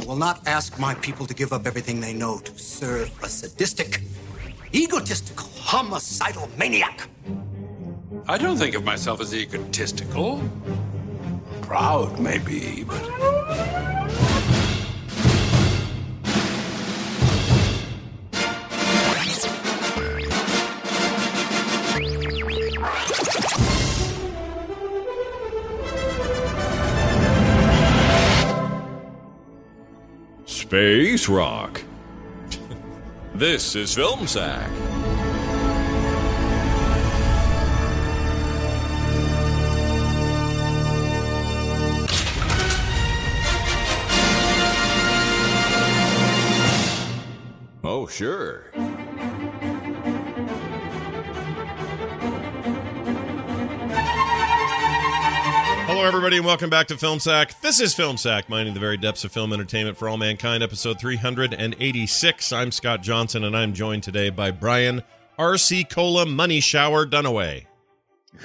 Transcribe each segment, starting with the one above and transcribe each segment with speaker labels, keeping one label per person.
Speaker 1: I will not ask my people to give up everything they know to serve a sadistic, egotistical, homicidal maniac.
Speaker 2: I don't think of myself as egotistical. Proud, maybe, but.
Speaker 3: Space Rock. this is Film Sack. Oh, sure.
Speaker 4: Hello, everybody, and welcome back to Film Sack. This is Film Sack, mining the very depths of film entertainment for all mankind, episode 386. I'm Scott Johnson, and I'm joined today by Brian R.C. Cola Money Shower Dunaway.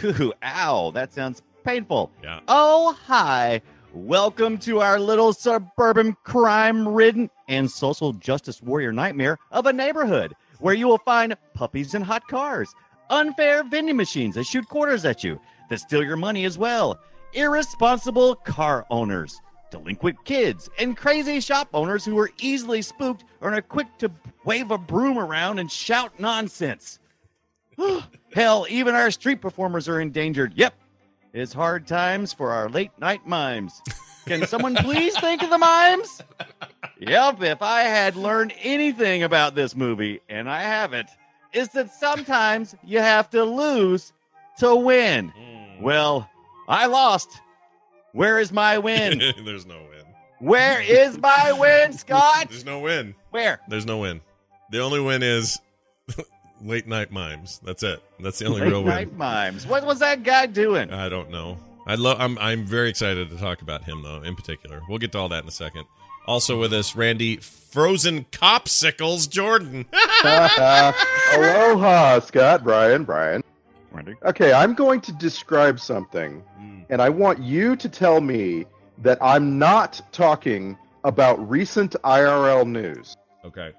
Speaker 5: Ooh, ow, that sounds painful.
Speaker 4: Yeah.
Speaker 5: Oh, hi. Welcome to our little suburban crime ridden and social justice warrior nightmare of a neighborhood where you will find puppies in hot cars, unfair vending machines that shoot quarters at you, that steal your money as well, irresponsible car owners, delinquent kids, and crazy shop owners who are easily spooked and are quick to wave a broom around and shout nonsense. Hell, even our street performers are endangered. Yep, it's hard times for our late night mimes. Can someone please think of the mimes? Yep, if I had learned anything about this movie, and I haven't, is that sometimes you have to lose to win. Well, I lost. Where is my win?
Speaker 4: There's no win.
Speaker 5: Where is my win, Scott?
Speaker 4: There's no win.
Speaker 5: Where?
Speaker 4: There's no win. The only win is late night mimes. That's it. That's the only real
Speaker 5: Late night
Speaker 4: win.
Speaker 5: mimes. What was that guy doing?
Speaker 4: I don't know. I love. I'm. I'm very excited to talk about him though. In particular, we'll get to all that in a second. Also with us, Randy Frozen Copsicles Jordan.
Speaker 6: Aloha, Scott, Brian, Brian.
Speaker 5: Randy?
Speaker 6: Okay, I'm going to describe something, and I want you to tell me that I'm not talking about recent IRL news.
Speaker 4: okay.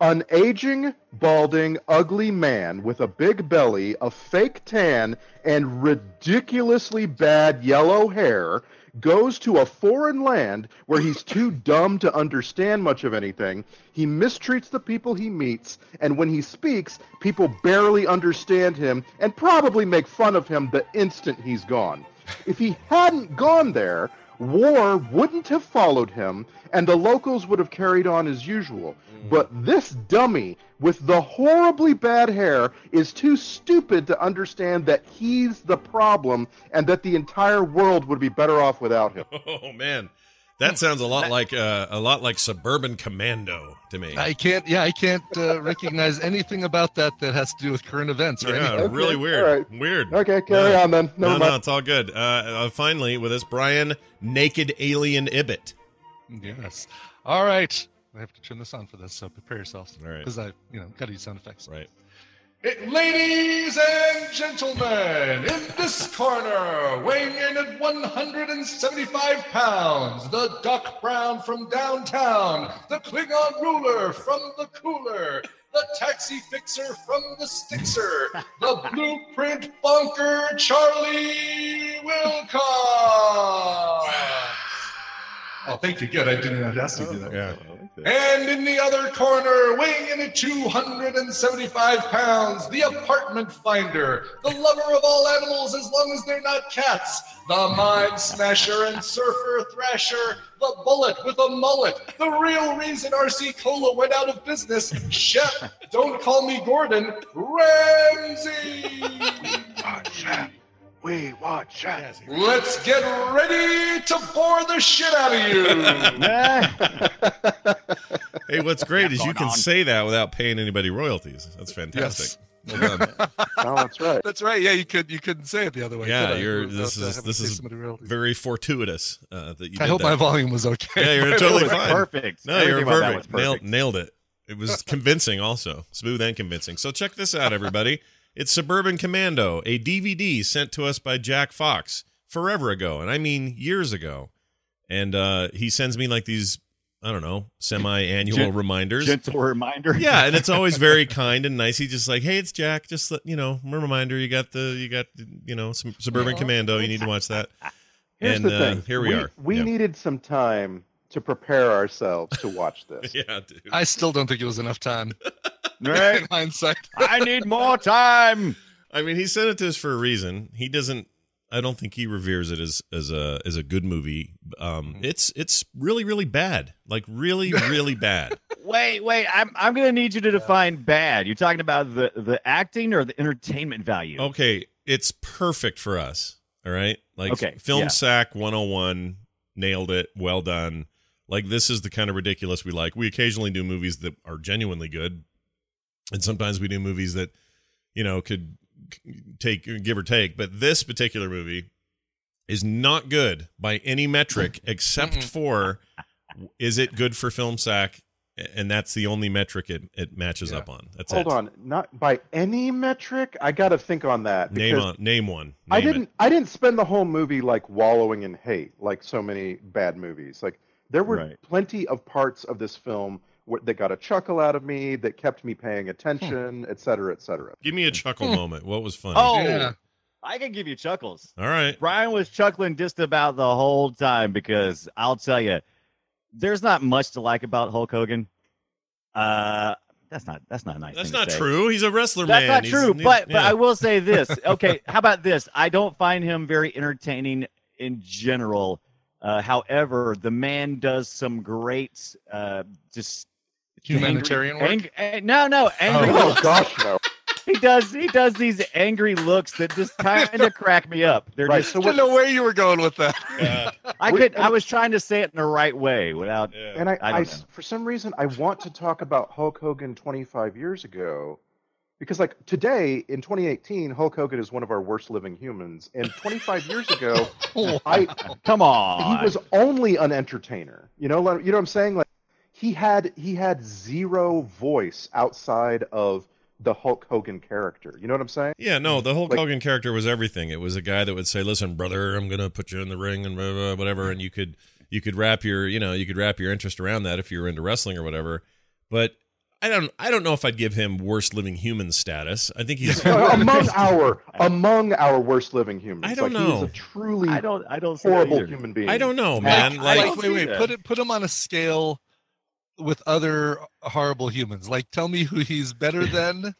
Speaker 6: An aging, balding, ugly man with a big belly, a fake tan, and ridiculously bad yellow hair goes to a foreign land where he's too dumb to understand much of anything. He mistreats the people he meets, and when he speaks, people barely understand him and probably make fun of him the instant he's gone. If he hadn't gone there, war wouldn't have followed him, and the locals would have carried on as usual. But this dummy with the horribly bad hair is too stupid to understand that he's the problem and that the entire world would be better off without him.
Speaker 4: Oh man,
Speaker 7: Hmm.
Speaker 4: that sounds a lot like uh, a lot like Suburban Commando to me.
Speaker 7: I can't. Yeah, I can't uh, recognize anything about that that has to do with current events. Right?
Speaker 4: Yeah,
Speaker 6: Okay,
Speaker 4: really weird.
Speaker 6: all right.
Speaker 4: Weird.
Speaker 6: Okay, carry
Speaker 4: Yeah.
Speaker 6: on then. Never
Speaker 4: no,
Speaker 6: mind.
Speaker 4: no, it's all good. Uh, uh, finally, with us, Brian Naked Alien Ibbit.
Speaker 7: Yes. All right. I have to turn this on for this, so prepare yourselves.
Speaker 4: All right.
Speaker 7: Because I, you know, gotta use sound effects.
Speaker 4: Right.
Speaker 7: It, ladies and gentlemen, in this corner, weighing in at 175 pounds, the Doc Brown from downtown, the Klingon ruler from the cooler, the taxi fixer from the stixer, the blueprint bonker, Charlie Wilcox. Oh, thank you. Good. I didn't ask you to do that.
Speaker 4: Yeah.
Speaker 7: And in the other corner, weighing in at 275 pounds, the apartment finder, the lover of all animals as long as they're not cats, the mime smasher and surfer thrasher, the bullet with a mullet, the real reason RC Cola went out of business, Shep, don't call me Gordon, Ramsey.
Speaker 6: We watch that.
Speaker 7: Let's get ready to bore the shit out of you.
Speaker 4: Hey, what's great is you
Speaker 5: going
Speaker 4: can
Speaker 5: on?
Speaker 4: say that without paying anybody royalties. That's fantastic. Um, Well done.
Speaker 6: Oh, that's right.
Speaker 8: That's right. Yeah, you could you couldn't say it the other way.
Speaker 4: yeah,
Speaker 8: could I?
Speaker 4: you're.
Speaker 8: Without,
Speaker 4: This
Speaker 8: uh,
Speaker 4: is
Speaker 8: having
Speaker 4: this
Speaker 8: to say
Speaker 4: is
Speaker 8: somebody royalty.
Speaker 4: very fortuitous uh, that you.
Speaker 8: I
Speaker 4: did
Speaker 8: hope
Speaker 4: that.
Speaker 8: my volume was okay.
Speaker 4: Yeah, you're
Speaker 5: It
Speaker 4: totally
Speaker 5: was
Speaker 4: fine.
Speaker 5: perfect.
Speaker 4: No, you're
Speaker 5: Everything about that
Speaker 4: perfect.
Speaker 5: was
Speaker 4: Nailed,
Speaker 5: perfect.
Speaker 4: nailed it. It was convincing, also smooth and convincing. So check this out, everybody. it's Suburban Commando, a DVD sent to us by Jack Fox forever ago, and I mean years ago. And uh, he sends me like these, I don't know, semi-annual
Speaker 5: Gen-
Speaker 4: reminders.
Speaker 5: Gentle reminder.
Speaker 4: yeah, and it's always very kind and nice. He's just like, "Hey, it's Jack. Just let, you know, a reminder. You got the, you got, you know, some Suburban Commando. You need to watch that."
Speaker 6: Here's
Speaker 4: and
Speaker 6: the
Speaker 4: uh,
Speaker 6: thing.
Speaker 4: here we, are.
Speaker 6: We
Speaker 4: yeah.
Speaker 6: needed some time to prepare ourselves to watch this.
Speaker 4: yeah, dude.
Speaker 8: I still don't think it was enough time.
Speaker 5: Right?
Speaker 8: In hindsight,
Speaker 5: I need more time.
Speaker 4: I mean, he sent it to us for a reason. He doesn't. I don't think he reveres it as as a as a good movie. Um, it's it's really really bad. Like really really bad.
Speaker 5: Wait, wait. I'm I'm gonna need you to define bad. You're talking about the the acting or the entertainment value?
Speaker 4: Okay, it's perfect for us. All right, like
Speaker 5: Okay,
Speaker 4: film
Speaker 5: yeah.
Speaker 4: sack one hundred and one nailed it. Well done. Like this is the kind of ridiculous we like. We occasionally do movies that are genuinely good, and sometimes we do movies that you know could c- take give or take. But this particular movie is not good by any metric except for is it good for film sack, and that's the only metric it, it matches up on. That's
Speaker 6: Hold
Speaker 4: it.
Speaker 6: on. Not by any metric. I got to think on that
Speaker 4: Name
Speaker 6: because
Speaker 4: on name one.
Speaker 6: I
Speaker 4: Name it.
Speaker 6: didn't. I didn't spend the whole movie like wallowing in hate, like so many bad movies. Like there were
Speaker 5: Right.
Speaker 6: plenty of parts of this film wh- that got a chuckle out of me, that kept me
Speaker 4: Hmm.
Speaker 6: paying attention, et cetera, et cetera.
Speaker 4: Give me a chuckle moment. What was funny?
Speaker 5: Hmm. Oh,
Speaker 8: Yeah.
Speaker 5: I can give you chuckles.
Speaker 4: all right.
Speaker 5: Brian was chuckling just about the whole time because I'll tell you, there's not much to like about Hulk Hogan. Uh, that's not that's not a nice.
Speaker 4: That's
Speaker 5: thing to
Speaker 4: not
Speaker 5: say.
Speaker 4: true. He's a wrestler,
Speaker 5: That's
Speaker 4: man.
Speaker 5: not
Speaker 4: He's-
Speaker 5: true.
Speaker 4: he-
Speaker 5: But but
Speaker 4: yeah.
Speaker 5: I will say this. Okay, how about this? I don't find him very entertaining in general. Uh, however, the man does some great, uh, just
Speaker 8: Humanitarian work?
Speaker 5: angry, ang- eh, no, no, angry.
Speaker 6: Oh
Speaker 5: looks.
Speaker 6: gosh, no.
Speaker 5: He does he does these angry looks that just kind of crack me up. They're
Speaker 6: Right.
Speaker 5: just
Speaker 6: So
Speaker 8: I
Speaker 6: what,
Speaker 8: don't know where you were going with that.
Speaker 4: Yeah.
Speaker 5: I
Speaker 6: We-
Speaker 5: could. I was trying to say it in the right way without.
Speaker 4: Yeah.
Speaker 6: and I,
Speaker 5: I
Speaker 6: I,
Speaker 5: don't
Speaker 6: s-
Speaker 5: know.
Speaker 6: for some reason, I want to talk about Hulk Hogan 25 years ago, because like today in 2018, Hulk Hogan is one of our worst living humans, and 25 years ago, I
Speaker 5: Come on.
Speaker 6: he was only an entertainer. You know, like- you know what I'm saying? Like he had he had zero voice outside of the Hulk Hogan character. You know what I'm saying?
Speaker 4: Yeah, no, the Hulk
Speaker 6: Like-
Speaker 4: Hogan character was everything. It was a guy that would say, "Listen, brother, I'm gonna put you in the ring and blah, blah, whatever," and you could you could wrap your you know you could wrap your interest around that if you were into wrestling or whatever. But I don't I don't know if I'd give him worst living human status. I think he's
Speaker 6: No, among our among our worst living humans.
Speaker 4: I don't
Speaker 6: like, He was
Speaker 4: know.
Speaker 6: a truly
Speaker 5: I don't. I don't. see that
Speaker 6: horrible
Speaker 5: either.
Speaker 6: human being.
Speaker 4: I don't know,
Speaker 8: Like-
Speaker 4: man.
Speaker 8: like,
Speaker 4: Like
Speaker 8: wait, wait,
Speaker 5: Yeah.
Speaker 8: put it, put him on a scale with other horrible humans. Like, tell me who he's better than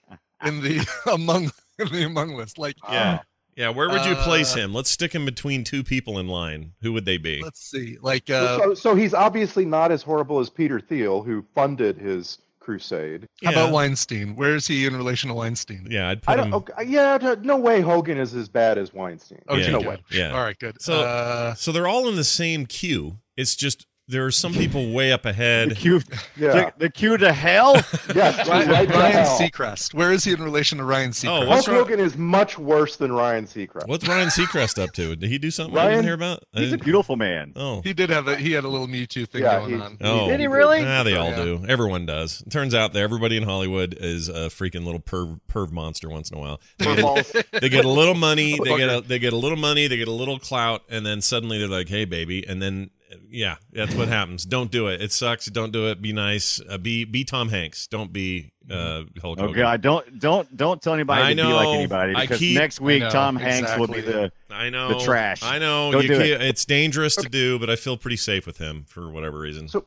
Speaker 8: in the among in the among list. Like,
Speaker 4: yeah. Yeah, where would you
Speaker 8: Uh,
Speaker 4: place him? Let's stick him between two people in line. Who would they be?
Speaker 8: let's see. Like, uh,
Speaker 6: so, so he's obviously not as horrible as Peter Thiel, who funded his crusade.
Speaker 8: how
Speaker 4: Yeah.
Speaker 8: about Weinstein? Where is he in relation to Weinstein?
Speaker 4: Yeah, I'd put
Speaker 6: I don't.
Speaker 4: him.
Speaker 6: Okay, yeah, d- no way. Hogan is as bad as Weinstein.
Speaker 4: Oh,
Speaker 8: Okay,
Speaker 6: no
Speaker 8: good.
Speaker 6: way.
Speaker 4: Yeah.
Speaker 8: Oh, All right, good.
Speaker 4: So-
Speaker 8: uh,
Speaker 4: So they're all in the same queue. It's just there are some people way up
Speaker 5: The
Speaker 4: ahead.
Speaker 5: cue.
Speaker 6: Yeah.
Speaker 5: The, the cue to hell.
Speaker 6: yes.
Speaker 8: Ryan,
Speaker 6: right
Speaker 8: Ryan
Speaker 6: now.
Speaker 8: Seacrest. Where is he in relation to Ryan Seacrest?
Speaker 4: Oh,
Speaker 6: Hulk
Speaker 4: what's wrong?
Speaker 6: Hogan is much worse than Ryan Seacrest.
Speaker 4: What's Ryan Seacrest up to? Did he do something I didn't
Speaker 6: Ryan-
Speaker 4: hear about? I
Speaker 5: He's a
Speaker 4: didn't-
Speaker 5: beautiful man.
Speaker 4: oh,
Speaker 8: He did have a he had a little Mewtwo thing
Speaker 6: Yeah,
Speaker 8: going
Speaker 6: he-
Speaker 8: on.
Speaker 4: oh,
Speaker 5: Did he really?
Speaker 4: Nah, they all
Speaker 8: Yeah.
Speaker 4: do. Everyone does. It turns out that everybody in Hollywood is a freaking little perv perv monster once in a while. They get, they get a little money. They get a they get a little money. They get a little clout, and then suddenly they're like, "Hey, baby," and then. Yeah, that's what happens. Don't do it. It sucks. Don't do it. Be nice. Uh, be be Tom Hanks. Don't be uh, Hulk Hogan.
Speaker 5: Okay, I Oh, don't don't don't tell anybody
Speaker 4: I
Speaker 5: to be like
Speaker 4: know.
Speaker 5: anybody
Speaker 4: I
Speaker 5: because
Speaker 4: keep-
Speaker 5: next week
Speaker 8: I know,
Speaker 5: Tom Hanks will be
Speaker 8: exactly.
Speaker 5: the
Speaker 4: I know
Speaker 5: the trash.
Speaker 4: I know
Speaker 5: Don't
Speaker 4: you
Speaker 5: do it.
Speaker 4: can't, it's dangerous to do, but I feel pretty safe with him for whatever reason.
Speaker 6: So-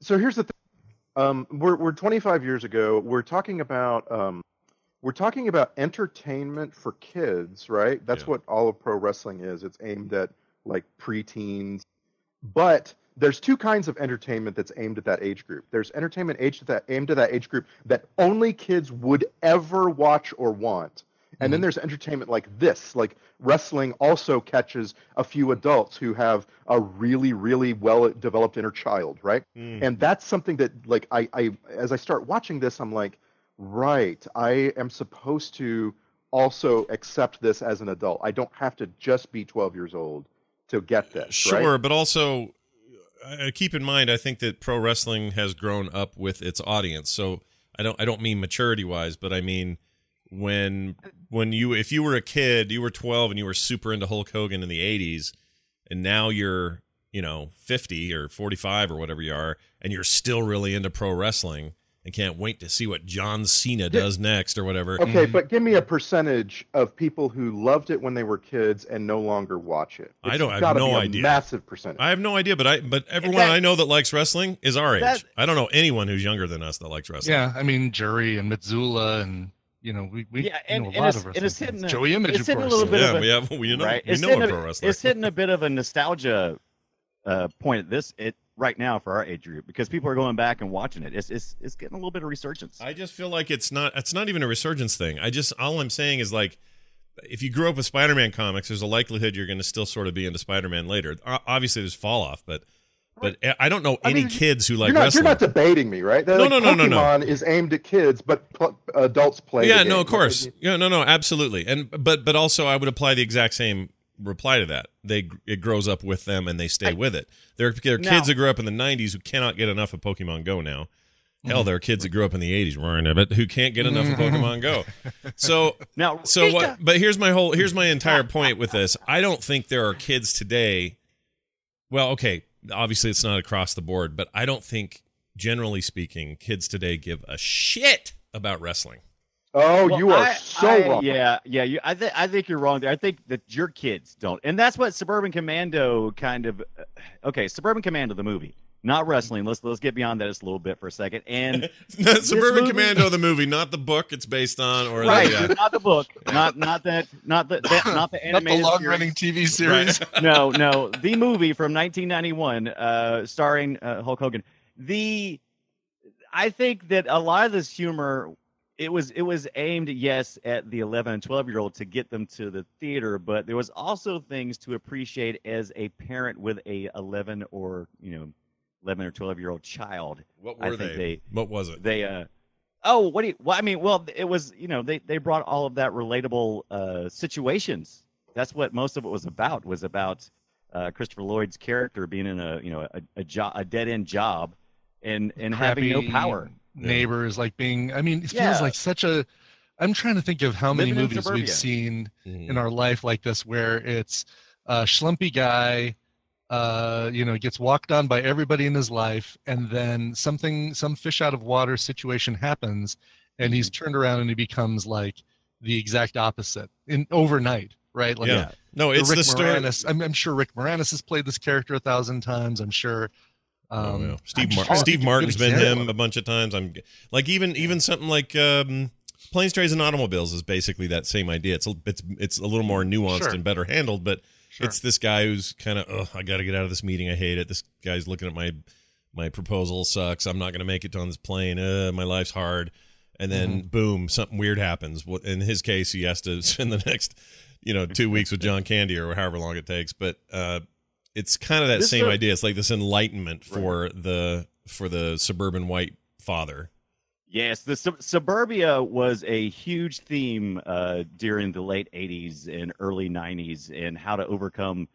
Speaker 6: so here's the thing. Um, we're we're 25 years ago. We're talking about um, we're talking about entertainment for kids, right? That's
Speaker 4: Yeah.
Speaker 6: what all of pro wrestling is. It's aimed at like preteens, but there's two kinds of entertainment that's aimed at that age group. There's entertainment age that aimed at that age group that only kids would ever watch or want. And then there's entertainment like this, like wrestling also catches a few adults who have a really, really well developed inner child, right? And that's something that, like, I, I, as I start watching this, I'm like, right, I am supposed to also accept this as an adult. I don't have to just be 12 years old to get this.
Speaker 4: Sure,
Speaker 6: right?
Speaker 4: but also uh, keep in mind, I think that pro wrestling has grown up with its audience. So I don't, I don't mean maturity wise, but I mean when when you, if you were a kid, you were twelve and you were super into Hulk Hogan in the '80s, and now you're, you know, fifty or forty-five or whatever you are, and you're still really into pro wrestling and can't wait to see what John Cena does next or whatever.
Speaker 6: Okay, but give me a percentage of people who loved it when they were kids and no longer watch it.
Speaker 4: I
Speaker 6: It's
Speaker 4: don't- I have
Speaker 6: gotta
Speaker 4: no
Speaker 6: be a
Speaker 4: idea.
Speaker 6: Massive percentage.
Speaker 4: I have no idea, but I but everyone
Speaker 5: that-
Speaker 4: I know that likes wrestling is our age.
Speaker 5: that-
Speaker 4: I don't know anyone who's younger than us that likes wrestling.
Speaker 8: Yeah, I mean Jury and Mitsula and you know we we
Speaker 5: Yeah,
Speaker 8: you
Speaker 5: and-
Speaker 8: know,
Speaker 5: and
Speaker 8: a lot
Speaker 5: it's-
Speaker 8: of
Speaker 5: and it's
Speaker 8: wrestling fans.
Speaker 5: hitting a-
Speaker 8: Joey Image,
Speaker 5: it's
Speaker 8: of
Speaker 5: hitting a
Speaker 8: course.
Speaker 5: little bit
Speaker 4: yeah,
Speaker 5: of a-
Speaker 4: we have we know
Speaker 5: right.
Speaker 4: we
Speaker 5: It's
Speaker 4: know a
Speaker 5: hitting
Speaker 4: pro
Speaker 5: a-
Speaker 4: wrestler.
Speaker 5: It's hitting a bit of a nostalgia uh, point at this it right now for our age group because people are going back and watching it. It's it's it's getting a little bit of resurgence.
Speaker 4: I just feel like it's not it's not even a resurgence thing. I just all I'm saying is like if you grew up with Spider-Man comics, there's a likelihood you're going to still sort of be into Spider-Man later. O- Obviously, there's fall off, but but I- I don't know
Speaker 6: I
Speaker 4: any
Speaker 6: mean,
Speaker 4: kids who like
Speaker 6: you're, not,
Speaker 4: wrestling.
Speaker 6: you're not debating me, right?
Speaker 4: No, no, no, no, no.
Speaker 6: Pokemon is aimed at kids, but pl- adults play.
Speaker 4: yeah,
Speaker 6: the
Speaker 4: no,
Speaker 6: game.
Speaker 4: of course. Yeah, no, no, absolutely. And but but also, I would apply the exact same reply to that. They it grows up with them and they stay with it. There, there are
Speaker 5: Now-
Speaker 4: kids that grew up in the '90s who cannot get enough of Pokemon Go now. Hell, there are kids that grew up in the '80s, Ryan Abbott, who can't get enough of Pokemon Go. So
Speaker 5: Now,
Speaker 4: so what but here's my whole here's my entire point with this i don't think there are kids today well okay obviously it's not across the board but i don't think generally speaking kids today give a shit about wrestling
Speaker 6: Oh,
Speaker 5: Well,
Speaker 6: you are
Speaker 5: I-
Speaker 6: so
Speaker 5: I-
Speaker 6: wrong.
Speaker 5: Yeah, yeah. You, I think I think you're wrong there. I think that your kids don't, and that's what Suburban Commando kind of. uh, Okay, Suburban Commando, the movie, not wrestling. Let's let's get beyond that just a little bit for a second. And
Speaker 4: suburban
Speaker 5: movie-
Speaker 4: commando the movie not the book it's based on or
Speaker 5: right,
Speaker 4: the, uh,
Speaker 5: not the book, not not that, not the that, not the
Speaker 8: Not the
Speaker 5: animated.
Speaker 8: long
Speaker 5: series.
Speaker 8: running TV series.
Speaker 5: no, no, the movie from 1991, uh, starring uh, Hulk Hogan. The I think that a lot of this humor, it was it was aimed yes at the 11 and 12 year old to get them to the theater, but there was also things to appreciate as a parent with a 11 or you know 11 or 12 year old child.
Speaker 4: what
Speaker 5: I
Speaker 4: were
Speaker 5: think
Speaker 4: they?
Speaker 5: they-
Speaker 4: what was it
Speaker 5: They uh oh what do you well I mean well it was you know they they brought all of that relatable uh situations. That's what most of it was about was about uh Christopher Lloyd's character being in a you know a a, jo- a dead end job and and having no
Speaker 8: Crappy
Speaker 5: power.
Speaker 8: Neighbors like being. I mean, it
Speaker 5: Yeah.
Speaker 8: feels like such a. I'm trying to think of how many
Speaker 5: Living in
Speaker 8: movies
Speaker 5: suburbia.
Speaker 8: we've seen
Speaker 4: Mhm.
Speaker 8: in our life like this where it's a schlumpy guy uh you know gets walked on by everybody in his life and then something some fish out of water situation happens and he's
Speaker 4: Mm-hmm.
Speaker 8: turned around and he becomes like the exact opposite in overnight right like
Speaker 4: yeah no it's
Speaker 8: Rick
Speaker 4: the story
Speaker 8: Moranis, I'm, I'm sure Rick Moranis has played this character a thousand times. I'm sure.
Speaker 4: Oh,
Speaker 8: Um,
Speaker 4: yeah. Steve
Speaker 8: I'm
Speaker 4: Mar-
Speaker 8: trying to think of
Speaker 4: Steve
Speaker 8: a good
Speaker 4: Martin's been
Speaker 8: example.
Speaker 4: him a bunch of times. I'm like even even something like um, planes, trains, and automobiles is basically that same idea. It's a, it's it's a little more nuanced
Speaker 8: Sure.
Speaker 4: and better handled, but
Speaker 8: Sure.
Speaker 4: it's this guy who's kind of oh, I got to get out of this meeting. I hate it. This guy's looking at my my proposal sucks. I'm not going to make it on this plane. Uh, my life's hard. And then boom, something weird happens. What- In his case, he has to spend the next you know two weeks with John Candy or however long it takes. But uh, it's kind of that
Speaker 5: This
Speaker 4: same
Speaker 5: is-
Speaker 4: idea. It's like this enlightenment for the for the suburban white father.
Speaker 5: Yes, the sub- suburbia was a huge theme uh, during the late '80s and early '90s, and how to overcome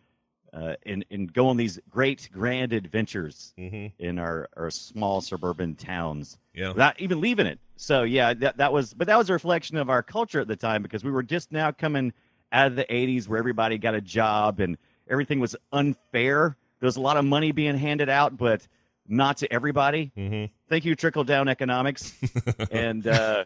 Speaker 5: uh, and and go on these great grand adventures
Speaker 4: Mm-hmm.
Speaker 5: in our, our small suburban towns
Speaker 4: Yeah.
Speaker 5: without even leaving it. So yeah, that that was but that was a reflection of our culture at the time because we were just now coming out of the 80s where everybody got a job and everything was unfair. There was a lot of money being handed out, but not to everybody.
Speaker 4: Mm-hmm.
Speaker 5: Thank you, trickle down economics. and uh,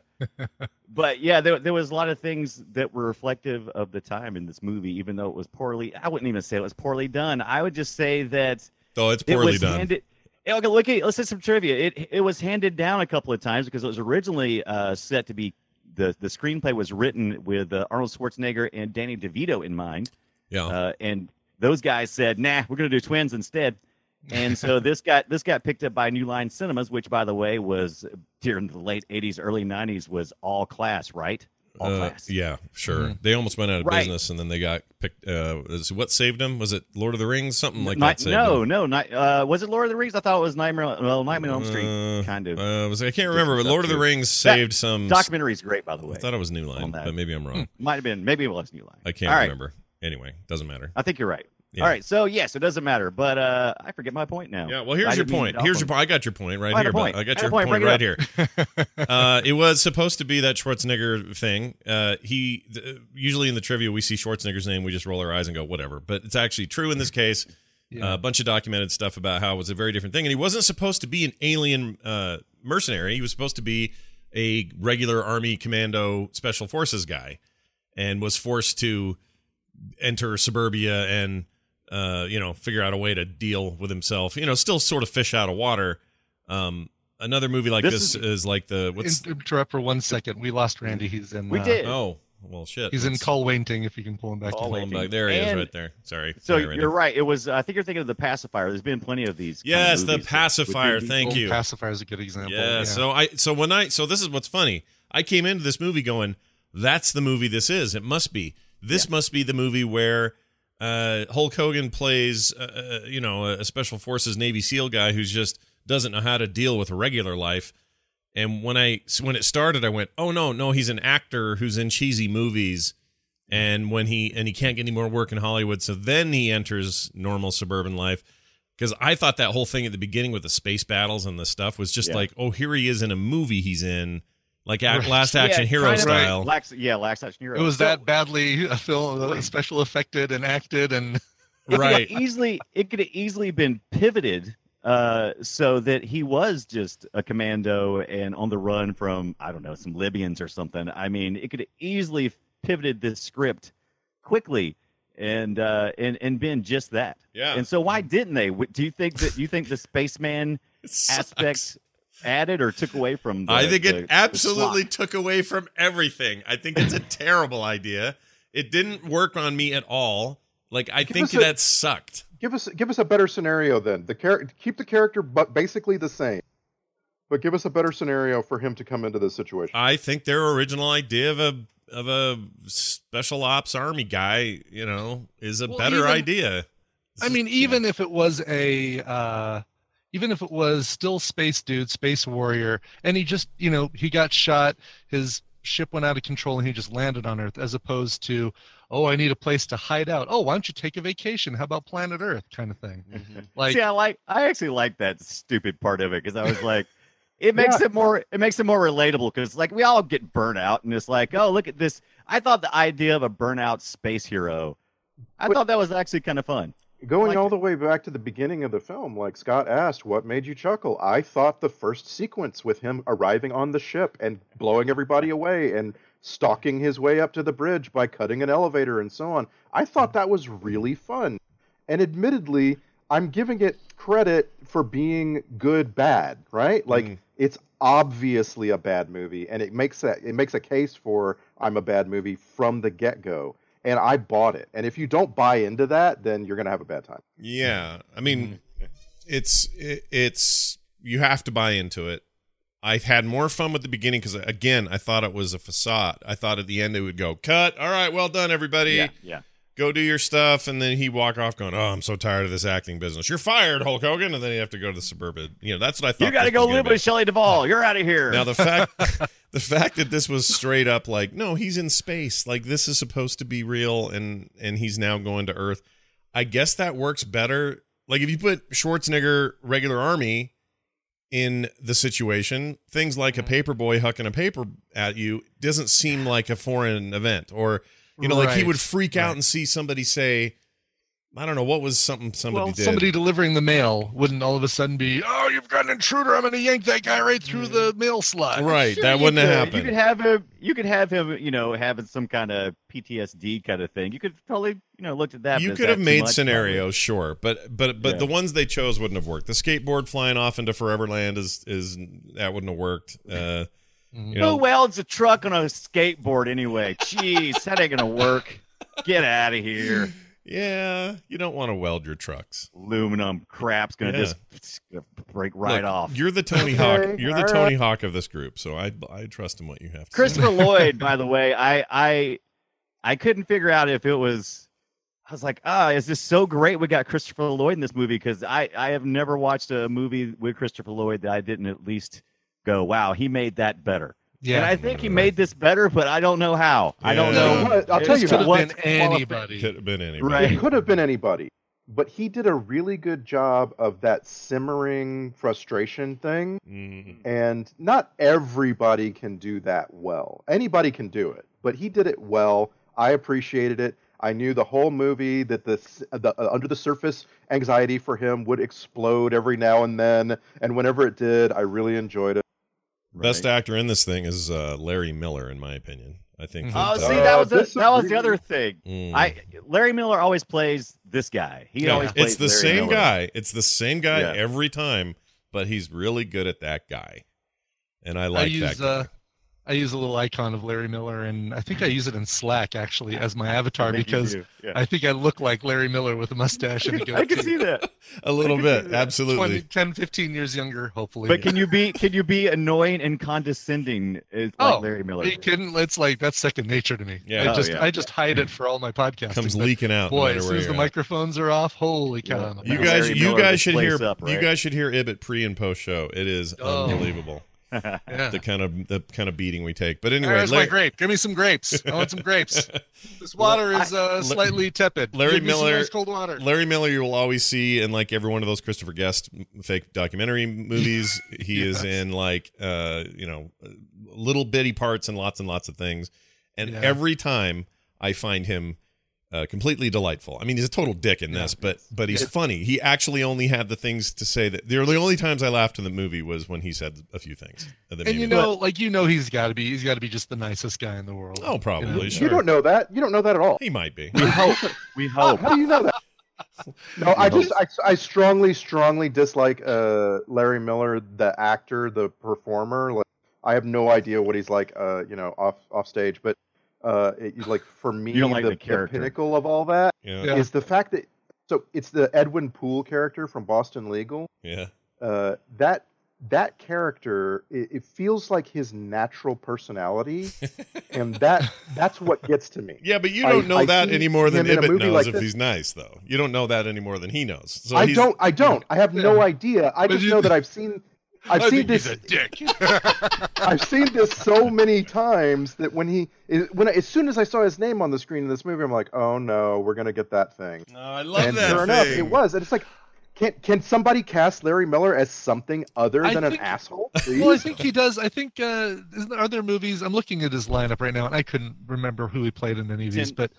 Speaker 5: but yeah, there there was a lot of things that were reflective of the time in this movie, even though it was poorly. I wouldn't even say it was poorly done. I would just say that
Speaker 4: Oh, it's
Speaker 5: it
Speaker 4: poorly
Speaker 5: was
Speaker 4: done.
Speaker 5: handed- Yeah, okay, look at let's hit some trivia. It it was handed down a couple of times because it was originally uh, set to be the the screenplay was written with uh, Arnold Schwarzenegger and Danny DeVito in mind.
Speaker 4: Yeah.
Speaker 5: Uh, and those guys said, "Nah, we're going to do twins instead." And so this got this got picked up by New Line Cinemas, which, by the way, was during the late '80s, early '90s, was all class, right? All
Speaker 4: Uh,
Speaker 5: class.
Speaker 4: yeah, sure. They almost went out of
Speaker 5: Right.
Speaker 4: business, and then they got picked. Uh, is- what saved them? Was it Lord of the Rings? Something like
Speaker 5: Night-
Speaker 4: that. Saved
Speaker 5: no,
Speaker 4: them.
Speaker 5: no, not, uh, was it Lord of the Rings? I thought it was Nightmare. Well, Nightmare on Elm Street,
Speaker 4: Uh,
Speaker 5: kind of.
Speaker 4: Uh, was, I can't remember, but
Speaker 5: stuff,
Speaker 4: Lord of the
Speaker 5: too.
Speaker 4: Rings
Speaker 5: That
Speaker 4: saved some.
Speaker 5: Documentary's great, by the way.
Speaker 4: I thought it was New Line,
Speaker 5: on that.
Speaker 4: but maybe I'm wrong.
Speaker 5: Might have been. Maybe it was New Line.
Speaker 4: I can't
Speaker 5: All right.
Speaker 4: remember. Anyway, doesn't matter.
Speaker 5: I think you're right.
Speaker 4: Yeah.
Speaker 5: All right. So yes, it doesn't matter. But uh, I forget my point now.
Speaker 4: Yeah, well, here's
Speaker 5: I
Speaker 4: your
Speaker 5: didn't mean to
Speaker 4: point.
Speaker 5: get off
Speaker 4: Here's
Speaker 5: on-
Speaker 4: your point. I got your point right
Speaker 5: I had a
Speaker 4: here. bud.
Speaker 5: point.
Speaker 4: I got
Speaker 5: I had
Speaker 4: your
Speaker 5: a point.
Speaker 4: point
Speaker 5: Bring it
Speaker 4: right here. uh, it was supposed to be that Schwarzenegger thing. Uh, he th- usually in the trivia we see Schwarzenegger's name, we just roll our eyes and go whatever. But it's actually true in this case.
Speaker 8: Yeah.
Speaker 4: Uh, a bunch of documented stuff about how it was a very different thing, and he wasn't supposed to be an alien uh, mercenary. He was supposed to be a regular army commando special forces guy, and was forced to enter suburbia and uh, you know figure out a way to deal with himself. You know, still sort of fish out of water. Um, another movie like
Speaker 5: This is-
Speaker 4: this, is, like the what's
Speaker 8: Interrupt for one second. We lost Randy. He's in.
Speaker 5: We
Speaker 8: uh,
Speaker 5: did.
Speaker 4: oh well shit
Speaker 8: He's in
Speaker 4: That's-
Speaker 8: call waiting. If you can pull him back.
Speaker 5: Call
Speaker 8: in.
Speaker 4: Pull him back. There he is, right there. Sorry.
Speaker 5: So
Speaker 4: Sorry, Randy.
Speaker 5: you're right. It was. uh, I think you're thinking of the pacifier. There's been plenty of these. kind of
Speaker 4: Yes,
Speaker 5: movies
Speaker 4: the
Speaker 5: that- with
Speaker 4: pacifier.
Speaker 5: these-
Speaker 4: Thank
Speaker 8: Old
Speaker 4: you.
Speaker 8: Pacifier is a good example.
Speaker 4: Yeah. So I so when I so this is what's funny. I came into this movie going, "That's the movie this is. It must be. This must be the movie where uh, Hulk Hogan plays, uh, uh, you know, a special forces Navy SEAL guy who's just doesn't know how to deal with regular life." And when I when it started, I went, "Oh no, no, he's an actor who's in cheesy movies." And when he and he can't get any more work in Hollywood, so then he enters normal suburban life because I thought that whole thing at the beginning with the space battles and the stuff was just
Speaker 5: Yeah.
Speaker 4: like, oh, here he is in a movie he's in, like act,
Speaker 8: Right.
Speaker 4: Last
Speaker 5: Yeah,
Speaker 4: Action
Speaker 5: it's
Speaker 4: Hero
Speaker 5: kind of like
Speaker 4: style.
Speaker 5: lax- yeah, lax action hero.
Speaker 8: It was
Speaker 5: So
Speaker 8: that badly uh, film uh, special affected and acted and
Speaker 5: it could have
Speaker 4: right.
Speaker 5: Easily, it could have easily been pivoted uh, so that he was just a commando and on the run from I don't know some Libyans or something. I mean, it could have easily pivoted this script quickly and uh, and and been just that.
Speaker 4: Yeah.
Speaker 5: And so why didn't they? W- Do you think that you think the spaceman
Speaker 4: It sucks.
Speaker 5: aspect added or took away from? The,
Speaker 4: I think
Speaker 5: the-
Speaker 4: it
Speaker 5: the
Speaker 4: absolutely
Speaker 5: slot?
Speaker 4: took away from everything. I think it's a terrible idea. It didn't work on me at all. Like I think
Speaker 6: us a-
Speaker 4: that sucked.
Speaker 6: Give us give us a better scenario then. The char- keep the character but basically the same, but give us a better scenario for him to come into this situation.
Speaker 4: I think their original idea of a of a special ops army guy, you know, is a
Speaker 8: Well,
Speaker 4: better
Speaker 8: even-
Speaker 4: idea.
Speaker 8: I mean, even if it was a, uh, even if it was still space dude, space warrior, and he just, you know, he got shot, his ship went out of control, and he just landed on Earth, as opposed to, oh, I need a place to hide out. Oh, why don't you take a vacation? How about planet Earth, kind of thing. Like,
Speaker 5: See, I like I actually like that stupid part of it because I was like, it makes it more it makes it more relatable because like we all get burnt out and it's like, oh look at this. I thought the idea of a burnout space hero, I thought that was actually kind of fun.
Speaker 6: Going
Speaker 5: Like-
Speaker 6: all the way back to the beginning of the film, like Scott asked, what made you chuckle? I thought the first sequence with him arriving on the ship and blowing everybody away and stalking his way up to the bridge by cutting an elevator and so on. I thought that was really fun. And admittedly, I'm giving it credit for being good bad, right? Like it's obviously a bad movie and it makes that it makes a case for I'm a bad movie from the get-go. And I bought it. And if you don't buy into that, then you're going to have a bad time.
Speaker 4: Yeah, I mean,
Speaker 5: Mm-hmm.
Speaker 4: it's it, it's you have to buy into it. I had more fun with the beginning because again, I thought it was a facade. I thought at the end it would go cut. All right, well done, everybody.
Speaker 5: Yeah, yeah.
Speaker 4: Go do your stuff, and then he walk off going, "Oh, I'm so tired of this acting business. You're fired, Hulk Hogan." And then you have to go to the suburban. You know, that's what I thought.
Speaker 5: You got to
Speaker 4: this
Speaker 5: go
Speaker 4: was gonna
Speaker 5: live
Speaker 4: be.
Speaker 5: with Shelley Duvall. You're out of here.
Speaker 4: Now the fact the fact that this was straight up like no, he's in space. Like this is supposed to be real and and he's now going to Earth. I guess that works better. Like if you put Schwarzenegger regular army in the situation, things like a paper boy hucking a paper at you doesn't seem like a foreign event or you know like he
Speaker 8: Right.
Speaker 4: would freak out
Speaker 8: Right.
Speaker 4: and see somebody say I don't know what was something somebody
Speaker 8: well,
Speaker 4: did.
Speaker 8: somebody delivering the mail wouldn't all of a sudden be, oh, you've got an intruder. I'm going to yank that guy right through the
Speaker 6: Mm.
Speaker 8: mail slot.
Speaker 4: Right, that
Speaker 5: you
Speaker 4: wouldn't
Speaker 5: could.
Speaker 4: have
Speaker 5: You
Speaker 4: happened.
Speaker 5: could have him. You could have him. You know, having some kind of PTSD kind of thing. You could totally, you know, looked at that.
Speaker 4: you
Speaker 5: but is
Speaker 4: could
Speaker 5: that
Speaker 4: have
Speaker 5: too
Speaker 4: made
Speaker 5: much?
Speaker 4: scenarios, sure, but but but
Speaker 5: Yeah.
Speaker 4: the ones they chose wouldn't have worked. The skateboard flying off into Foreverland is is that wouldn't have worked. Uh, you
Speaker 5: Who
Speaker 4: know,
Speaker 5: welds a truck on a skateboard anyway? Jeez, that ain't gonna work. Get out of here.
Speaker 4: yeah, you don't want to weld your trucks.
Speaker 5: Aluminum crap's gonna
Speaker 4: Yeah.
Speaker 5: just it's gonna break right
Speaker 4: Look,
Speaker 5: off.
Speaker 4: You're the Tony
Speaker 5: Okay,
Speaker 4: Hawk. You're the
Speaker 5: all
Speaker 4: Tony
Speaker 5: right.
Speaker 4: Hawk of this group, so I I trust in what you have to
Speaker 5: Christopher
Speaker 4: say.
Speaker 5: Lloyd, by the way, I I I couldn't figure out if it was. I was like, ah, is this so great? We got Christopher Lloyd in this movie because I I have never watched a movie with Christopher Lloyd that I didn't at least go, wow, he made that better.
Speaker 8: Yeah.
Speaker 5: and I think he made this better, but I don't know how. I don't know.
Speaker 4: Yeah.
Speaker 6: What- I'll
Speaker 8: It
Speaker 6: tell you
Speaker 8: could have
Speaker 6: what-
Speaker 8: been anybody.
Speaker 4: Could have been anybody.
Speaker 5: Right.
Speaker 6: It could have been anybody, but he did a really good job of that simmering frustration thing.
Speaker 4: Mm.
Speaker 6: And not everybody can do that well. Anybody can do it, but he did it well. I appreciated it. I knew the whole movie that the, the uh, under the surface anxiety for him would explode every now and then, and whenever it did, I really enjoyed it.
Speaker 4: Best actor in this thing is uh, Larry Miller, in my opinion. I
Speaker 8: Mhm.
Speaker 4: think.
Speaker 5: Oh,
Speaker 4: that-
Speaker 5: see, that
Speaker 6: Uh,
Speaker 5: was the- that was the
Speaker 6: disagree.
Speaker 5: other thing.
Speaker 4: Mm.
Speaker 5: I Larry Miller always plays this guy. He
Speaker 4: No,
Speaker 5: always plays
Speaker 4: it's the
Speaker 5: Larry
Speaker 4: same
Speaker 5: Miller.
Speaker 4: guy. It's the same guy
Speaker 5: Yeah.
Speaker 4: every time, but he's really good at that guy, and I
Speaker 8: I,
Speaker 4: like that.
Speaker 8: use,
Speaker 4: Guy.
Speaker 8: uh, I use a little icon of Larry Miller, and I think I use it in Slack actually as my
Speaker 5: I
Speaker 8: avatar
Speaker 5: think you
Speaker 8: because
Speaker 5: do. Yeah.
Speaker 8: I think I look like Larry Miller with a mustache and a
Speaker 5: I can see
Speaker 8: goatee.
Speaker 5: that.
Speaker 4: a little
Speaker 5: I can see
Speaker 4: bit,
Speaker 5: that.
Speaker 4: absolutely.
Speaker 8: 20, 10, 15 years younger, hopefully.
Speaker 5: But can you be can you be annoying and condescending as like
Speaker 8: Oh,
Speaker 5: Larry Miller?
Speaker 8: Are you kidding? It's like that's second nature to me.
Speaker 4: Yeah.
Speaker 8: I
Speaker 5: Oh,
Speaker 8: just
Speaker 5: yeah.
Speaker 8: I just hide it for all my podcasting.
Speaker 4: Comes
Speaker 8: but
Speaker 4: leaking out. no
Speaker 8: Boy,
Speaker 4: matter
Speaker 8: as soon
Speaker 4: where
Speaker 8: as the
Speaker 4: you're at.
Speaker 8: microphones are off, holy cow!
Speaker 5: Yeah.
Speaker 8: I'm a
Speaker 4: You
Speaker 5: Now
Speaker 8: mess.
Speaker 4: guys,
Speaker 5: Larry
Speaker 4: you
Speaker 5: Miller
Speaker 4: guys
Speaker 5: just
Speaker 4: should hear.
Speaker 5: plays up,
Speaker 4: You
Speaker 5: right?
Speaker 4: guys should hear Ibit pre and post show. It is
Speaker 8: Oh.
Speaker 4: unbelievable.
Speaker 8: Yeah.
Speaker 4: The kind of the kind of beating we take. But anyway,
Speaker 8: Where's my
Speaker 4: Larry,
Speaker 8: grape? Give me some grapes. I want some grapes. This water is uh, slightly tepid.
Speaker 4: Larry
Speaker 8: Give me some
Speaker 4: Miller-
Speaker 8: nice cold water.
Speaker 4: Larry Miller, you will always see in like every one of those Christopher Guest fake documentary movies. He is in like uh, you know little bitty parts and lots and lots of things. And
Speaker 8: Yeah.
Speaker 4: every time I find him uh, completely delightful. I mean, he's a total dick in this, but but he's
Speaker 8: Yeah.
Speaker 4: funny. He actually only had the things to say that the only times I laughed in the movie was when he said a few things. that made
Speaker 8: and you
Speaker 4: me laugh.
Speaker 8: know, like you know, he's got to be he's got to be just the nicest guy in the world.
Speaker 4: Oh, probably,
Speaker 8: You know?
Speaker 4: sure.
Speaker 6: You don't know that. You don't know that at all.
Speaker 4: he might be.
Speaker 5: we hope. We
Speaker 6: How,
Speaker 5: hope.
Speaker 6: how do you know that? No, I just I, I strongly strongly dislike uh, Larry Miller, the actor, the performer. Like I have no idea what he's like, uh, you know, off off stage. But uh, it, like for me,
Speaker 5: You don't like
Speaker 6: the,
Speaker 5: the character.
Speaker 6: pinnacle of all that
Speaker 4: Yeah,
Speaker 8: Yeah.
Speaker 4: yeah.
Speaker 6: is the fact that so it's the Edwin Poole character from Boston Legal. Uh, that that character it, it feels like his natural personality, and that that's what gets to me.
Speaker 4: Yeah, but you
Speaker 6: I-
Speaker 4: don't know
Speaker 6: I
Speaker 4: that
Speaker 6: see
Speaker 4: any more than
Speaker 6: him in a
Speaker 4: Ibbot
Speaker 6: movie
Speaker 4: knows
Speaker 6: like
Speaker 4: if
Speaker 6: this.
Speaker 4: he's nice, though. You don't know that any more than he knows. So
Speaker 6: I
Speaker 4: he's-
Speaker 6: don't. I don't. I have no
Speaker 8: Yeah.
Speaker 6: idea. I
Speaker 8: But
Speaker 6: just
Speaker 8: you-
Speaker 6: know that I've seen. I've
Speaker 8: I
Speaker 6: seen
Speaker 8: think
Speaker 6: this.
Speaker 8: he's a dick.
Speaker 6: I've seen this so many times that when he, is- when I, as soon as I saw his name on the screen in this movie, I'm like, oh no, we're gonna get that thing.
Speaker 4: No, I love
Speaker 6: and
Speaker 4: that
Speaker 6: sure
Speaker 4: thing.
Speaker 6: enough, it was. And it's like, can can somebody cast Larry Miller as something other
Speaker 8: I
Speaker 6: than an
Speaker 8: think-
Speaker 6: asshole?
Speaker 8: well, I
Speaker 6: Please?
Speaker 8: think he does. I think uh, isn't there other movies? I'm looking at his lineup right now, and I couldn't remember who he played in any of these.
Speaker 5: Ten-
Speaker 8: but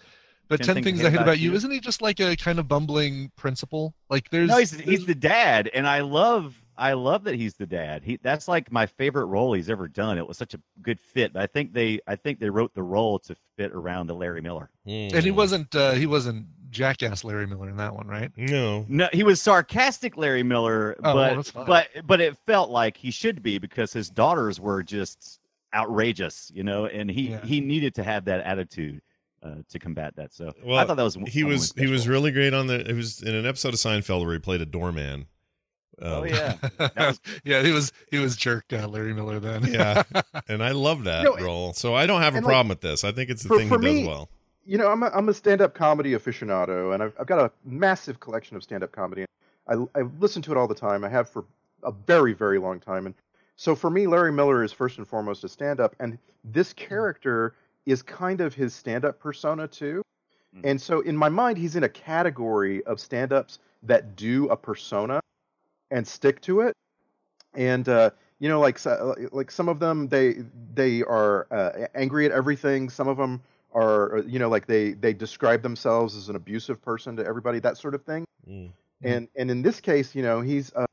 Speaker 8: but
Speaker 5: 10
Speaker 8: ten,
Speaker 5: Things
Speaker 8: things I hate about you. Isn't he just like a kind of bumbling principal? Like there's
Speaker 5: No, he's
Speaker 8: there's-
Speaker 5: he's the dad, and I love I love that he's the dad. He that's like my favorite role he's ever done. It was such a good fit. I think they I think they wrote the role to fit around the Larry Miller.
Speaker 4: Hmm.
Speaker 8: and he wasn't uh, he wasn't jackass Larry Miller in that one, right?
Speaker 4: No.
Speaker 5: No, he was sarcastic Larry Miller,
Speaker 8: Oh, well,
Speaker 5: but
Speaker 8: that's fine.
Speaker 5: but but it felt like he should be because his daughters were just outrageous, you know, and he
Speaker 8: Yeah.
Speaker 5: he needed to have that attitude uh, to combat that. So I
Speaker 4: Well,
Speaker 5: thought that was
Speaker 4: He
Speaker 5: one of
Speaker 4: was
Speaker 5: his
Speaker 4: he
Speaker 5: best
Speaker 4: was
Speaker 5: roles.
Speaker 4: really great on the. He was in an episode of Seinfeld where he played a doorman.
Speaker 5: Oh
Speaker 4: Um,
Speaker 5: yeah, that was
Speaker 8: yeah, he was he was jerk uh, Larry Miller then.
Speaker 4: yeah, and I love that
Speaker 6: No, it-
Speaker 4: role. So I don't have a
Speaker 6: and, like,
Speaker 4: problem with this. I think it's the
Speaker 6: for-
Speaker 4: thing
Speaker 6: for
Speaker 4: he does
Speaker 6: me-
Speaker 4: well.
Speaker 6: you know, I'm a, I'm a stand-up comedy aficionado, and I've, I've got a massive collection of stand-up comedy. I, I listen to it all the time. I have for a very, very long time. And so for me, Larry Miller is first and foremost a stand-up, and this character is kind of his stand-up persona too.
Speaker 5: Mhm.
Speaker 6: And so in my mind, he's in a category of stand-ups that do a persona and stick to it. And uh, you know, like so- like some of them, they they are uh, angry at everything. Some of them are you know like they they describe themselves as an abusive person to everybody that sort of thing
Speaker 4: Mm.
Speaker 6: and and in this case you know he's uh,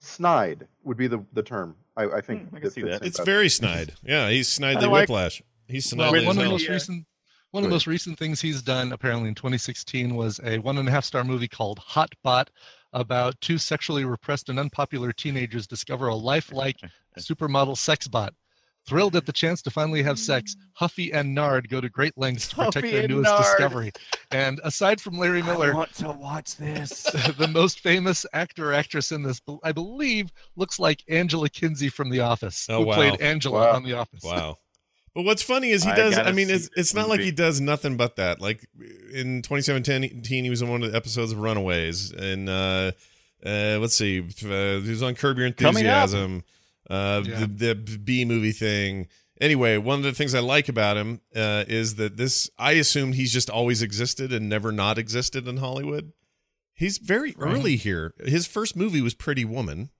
Speaker 6: snide would be the the term i, I think
Speaker 5: Hmm,
Speaker 6: that
Speaker 5: I can
Speaker 6: Mm-hmm.
Speaker 5: see
Speaker 6: fits
Speaker 5: that.
Speaker 6: in
Speaker 4: It's
Speaker 6: best.
Speaker 4: very snide. Yeah, he's snidely
Speaker 5: I like-
Speaker 4: whiplash. He's
Speaker 8: Well, one
Speaker 4: snidely. as
Speaker 8: of the
Speaker 4: hell.
Speaker 8: most recent one of the most recent things he's done apparently in 2016 was a one and a half star movie called Hot Bot about two sexually repressed and unpopular teenagers discover a lifelike supermodel sex bot. Thrilled at the chance to finally have sex, Huffy and Nard go to great lengths to
Speaker 5: Mm.
Speaker 8: protect
Speaker 5: Huffy
Speaker 8: their
Speaker 5: and
Speaker 8: newest
Speaker 5: Nard.
Speaker 8: discovery. And aside from Larry Miller,
Speaker 5: I want to watch this.
Speaker 8: the most famous actor or actress in this, I believe, looks like Angela Kinsey from The Office,
Speaker 4: Oh,
Speaker 8: who
Speaker 4: wow.
Speaker 8: played Angela
Speaker 6: Wow.
Speaker 8: on The Office.
Speaker 4: Wow. But what's funny is he
Speaker 5: I
Speaker 4: does. I,
Speaker 5: gotta
Speaker 4: mean,
Speaker 5: see
Speaker 4: it's,
Speaker 5: this
Speaker 4: it's not like
Speaker 5: movie.
Speaker 4: he does nothing but that. Like in 2017, he was in one of the episodes of Runaways, and uh, uh, let's see, uh, he was on Curb Your
Speaker 5: Coming up.
Speaker 4: Enthusiasm, uh,
Speaker 8: Yeah.
Speaker 4: the, the B movie thing. Anyway, one of the things I like about him uh, is that this. I assumed he's just always existed and never not existed in Hollywood. He's very early here. His first movie was Pretty Woman.
Speaker 5: Mm-hmm.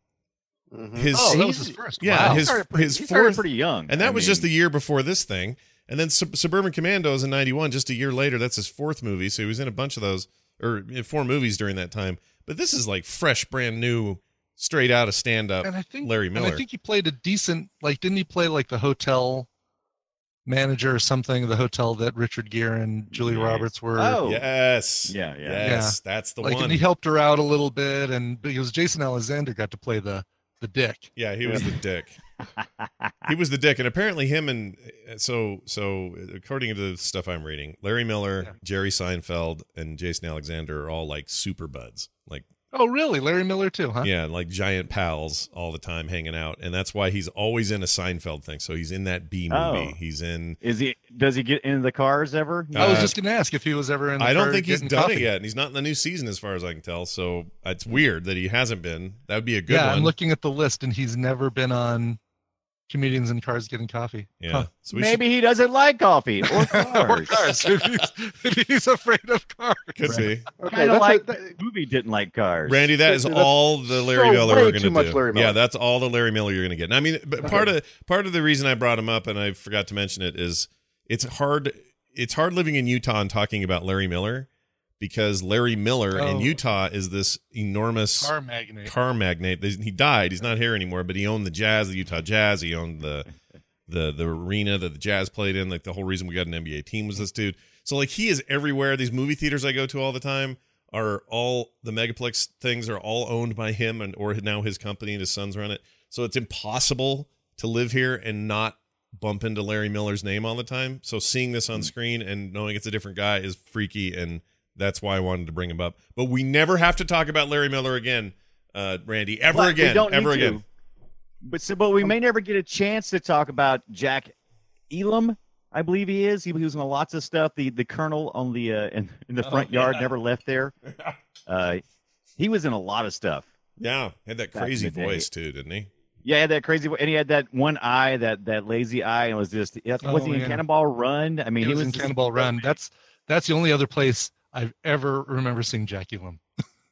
Speaker 6: Mhm.
Speaker 4: His
Speaker 8: Oh, that was
Speaker 5: He's-
Speaker 8: his first.
Speaker 4: yeah,
Speaker 8: Wow.
Speaker 4: his
Speaker 5: started pretty,
Speaker 4: his
Speaker 5: he started
Speaker 4: fourth
Speaker 5: pretty young,
Speaker 4: and that
Speaker 5: I
Speaker 4: was just the
Speaker 5: mean,
Speaker 4: year before this thing. And then Sub- Suburban Commandos in '91, just a year later. That's his fourth movie, so he was in a bunch of those or uh, four movies during that time. But this is like fresh, brand new, straight out of stand up.
Speaker 8: and I think
Speaker 4: Larry
Speaker 8: And
Speaker 4: Miller.
Speaker 8: I think he played a decent like didn't he play like the hotel manager or something, the hotel that Richard Gere and Julia
Speaker 5: Nice.
Speaker 8: Roberts were
Speaker 5: Oh,
Speaker 4: Yes,
Speaker 5: Yeah, yeah.
Speaker 4: yes, that's the
Speaker 8: like
Speaker 4: one.
Speaker 8: and he helped her out a little bit and because Jason Alexander got to play the the dick.
Speaker 4: yeah, he was the dick. he was the dick, and apparently him and so so according to the stuff I'm reading, Larry Miller,
Speaker 8: Yeah.
Speaker 4: Jerry Seinfeld, and Jason Alexander are all like super buds, like.
Speaker 8: Oh really? Larry Miller too, huh?
Speaker 4: Yeah, like giant pals all the time hanging out, and that's why he's always in a Seinfeld thing. So he's in that B movie.
Speaker 5: Oh.
Speaker 4: He's in.
Speaker 5: Is he? Does he get into the cars ever?
Speaker 8: I was
Speaker 4: Uh,
Speaker 8: just gonna ask if he was ever in the
Speaker 4: I don't
Speaker 8: car
Speaker 4: think he's
Speaker 8: getting
Speaker 4: done it
Speaker 8: coffee.
Speaker 4: yet, and he's not in the new season as far as I can tell. So it's weird that he hasn't been. That would be a good
Speaker 8: yeah,
Speaker 4: one.
Speaker 8: I'm looking at the list and he's never been on comedians in cars getting coffee.
Speaker 4: yeah,
Speaker 8: Huh.
Speaker 4: so we
Speaker 5: Maybe he doesn't like coffee or
Speaker 8: Or
Speaker 5: cars.
Speaker 8: cars. Maybe he's, maybe he's afraid of cars.
Speaker 4: should, could be.
Speaker 6: okay
Speaker 5: Kind of
Speaker 6: that's
Speaker 5: like
Speaker 6: a, that-
Speaker 5: the movie didn't like cars.
Speaker 4: Randy, that is
Speaker 6: That's
Speaker 4: all the Larry
Speaker 6: so
Speaker 4: Miller
Speaker 6: way
Speaker 4: we're gonna
Speaker 6: too much
Speaker 4: do.
Speaker 6: Larry Miller.
Speaker 4: Yeah, that's all the Larry Miller you're gonna get. And I mean, but part of part of the reason I brought him up and I forgot to mention it is it's hard it's hard living in Utah and talking about Larry Miller because Larry Miller in
Speaker 8: Oh.
Speaker 4: Utah is this enormous
Speaker 8: Car magnate.
Speaker 4: car magnate. They- He died. He's not here anymore, but he owned the Jazz, the Utah Jazz. He owned the the the arena that the Jazz played in. Like the whole reason we got an NBA team was this dude. So like he is everywhere. These movie theaters I go to all the time are all the megaplex things are all owned by him and or now his company and his sons run it. So it's impossible to live here and not bump into Larry Miller's name all the time. So seeing this
Speaker 5: Hmm.
Speaker 4: on screen and knowing it's a different guy is freaky and that's why I wanted to bring him up. But we never have to talk about Larry Miller again, uh, Randy, ever
Speaker 5: But we
Speaker 4: again,
Speaker 5: don't need
Speaker 4: ever
Speaker 5: to.
Speaker 4: again.
Speaker 5: But so, but we may never get a chance to talk about Jack Elam. I believe he is. He, he was in lots of stuff. The the colonel on the uh, in, in the
Speaker 4: Oh,
Speaker 5: front yard
Speaker 4: yeah.
Speaker 5: never left there. Uh, he was in a lot of stuff.
Speaker 4: Yeah, had that
Speaker 5: Back in
Speaker 4: crazy
Speaker 5: the day.
Speaker 4: voice too, didn't he?
Speaker 5: Yeah, he had that crazy, vo- and he had that one eye, that that lazy eye, and was just. yeah,
Speaker 8: Oh,
Speaker 5: was he in
Speaker 8: yeah.
Speaker 5: Cannonball Run? I mean,
Speaker 8: he was, in
Speaker 5: just-
Speaker 8: Cannonball Run. That's that's the only other place I've ever remember seeing Jackie Lum.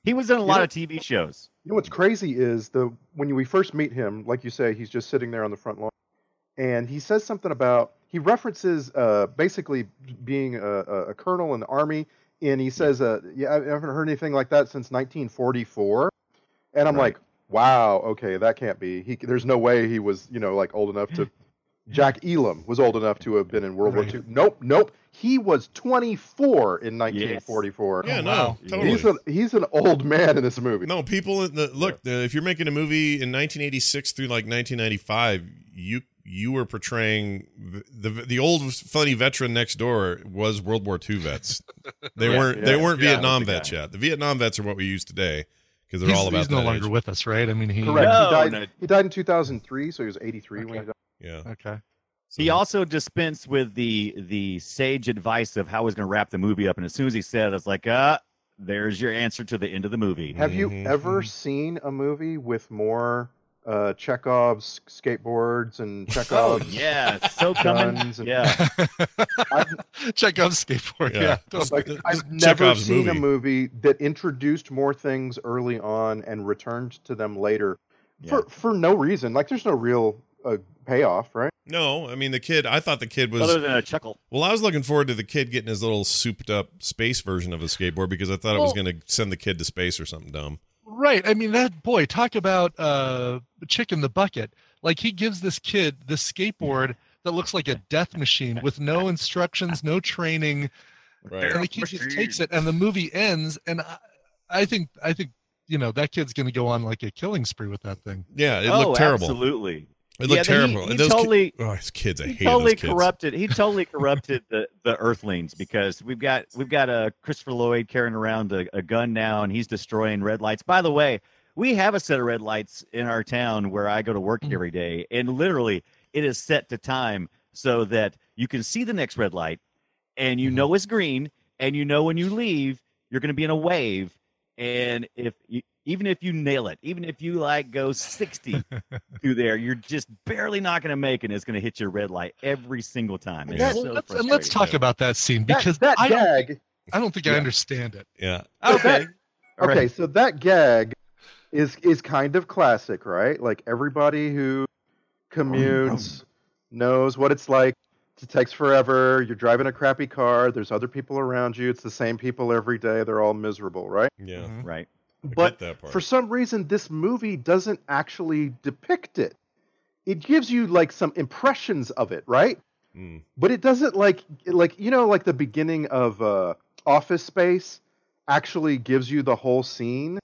Speaker 5: He was in a
Speaker 6: You
Speaker 5: lot
Speaker 6: know-
Speaker 5: of TV shows.
Speaker 6: You know what's crazy is the when we first meet him, like you say, he's just sitting there on the front lawn, and he says something about he references uh, basically being a, a, a colonel in the army, and he says, uh, "Yeah, I haven't heard anything like that since 1944," and I'm
Speaker 5: Right.
Speaker 6: like, "Wow, okay, that can't be. He, there's no way he was, you know, like old enough to." Jack Elam was old enough to have been in World
Speaker 8: Right.
Speaker 6: War II. Nope, nope. He was 24 in 1944.
Speaker 5: Oh,
Speaker 4: Yeah, no,
Speaker 8: wow.
Speaker 4: totally.
Speaker 6: He's, a, he's an old man in this movie.
Speaker 4: No, people in the look. The, if you're making a movie in 1986 through like 1995, you you were portraying the the, the old funny veteran next door was World War II vets. They
Speaker 5: Yeah,
Speaker 4: weren't
Speaker 6: yeah,
Speaker 4: they weren't
Speaker 6: yeah,
Speaker 4: Vietnam
Speaker 5: that's the
Speaker 4: vets yet. The Vietnam vets are what we use today because they're
Speaker 8: he's,
Speaker 4: all about
Speaker 8: he's no
Speaker 4: that
Speaker 8: longer
Speaker 4: age.
Speaker 8: with us, right? I mean, he
Speaker 6: Correct.
Speaker 5: No,
Speaker 6: he, died,
Speaker 5: no.
Speaker 6: he died in 2003, so he was 83 when he died.
Speaker 4: Yeah.
Speaker 8: Okay.
Speaker 5: He
Speaker 4: Mm-hmm.
Speaker 5: also dispensed with the the sage advice of how he's going to wrap the movie up, and as soon as he said, it, "It's like, uh, there's your answer to the end of the movie."
Speaker 6: Have you
Speaker 4: Mhm.
Speaker 6: ever seen a movie with more uh, Chekhov's skateboards and
Speaker 5: Oh
Speaker 6: Chekhov's
Speaker 5: yeah, it's so coming.
Speaker 6: guns? and-
Speaker 5: Yeah,
Speaker 8: Check out skateboard.
Speaker 4: Yeah.
Speaker 8: Yeah.
Speaker 4: Just-
Speaker 6: Like,
Speaker 4: just
Speaker 6: I've never
Speaker 4: Chekhov's
Speaker 6: seen a
Speaker 4: movie.
Speaker 6: movie that introduced more things early on and returned to them later for, for no reason. Like, there's no real a payoff, right?
Speaker 8: Mm-hmm.
Speaker 4: No, I mean the kid. I thought the kid was
Speaker 5: Other than a chuckle.
Speaker 4: Well, I was looking forward to the kid getting his little souped-up space version of a skateboard because I thought it was
Speaker 8: Well-
Speaker 4: going to send the kid to space or something dumb.
Speaker 8: Right. I mean, that boy, talk about uh chick in the bucket. Like he gives this kid this skateboard that looks like a death machine with no instructions, no training, and the kid just takes it. And the movie ends. And I, I think, I think, you know, that kid's going to go on like a killing spree with that thing.
Speaker 4: Yeah, it
Speaker 5: Oh,
Speaker 4: looked terrible.
Speaker 5: Absolutely.
Speaker 4: It
Speaker 5: Yeah,
Speaker 4: looked
Speaker 5: he-
Speaker 4: terrible.
Speaker 5: he
Speaker 4: And those ki-
Speaker 5: totally-
Speaker 4: oh, these kids, I
Speaker 5: he
Speaker 4: hate
Speaker 5: totally
Speaker 4: those kids.
Speaker 5: corrupted he totally corrupted the the earthlings because we've got we've got a christopher lloyd carrying around a, a gun now and he's destroying red lights by the way we have a set of red lights in our town where i go to
Speaker 4: Mm.
Speaker 5: work every day and literally it is set to time so that you can see the next red light and
Speaker 4: Mm-hmm.
Speaker 5: you know it's green and you know when you leave you're going to be in a wave and if you, even if you nail it even if you like go 60 through there you're just barely not going to make it and it's going to hit your red light every single time
Speaker 8: And,
Speaker 5: It's
Speaker 8: that-
Speaker 5: so
Speaker 8: let's, and let's
Speaker 5: frustrating.
Speaker 8: talk about that scene because
Speaker 6: that,
Speaker 8: I, don't,
Speaker 6: gag.
Speaker 8: I don't think I understand it.
Speaker 4: Yeah.
Speaker 5: okay All
Speaker 6: Okay,
Speaker 5: right.
Speaker 6: so that gag is is kind of classic, right? Like everybody who commutes
Speaker 4: Oh,
Speaker 6: knows what it's like. It takes forever. You're driving a crappy car. There's other people around you. It's the same people every day. They're all miserable, right?
Speaker 4: Yeah,
Speaker 5: right
Speaker 4: I
Speaker 6: But
Speaker 4: get that part.
Speaker 6: For some reason, this movie doesn't actually depict it. It gives you like some impressions of it, right?
Speaker 4: Mm.
Speaker 6: But it doesn't like like you know like the beginning of uh, Office Space actually gives you the whole scene.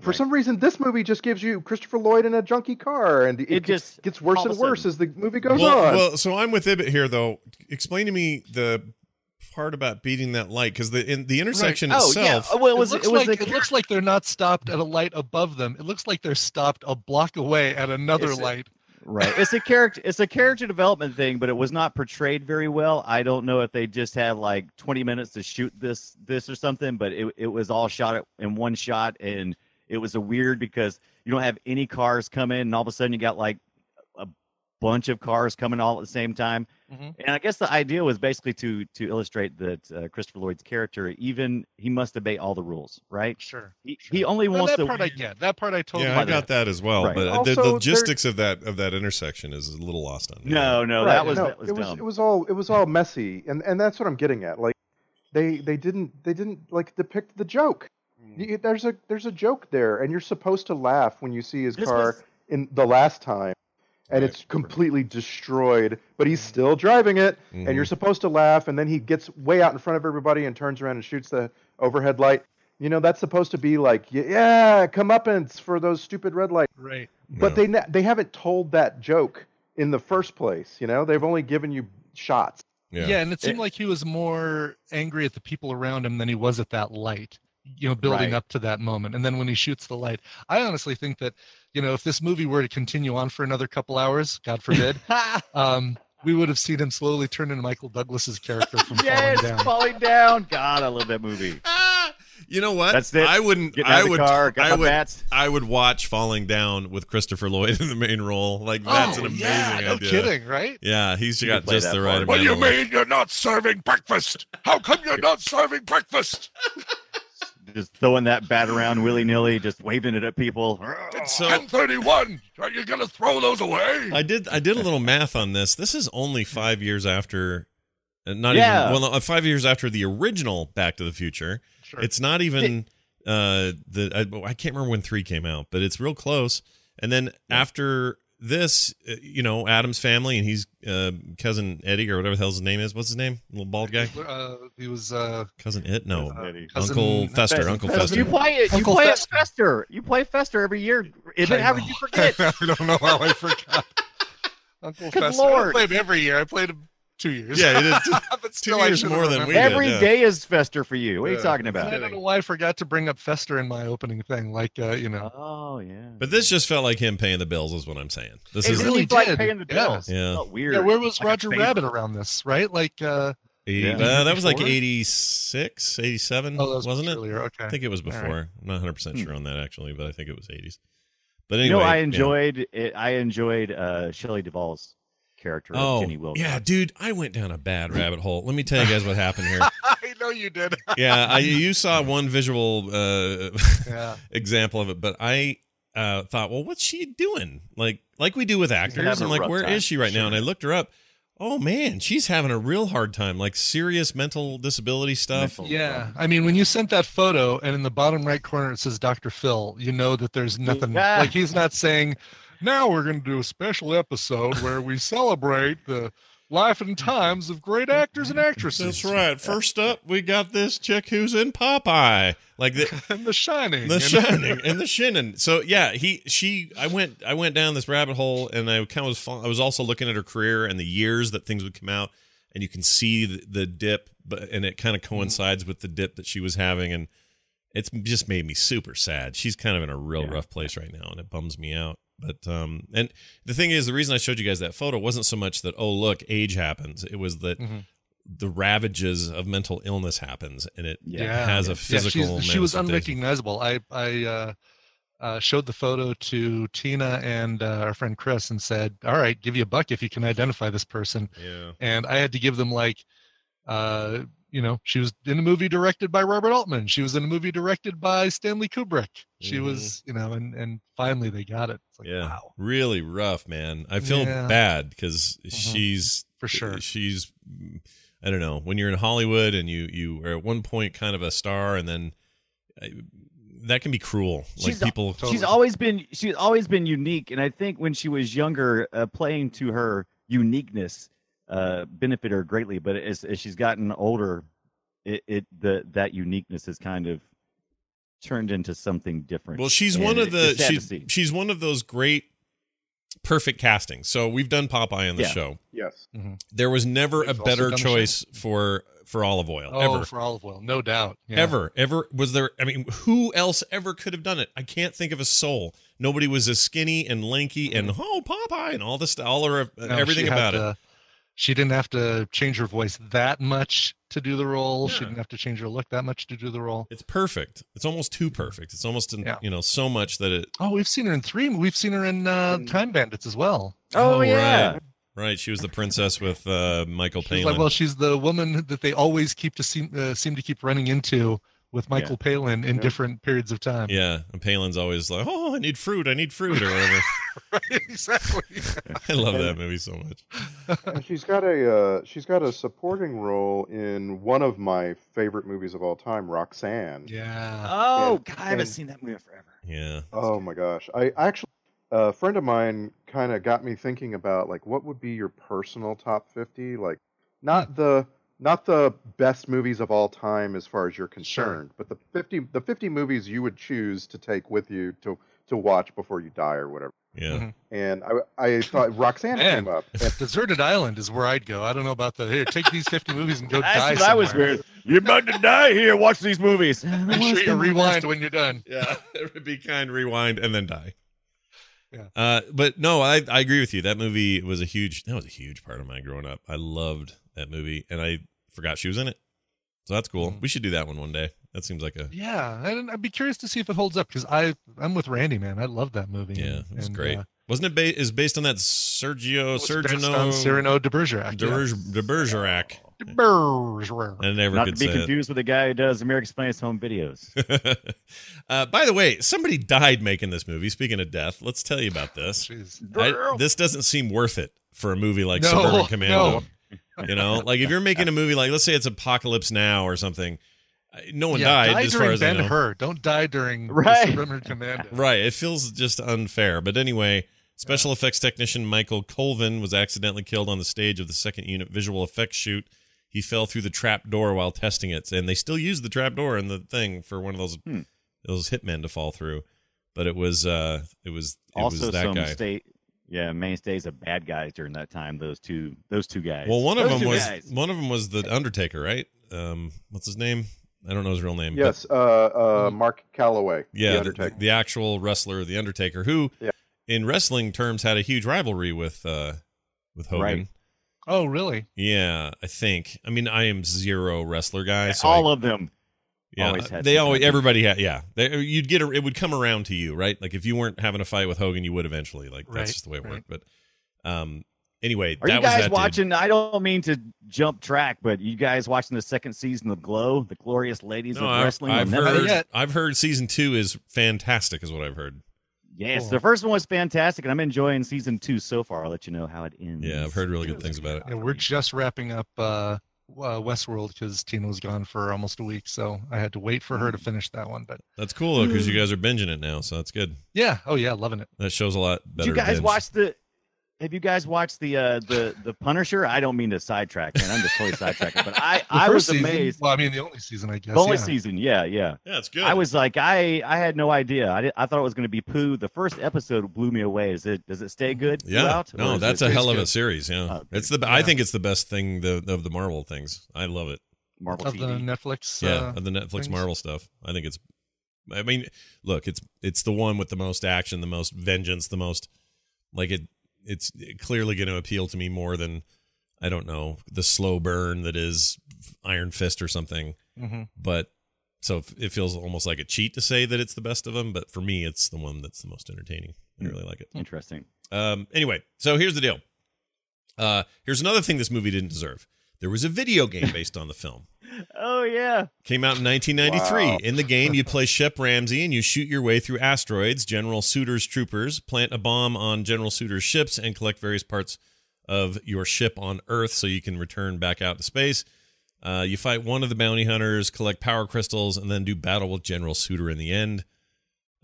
Speaker 6: For
Speaker 5: Right.
Speaker 6: some reason, this movie just gives you Christopher Lloyd in a junky car, and it,
Speaker 5: It just-
Speaker 6: just gets worse
Speaker 5: all of
Speaker 6: and
Speaker 5: a
Speaker 6: worse
Speaker 5: sudden.
Speaker 6: as the movie goes
Speaker 4: well,
Speaker 6: on.
Speaker 4: well, so I'm with Ibbot here, though. Explain to me the part about beating that light because the in, the intersection
Speaker 5: oh yeah
Speaker 4: itself.
Speaker 5: Oh, well, it was
Speaker 8: it,
Speaker 5: it, was
Speaker 8: looks like,
Speaker 5: a-
Speaker 8: it looks like they're not stopped at a light above them. It looks like they're stopped a block away at another
Speaker 5: Is it-
Speaker 8: light.
Speaker 5: Right. It's a character it's a character development thing, but it was not portrayed very well. I don't know if they just had like 20 minutes to shoot this this or something, but it, it was all shot at- in one shot and it was a weird because you don't have any cars come in and all of a sudden you got like a bunch of cars coming all at the same time.
Speaker 8: Mhm.
Speaker 5: And I guess the idea was basically to to illustrate that uh, Christopher Lloyd's character even he must obey all the rules, right?
Speaker 8: Sure.
Speaker 5: He,
Speaker 8: sure.
Speaker 5: he only
Speaker 8: Well,
Speaker 5: wants
Speaker 8: that
Speaker 5: to
Speaker 8: part I get. That part I totally
Speaker 4: yeah, I
Speaker 8: get.
Speaker 4: got that as well,
Speaker 5: Right.
Speaker 4: but the, the
Speaker 6: Also,
Speaker 4: logistics of that of that intersection is a little lost on me.
Speaker 5: No, no,
Speaker 6: Right,
Speaker 5: that was
Speaker 6: no,
Speaker 5: that was
Speaker 6: it was
Speaker 5: dumb.
Speaker 6: it was all it was all messy, and and that's what I'm getting at. Like they they didn't they didn't like depict the joke.
Speaker 5: Hmm.
Speaker 6: You- there's a there's a joke there, and you're supposed to laugh when you see his
Speaker 5: This
Speaker 6: car
Speaker 5: was-
Speaker 6: in the last time, and
Speaker 4: Right. Mm-hmm.
Speaker 6: it's completely destroyed. But he's still driving it, and you're supposed to laugh, and then he gets way out in front of everybody and turns around and shoots the overhead light. You know that's supposed to be like y- yeah, come up and it's for those stupid red lights.
Speaker 8: Right.
Speaker 6: But
Speaker 4: Yeah.
Speaker 6: they ne- they haven't told that joke in the first place. You know, they've only given you shots.
Speaker 8: Yeah. and it seemed like he was more angry at the people around him than he was at that light. You know, building
Speaker 5: Right.
Speaker 8: up to that moment, and then when he shoots the light, I honestly think that you know, if this movie were to continue on for another couple hours, God forbid, um, we would have seen him slowly turn into Michael Douglas's character from
Speaker 5: yes,
Speaker 8: falling down.
Speaker 5: falling down. God, I love that movie.
Speaker 4: Ah, you know what?
Speaker 5: That's it.
Speaker 4: I wouldn't.
Speaker 5: Getting out
Speaker 4: I
Speaker 5: of the
Speaker 4: would.
Speaker 5: car, got
Speaker 4: I
Speaker 5: my
Speaker 4: would.
Speaker 5: bats.
Speaker 4: I would watch Falling Down with Christopher Lloyd in the main role. Like that's
Speaker 8: Oh,
Speaker 4: an amazing
Speaker 8: yeah, no
Speaker 4: idea.
Speaker 8: kidding, right?
Speaker 4: Yeah, he's
Speaker 5: You
Speaker 4: got
Speaker 5: could play
Speaker 4: just
Speaker 5: that
Speaker 4: the
Speaker 5: part.
Speaker 4: right amount.
Speaker 2: What do you
Speaker 4: of length.
Speaker 2: mean you're not serving breakfast? How come you're not serving breakfast?
Speaker 5: Just throwing that bat around willy nilly, just waving it at
Speaker 4: Oh,
Speaker 5: people.
Speaker 2: It's
Speaker 4: So-
Speaker 2: 1031. Are you going to throw those away?
Speaker 4: I did. I did a little math on this. This is only five years after, uh, not
Speaker 5: Yeah.
Speaker 4: even well, no, five years after the original Back to the Future.
Speaker 8: Sure.
Speaker 4: It's not even uh, the I, I can't remember when three came out, but it's real close. And then after this, uh, you know, Adam's family and he's uh, cousin Eddie or whatever the hell's his name is. What's his name? Little bald guy.
Speaker 8: Uh, he was uh,
Speaker 4: Cousin It? No.
Speaker 8: uh,
Speaker 5: Eddie.
Speaker 8: cousin-
Speaker 4: Uncle Fester. Uncle
Speaker 5: You
Speaker 4: Fester.
Speaker 5: play it. You
Speaker 8: Uncle
Speaker 5: play
Speaker 8: Fester.
Speaker 5: it Fester. You play Fester every year. Is
Speaker 8: I
Speaker 5: it, how would
Speaker 8: know.
Speaker 5: you forget?
Speaker 8: I don't know how I forgot. Uncle
Speaker 5: Good
Speaker 8: Fester. I don't
Speaker 5: Lord.
Speaker 8: play him every year. I played him two years.
Speaker 4: Yeah, it is two-
Speaker 8: But
Speaker 4: two
Speaker 8: still, I
Speaker 4: years
Speaker 8: should
Speaker 4: more than
Speaker 8: remember.
Speaker 4: we did.
Speaker 5: Every day
Speaker 4: yeah.
Speaker 5: is Fester for you. What are you
Speaker 4: Yeah.
Speaker 5: talking
Speaker 8: I
Speaker 5: about?
Speaker 8: don't know why I forgot to bring up Fester in my opening thing. Like, uh, you know,
Speaker 5: Oh yeah.
Speaker 4: But this just felt like him paying the bills, is what I'm saying. This
Speaker 5: it
Speaker 4: is
Speaker 8: really
Speaker 5: really like
Speaker 8: did.
Speaker 5: paying the
Speaker 8: Yeah.
Speaker 5: bills.
Speaker 4: Yeah.
Speaker 5: Felt weird.
Speaker 8: yeah, where was
Speaker 5: Like a
Speaker 8: Roger
Speaker 5: favor.
Speaker 8: Rabbit around this? Right? Like, uh,
Speaker 4: Eighty-
Speaker 5: Yeah.
Speaker 4: uh, that was like
Speaker 8: 84?
Speaker 4: 86, 87,
Speaker 8: oh, that was
Speaker 4: wasn't
Speaker 8: much
Speaker 4: it?
Speaker 8: earlier. Okay.
Speaker 4: I think it was
Speaker 8: All right.
Speaker 4: before. I'm not 100 percent
Speaker 5: Hmm.
Speaker 4: sure on that actually, but I think it was 80s. But
Speaker 5: You
Speaker 4: anyway,
Speaker 5: know, I
Speaker 4: yeah.
Speaker 5: enjoyed it. I enjoyed uh, Shelley Duvall's character
Speaker 4: Oh,
Speaker 5: of Jenny Wilcox.
Speaker 4: yeah, dude, I went down a bad rabbit hole. Let me tell you guys what happened here.
Speaker 8: I know you did.
Speaker 4: Yeah, I, you saw one visual uh,
Speaker 8: yeah.
Speaker 4: example of it, but I uh, thought, well, what's she doing? Like, like we do with actors.
Speaker 9: having
Speaker 4: I'm
Speaker 9: a
Speaker 4: like,
Speaker 9: rough
Speaker 4: where is
Speaker 9: time.
Speaker 4: she right now? And I looked her up. Oh man, she's having a real hard time, like serious mental disability stuff.
Speaker 8: Yeah, I mean, when you sent that photo and in the bottom right corner it says Dr. Phil, you know that there's nothing
Speaker 4: Yeah.
Speaker 8: like he's not saying, now we're going to do a special episode where we celebrate the life and times of great actors and actresses.
Speaker 4: That's right. First up, we got this chick who's in Popeye, like the,
Speaker 8: and The Shining.
Speaker 4: The
Speaker 8: And-
Speaker 4: Shining and the Shinnin. So yeah, he she I went I went down this rabbit hole and I kind of was fol- I was also looking at her career and the years that things would come out and you can see the, the dip but and it kind
Speaker 8: Mm-hmm.
Speaker 4: of coincides with the dip that she was having and it's just made me super sad. She's kind of in a real rough place right now and it bums me out. But um and the thing is the reason I showed you guys that photo wasn't so much that oh look age happens. It was that
Speaker 8: Mhm.
Speaker 4: the ravages of mental illness happens and it, it has a
Speaker 8: Yeah, she's-
Speaker 4: physical
Speaker 8: she was
Speaker 4: manifestation.
Speaker 8: unrecognizable. I I uh, uh, showed the photo to Tina and uh, our friend Chris and said, "All right, give you a buck if you can identify this person."
Speaker 4: Yeah.
Speaker 8: And I had to give them like, uh, you know, she was in a movie directed by Robert Altman. She was in a movie directed by Stanley Kubrick. She was, you know, and and finally they got it. It's like,
Speaker 4: Mm-hmm. yeah really rough man i feel
Speaker 8: Yeah.
Speaker 4: bad because
Speaker 8: Mhm.
Speaker 4: she's
Speaker 8: For sure.
Speaker 4: she's i don't know when you're in hollywood and you you are at one point kind of a star and then I, that can be cruel like
Speaker 5: al-
Speaker 4: people
Speaker 5: she's always been she's always been unique and i think when she was younger uh, playing to her uniqueness uh benefited her greatly but as, as she's gotten older it, it the that uniqueness has kind of turned into something different
Speaker 4: well she's
Speaker 5: and
Speaker 4: one of
Speaker 5: it-
Speaker 4: the
Speaker 5: it's sad to
Speaker 4: she's
Speaker 5: see.
Speaker 4: she's one of those great perfect castings so we've done popeye on the
Speaker 5: Yeah.
Speaker 4: show
Speaker 6: Yes.
Speaker 4: there was never a
Speaker 8: Mm-hmm. We've also
Speaker 4: better
Speaker 8: done the show.
Speaker 4: choice for for olive oil
Speaker 8: oh,
Speaker 4: ever
Speaker 8: for olive oil, no doubt. Yeah.
Speaker 4: Ever, ever was there? I mean, who else ever could have done it? I can't think of a soul. Nobody was as skinny and lanky and oh Popeye and all this, all her
Speaker 8: Mm-hmm. No,
Speaker 4: everything
Speaker 8: she had
Speaker 4: about
Speaker 8: to-
Speaker 4: it.
Speaker 8: She didn't have to change her voice that much to do the role. She didn't have to change her look that much to do the role.
Speaker 4: It's perfect. It's almost too perfect. It's almost an,
Speaker 8: Yeah.
Speaker 4: you know so much that it.
Speaker 8: Oh, we've seen her in three. We've seen her in uh, Time Bandits as well.
Speaker 4: Oh, right, right. She was the princess with uh, Michael
Speaker 8: She's
Speaker 4: Palin.
Speaker 8: like, well, she's the woman that they always keep to seem uh, seem to keep running into with Michael Palin in
Speaker 4: Yeah.
Speaker 8: different periods of time.
Speaker 4: yeah, and Palin's always like, oh, I need fruit. I need fruit or whatever.
Speaker 8: exactly.
Speaker 4: I love that movie so much.
Speaker 6: And she's got a uh, she's got a supporting role in one of my favorite movies of all time, Roxanne.
Speaker 8: Yeah.
Speaker 5: oh
Speaker 6: And-
Speaker 5: god i haven't
Speaker 6: and-
Speaker 5: seen that movie forever
Speaker 4: Yeah.
Speaker 6: Oh my gosh. I actually a friend of mine kind of got me thinking about like what would be your personal top 50 like
Speaker 8: Hmm.
Speaker 6: not the not the best movies of all time as far as you're concerned, but the 50 the 50 movies you would choose to take with you to to watch before you die or whatever.
Speaker 4: Yeah.
Speaker 6: And I I thought Roxanne
Speaker 8: Man,
Speaker 6: came up.
Speaker 8: Deserted Island is where I'd go. I don't know about the here. Take these fifty movies and go
Speaker 5: That's
Speaker 8: die.
Speaker 5: what I was
Speaker 8: somewhere.
Speaker 5: weird. You're about to die here. Watch these movies.
Speaker 8: Make sure you rewind when you're done.
Speaker 4: Yeah, it would be kind. Rewind and then die.
Speaker 8: Yeah.
Speaker 4: Uh, but no, I, I agree with you. That movie was a huge that was a huge part of my growing up. I loved that movie, and I forgot she was in it. So that's cool.
Speaker 8: Mm-hmm.
Speaker 4: We should do that one one day. That seems like a
Speaker 8: Yeah, and I'd be curious to see if it holds up because I I'm with Randy, man. I love that movie.
Speaker 4: yeah.
Speaker 8: and-
Speaker 4: It was
Speaker 8: and,
Speaker 4: great.
Speaker 8: uh,
Speaker 4: Wasn't it ba- is based on that Sergio
Speaker 8: it's based
Speaker 4: Sergio
Speaker 8: on Cyrano de Bergerac,
Speaker 4: De,
Speaker 8: yeah.
Speaker 4: Berge- de Bergerac.
Speaker 8: Bergerac.
Speaker 4: I never
Speaker 5: Not
Speaker 4: could
Speaker 5: to be
Speaker 4: say it.
Speaker 5: confused with the guy who does America's Funniest Home Videos.
Speaker 4: uh, by the way, somebody died making this movie. Speaking of death, let's tell you about this. I- this doesn't seem worth it for a movie like
Speaker 8: No,
Speaker 4: Suburban Commando. You know, like if you're making a movie like, let's say it's Apocalypse Now or something, uh, no one
Speaker 8: yeah,
Speaker 4: died
Speaker 8: die
Speaker 4: as
Speaker 8: during
Speaker 4: far as I
Speaker 8: Ben
Speaker 4: know.
Speaker 8: Hur. Don't die during
Speaker 5: Right.
Speaker 8: right. Commando.
Speaker 4: Right. It feels just unfair. But anyway, special effects technician Michael Colvin was accidentally killed on the stage of the second unit visual effects shoot. He fell through the trap door while testing it, and they still used the trap door in the thing for one of those
Speaker 5: Hmm.
Speaker 4: those hitmen to fall through. But it was uh it was it
Speaker 5: also,
Speaker 4: was that
Speaker 5: some
Speaker 4: guy.
Speaker 5: state, yeah, mainstays of bad guys during that time. Those two, those two guys.
Speaker 4: Well, one of
Speaker 5: Those
Speaker 4: them
Speaker 5: two
Speaker 4: was
Speaker 5: guys.
Speaker 4: one of them was the Undertaker, right? Um, what's his name? I don't know his real name. but-
Speaker 6: Yes, uh
Speaker 8: Mm.
Speaker 6: uh Mark Calloway.
Speaker 4: yeah,
Speaker 6: The
Speaker 4: the,
Speaker 6: Undertaker.
Speaker 4: the actual wrestler, the Undertaker, who in wrestling terms had a huge rivalry with uh with Hogan.
Speaker 5: Right.
Speaker 8: Oh, really?
Speaker 4: Yeah, I think. I mean, I am zero wrestler guy. So
Speaker 5: all
Speaker 4: I-
Speaker 5: of them.
Speaker 4: yeah,
Speaker 5: always had
Speaker 4: they
Speaker 5: some
Speaker 4: always
Speaker 5: kind of-
Speaker 4: everybody had yeah. They, you'd get a, it would come around to you, right? Like if you weren't having a fight with Hogan, you would eventually. Like
Speaker 5: Right,
Speaker 4: that's just the way it
Speaker 5: right.
Speaker 4: worked. But um, anyway,
Speaker 5: Are
Speaker 4: that
Speaker 5: you
Speaker 4: was
Speaker 5: guys
Speaker 4: that dude.
Speaker 5: watching? I don't mean to jump track, but you guys watching the second season of Glow, the glorious ladies
Speaker 4: No,
Speaker 5: of
Speaker 4: I've,
Speaker 5: wrestling?
Speaker 4: I've
Speaker 5: on Netflix?
Speaker 4: heard. I've heard season two is fantastic, is what I've heard.
Speaker 5: Yes,
Speaker 8: Cool.
Speaker 5: the first one was fantastic, and I'm enjoying season two so far. I'll let you know how it ends.
Speaker 4: Yeah, I've heard really good things about it.
Speaker 8: Yeah, we're just wrapping up uh, uh, Westworld because Tina was gone for almost a week, so I had to wait for her to finish that one. But
Speaker 4: That's cool though, because you
Speaker 5: Hmm.
Speaker 4: guys are binging it now, so that's good.
Speaker 8: yeah, oh yeah, loving it.
Speaker 4: That shows a lot better.
Speaker 5: Did you guys
Speaker 4: binge.
Speaker 5: watch the? Have you guys watched the uh, the the Punisher? I don't mean to sidetrack, man. I'm just totally sidetracking, but I
Speaker 8: The
Speaker 5: I was
Speaker 8: first season-
Speaker 5: amazed.
Speaker 8: Well, I mean, the only season I guess.
Speaker 5: The only
Speaker 8: yeah.
Speaker 5: season, yeah, yeah.
Speaker 4: Yeah, it's good.
Speaker 5: I was like, I I had no idea. I did, I thought it was going to be poo. The first episode blew me away. Is it does it stay
Speaker 8: Mm-hmm.
Speaker 5: good?
Speaker 4: Yeah,
Speaker 5: throughout, or
Speaker 4: no,
Speaker 5: is
Speaker 4: that's
Speaker 5: it-
Speaker 4: a
Speaker 5: it's
Speaker 4: hell of a
Speaker 5: good?
Speaker 4: series. Yeah,
Speaker 5: Oh,
Speaker 4: it's the. I
Speaker 8: Yeah.
Speaker 4: think it's the best thing the, of the Marvel things. I love it.
Speaker 5: Marvel
Speaker 8: of the
Speaker 5: TV.
Speaker 8: Netflix.
Speaker 4: yeah,
Speaker 8: uh,
Speaker 4: of the Netflix
Speaker 8: things.
Speaker 4: Marvel stuff. I think it's. I mean, look, it's it's the one with the most action, the most vengeance, the most like it. It's clearly going to appeal to me more than I don't know the slow burn that is Iron Fist or something.
Speaker 8: Mhm.
Speaker 4: But so it feels almost like a cheat to say that it's the best of them. But for me, it's the one that's the most entertaining. I really like it.
Speaker 5: Interesting.
Speaker 4: Um, anyway, so here's the deal. Uh, here's another thing this movie didn't deserve. There was a video game based on the film.
Speaker 5: Oh yeah.
Speaker 4: Came out in 1993.
Speaker 5: Wow.
Speaker 4: In the game, you play Shep Ramsey and you shoot your way through asteroids. General Suter's troopers plant a bomb on General Suter's ships and collect various parts of your ship on Earth so you can return back out to space. Uh, you fight one of the bounty hunters, collect power crystals, and then do battle with General Suter in the end.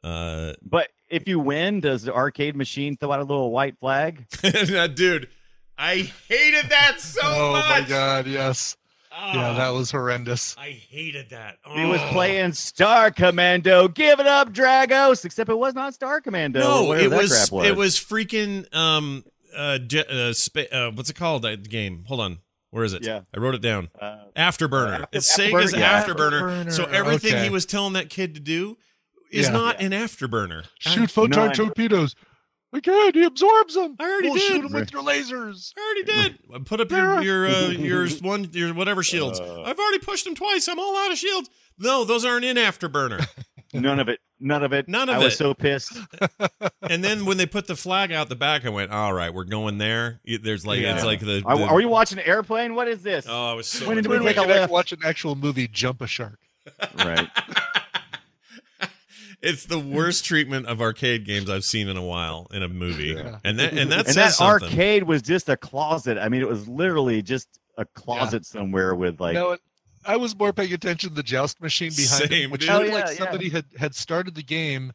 Speaker 4: Uh,
Speaker 5: But if you win, does the arcade machine throw out a little white flag?
Speaker 4: dude, I hated that so
Speaker 8: Oh
Speaker 4: much. Ah.
Speaker 8: my god, yes. Yeah, that was horrendous.
Speaker 4: I hated that. Oh.
Speaker 5: He was playing Star Commando. Give it up, Dragos. Except it was not Star Commando.
Speaker 4: No,
Speaker 5: whatever
Speaker 4: it
Speaker 5: that
Speaker 4: was,
Speaker 5: crap was.
Speaker 4: it was freaking um uh, Je- uh, spa- uh what's it called that game? Hold on. Where is it?
Speaker 5: Yeah.
Speaker 4: I wrote it down.
Speaker 5: Uh,
Speaker 4: Afterburner.
Speaker 5: After-
Speaker 4: it's Sega's
Speaker 5: Afterburner, yeah.
Speaker 4: Afterburner. So everything
Speaker 8: Okay.
Speaker 4: he was telling that kid to do is
Speaker 8: Yeah.
Speaker 4: not an Afterburner.
Speaker 8: Shoot photon
Speaker 5: none.
Speaker 8: torpedoes. We can't. He absorbs them.
Speaker 4: I already
Speaker 8: we'll
Speaker 4: did.
Speaker 8: shoot them with your lasers.
Speaker 4: I already did. Put up your your uh, your one your whatever shields.
Speaker 5: Uh.
Speaker 4: I've already pushed them twice. I'm all out of shields. No, those aren't in Afterburner.
Speaker 5: none of it. None of it.
Speaker 4: None of
Speaker 5: I was
Speaker 4: it.
Speaker 5: so pissed.
Speaker 4: and then when they put the flag out the back, I went, "All right, we're going there." It- There's like
Speaker 5: Yeah.
Speaker 4: it's like the,
Speaker 5: Are,
Speaker 4: the-
Speaker 5: are you watching an airplane? What is this?
Speaker 4: Oh, I was so.
Speaker 5: When did
Speaker 8: When
Speaker 5: we
Speaker 8: we
Speaker 5: take a
Speaker 8: can act-
Speaker 5: left?
Speaker 8: watch an actual movie, jump a shark.
Speaker 5: Right.
Speaker 4: it's the worst treatment of arcade games I've seen in a while in a movie,
Speaker 8: Yeah.
Speaker 4: and that and that
Speaker 5: and that
Speaker 4: says something.
Speaker 5: arcade was just a closet. I mean, it was literally just a closet somewhere with like.
Speaker 8: no, it- I was more paying attention to the joust machine behind
Speaker 4: Same,
Speaker 8: him, which
Speaker 4: dude.
Speaker 8: looked
Speaker 5: Oh,
Speaker 8: like
Speaker 5: yeah, yeah.
Speaker 8: somebody had had started the game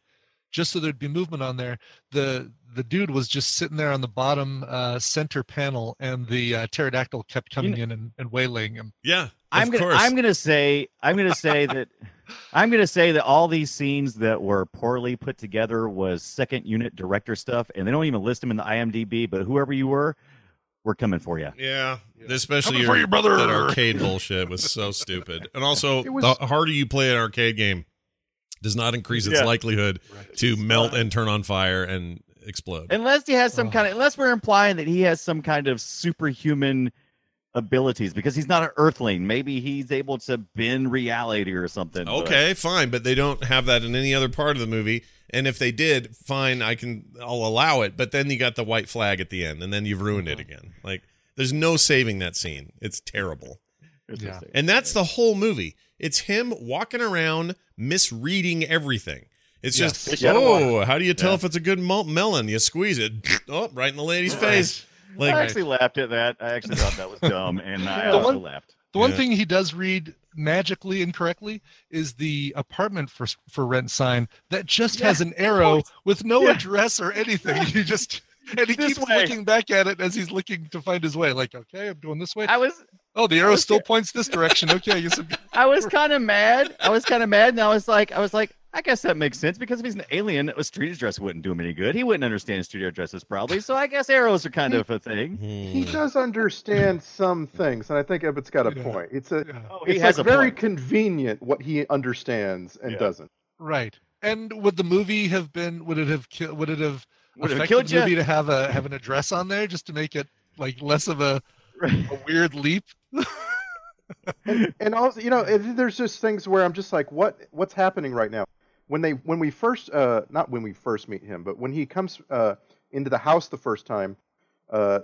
Speaker 8: just so there'd be movement on there. The the dude was just sitting there on the bottom uh, center panel, and the uh, pterodactyl kept coming in and, and waylaying him.
Speaker 4: Yeah, of
Speaker 5: I'm gonna.
Speaker 4: course.
Speaker 5: I'm gonna say. I'm gonna say that. I'm gonna say that all these scenes that were poorly put together was second unit director stuff, and they don't even list them in the IMDb. But whoever you were, we're coming for you.
Speaker 4: yeah, especially
Speaker 8: Coming for
Speaker 4: your,
Speaker 8: you, brother.
Speaker 4: that arcade bullshit was so stupid. And also,
Speaker 8: It was-
Speaker 4: the harder you play an arcade game, does not increase its
Speaker 5: Yeah.
Speaker 4: likelihood to melt and turn on fire and explode.
Speaker 5: Unless he has some
Speaker 8: Ugh.
Speaker 5: kind of. Unless we're implying that he has some kind of superhuman abilities because he's not an Earthling. Maybe he's able to bend reality or something. but-
Speaker 4: Okay, fine, but they don't have that in any other part of the movie. And if they did, fine, I can I'll allow it. But then you got the white flag at the end, and then you've ruined
Speaker 5: Uh-huh.
Speaker 4: it again. Like there's no saving that scene. It's terrible.
Speaker 8: Yeah.
Speaker 4: And that's the whole movie. It's him walking around misreading everything. It's just,
Speaker 8: Yes.
Speaker 5: Yeah.
Speaker 4: oh, how do you tell
Speaker 5: Yeah.
Speaker 4: if it's a good mel- melon? You squeeze it, oh, right in the lady's face. Like,
Speaker 5: I actually laughed at that. I actually thought that was dumb, and I
Speaker 8: The
Speaker 5: also
Speaker 8: one-
Speaker 5: laughed.
Speaker 8: The one
Speaker 4: Yeah.
Speaker 8: thing he does read magically incorrectly is the apartment for for rent sign that just
Speaker 5: Yeah,
Speaker 8: has an arrow with no
Speaker 5: Yeah.
Speaker 8: address or anything. You just and he
Speaker 5: This
Speaker 8: keeps
Speaker 5: way.
Speaker 8: looking back at it as he's looking to find his way. Like, okay, I'm going this way.
Speaker 5: I was
Speaker 8: Oh, the arrow still points this direction. Okay, I guess I'm-
Speaker 5: I was kind of mad. I was kind of mad, and I was like, I was like, I guess that makes sense because if he's an alien, a street address wouldn't do him any good. He wouldn't understand street addresses probably. So I guess arrows are kind of a thing.
Speaker 6: He does understand some things, and I think Ebbett's got a
Speaker 8: Mm. Yeah.
Speaker 6: point. It's a
Speaker 8: yeah,
Speaker 5: Oh, he
Speaker 6: it's
Speaker 5: has
Speaker 6: like
Speaker 5: a
Speaker 6: very
Speaker 5: point.
Speaker 6: convenient what he understands and
Speaker 5: Yeah.
Speaker 6: doesn't.
Speaker 8: right. And would the movie have been? Would it have? ki- Would it have?
Speaker 5: Would it have
Speaker 8: affected
Speaker 5: killed
Speaker 8: the
Speaker 5: you?
Speaker 8: movie to have a have an address on there just to make it like less of a,
Speaker 5: Right.
Speaker 8: a weird leap.
Speaker 6: And also, you know, it, there's just things where I'm just like, what what's happening right now? When they when we first uh not when we first meet him, but when he comes uh into the house the first time, uh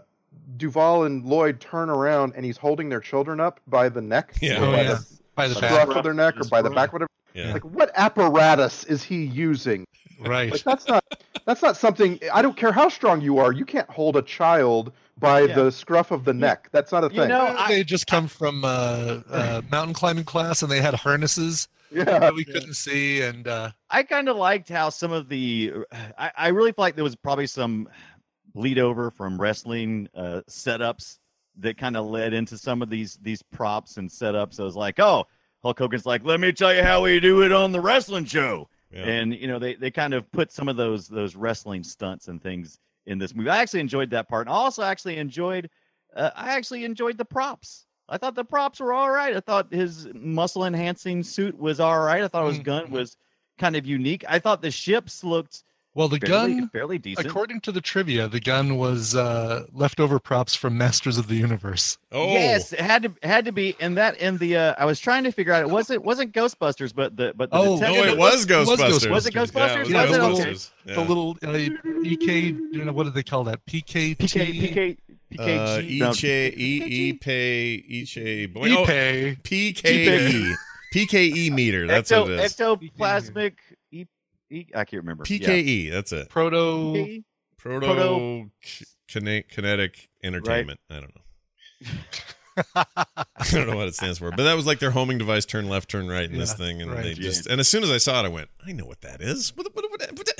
Speaker 6: Duval and Lloyd turn around and he's holding their children up by the neck,
Speaker 4: Yeah.
Speaker 6: or
Speaker 8: Oh,
Speaker 6: by
Speaker 8: yeah.
Speaker 6: the
Speaker 8: By the
Speaker 6: scruff
Speaker 8: back,
Speaker 6: of their neck, or by the back, whatever.
Speaker 4: Yeah.
Speaker 6: Like, what apparatus is he using?
Speaker 8: right?
Speaker 6: Like, that's not That's not something. I don't care how strong you are. You can't hold a child by
Speaker 8: Yeah.
Speaker 6: the scruff of the neck. That's not a thing.
Speaker 8: they just come from uh, uh, mountain climbing class and they had harnesses that we couldn't see. And uh,
Speaker 5: I kind of liked how some of the. I, I really feel like there was probably some bleed over from wrestling uh, setups that kind of led into some of these these props and setups. I was like, oh, Hulk Hogan's like, let me tell you how we do it on the wrestling show, and you know they they kind of put some of those those wrestling stunts and things in this movie. I actually enjoyed that part. And I also actually enjoyed. Uh, I actually enjoyed the props. I thought the props were all right. I thought his muscle enhancing suit was all right. I thought his
Speaker 4: Mm-hmm.
Speaker 5: gun was kind of unique. I thought the ships looked
Speaker 8: well, the
Speaker 5: fairly,
Speaker 8: gun,
Speaker 5: fairly decent.
Speaker 8: according to the trivia, the gun was uh, leftover props from Masters of the Universe.
Speaker 4: Oh.
Speaker 5: Yes, it had to had to be, and that in the uh, I was trying to figure out it wasn't wasn't Ghostbusters, but the but the
Speaker 8: Oh,
Speaker 5: detective-
Speaker 4: No, it was Ghostbusters.
Speaker 5: Was it
Speaker 4: Yeah, it was
Speaker 5: Ghostbusters?
Speaker 8: Yeah,
Speaker 5: Was it?
Speaker 8: the little,
Speaker 5: Okay.
Speaker 4: Ghostbusters.
Speaker 8: the
Speaker 4: Yeah.
Speaker 8: little uh, EK, you know, what do they call that? PKT?
Speaker 5: PK PK
Speaker 4: Uh,
Speaker 5: PKG. No,
Speaker 4: Iche, E, Pay, Iche, boy, oh, E.
Speaker 8: EPay.
Speaker 4: PKE. PKE E meter. That's what
Speaker 5: ecto-
Speaker 4: it is.
Speaker 5: Ectoplasmic. E, e, I can't remember. Yeah.
Speaker 4: PKE. E, That's it.
Speaker 8: Proto.
Speaker 5: PKE?
Speaker 4: Proto,
Speaker 5: Proto-
Speaker 4: Kine- Kinetic Entertainment. I don't know. I don't know what it stands for, but that was like their homing device. Turn left, turn right in this
Speaker 8: Yeah,
Speaker 4: thing, and
Speaker 8: right.
Speaker 4: they just. And as soon as I saw it, I went, "I know what that is. What, what, what, what,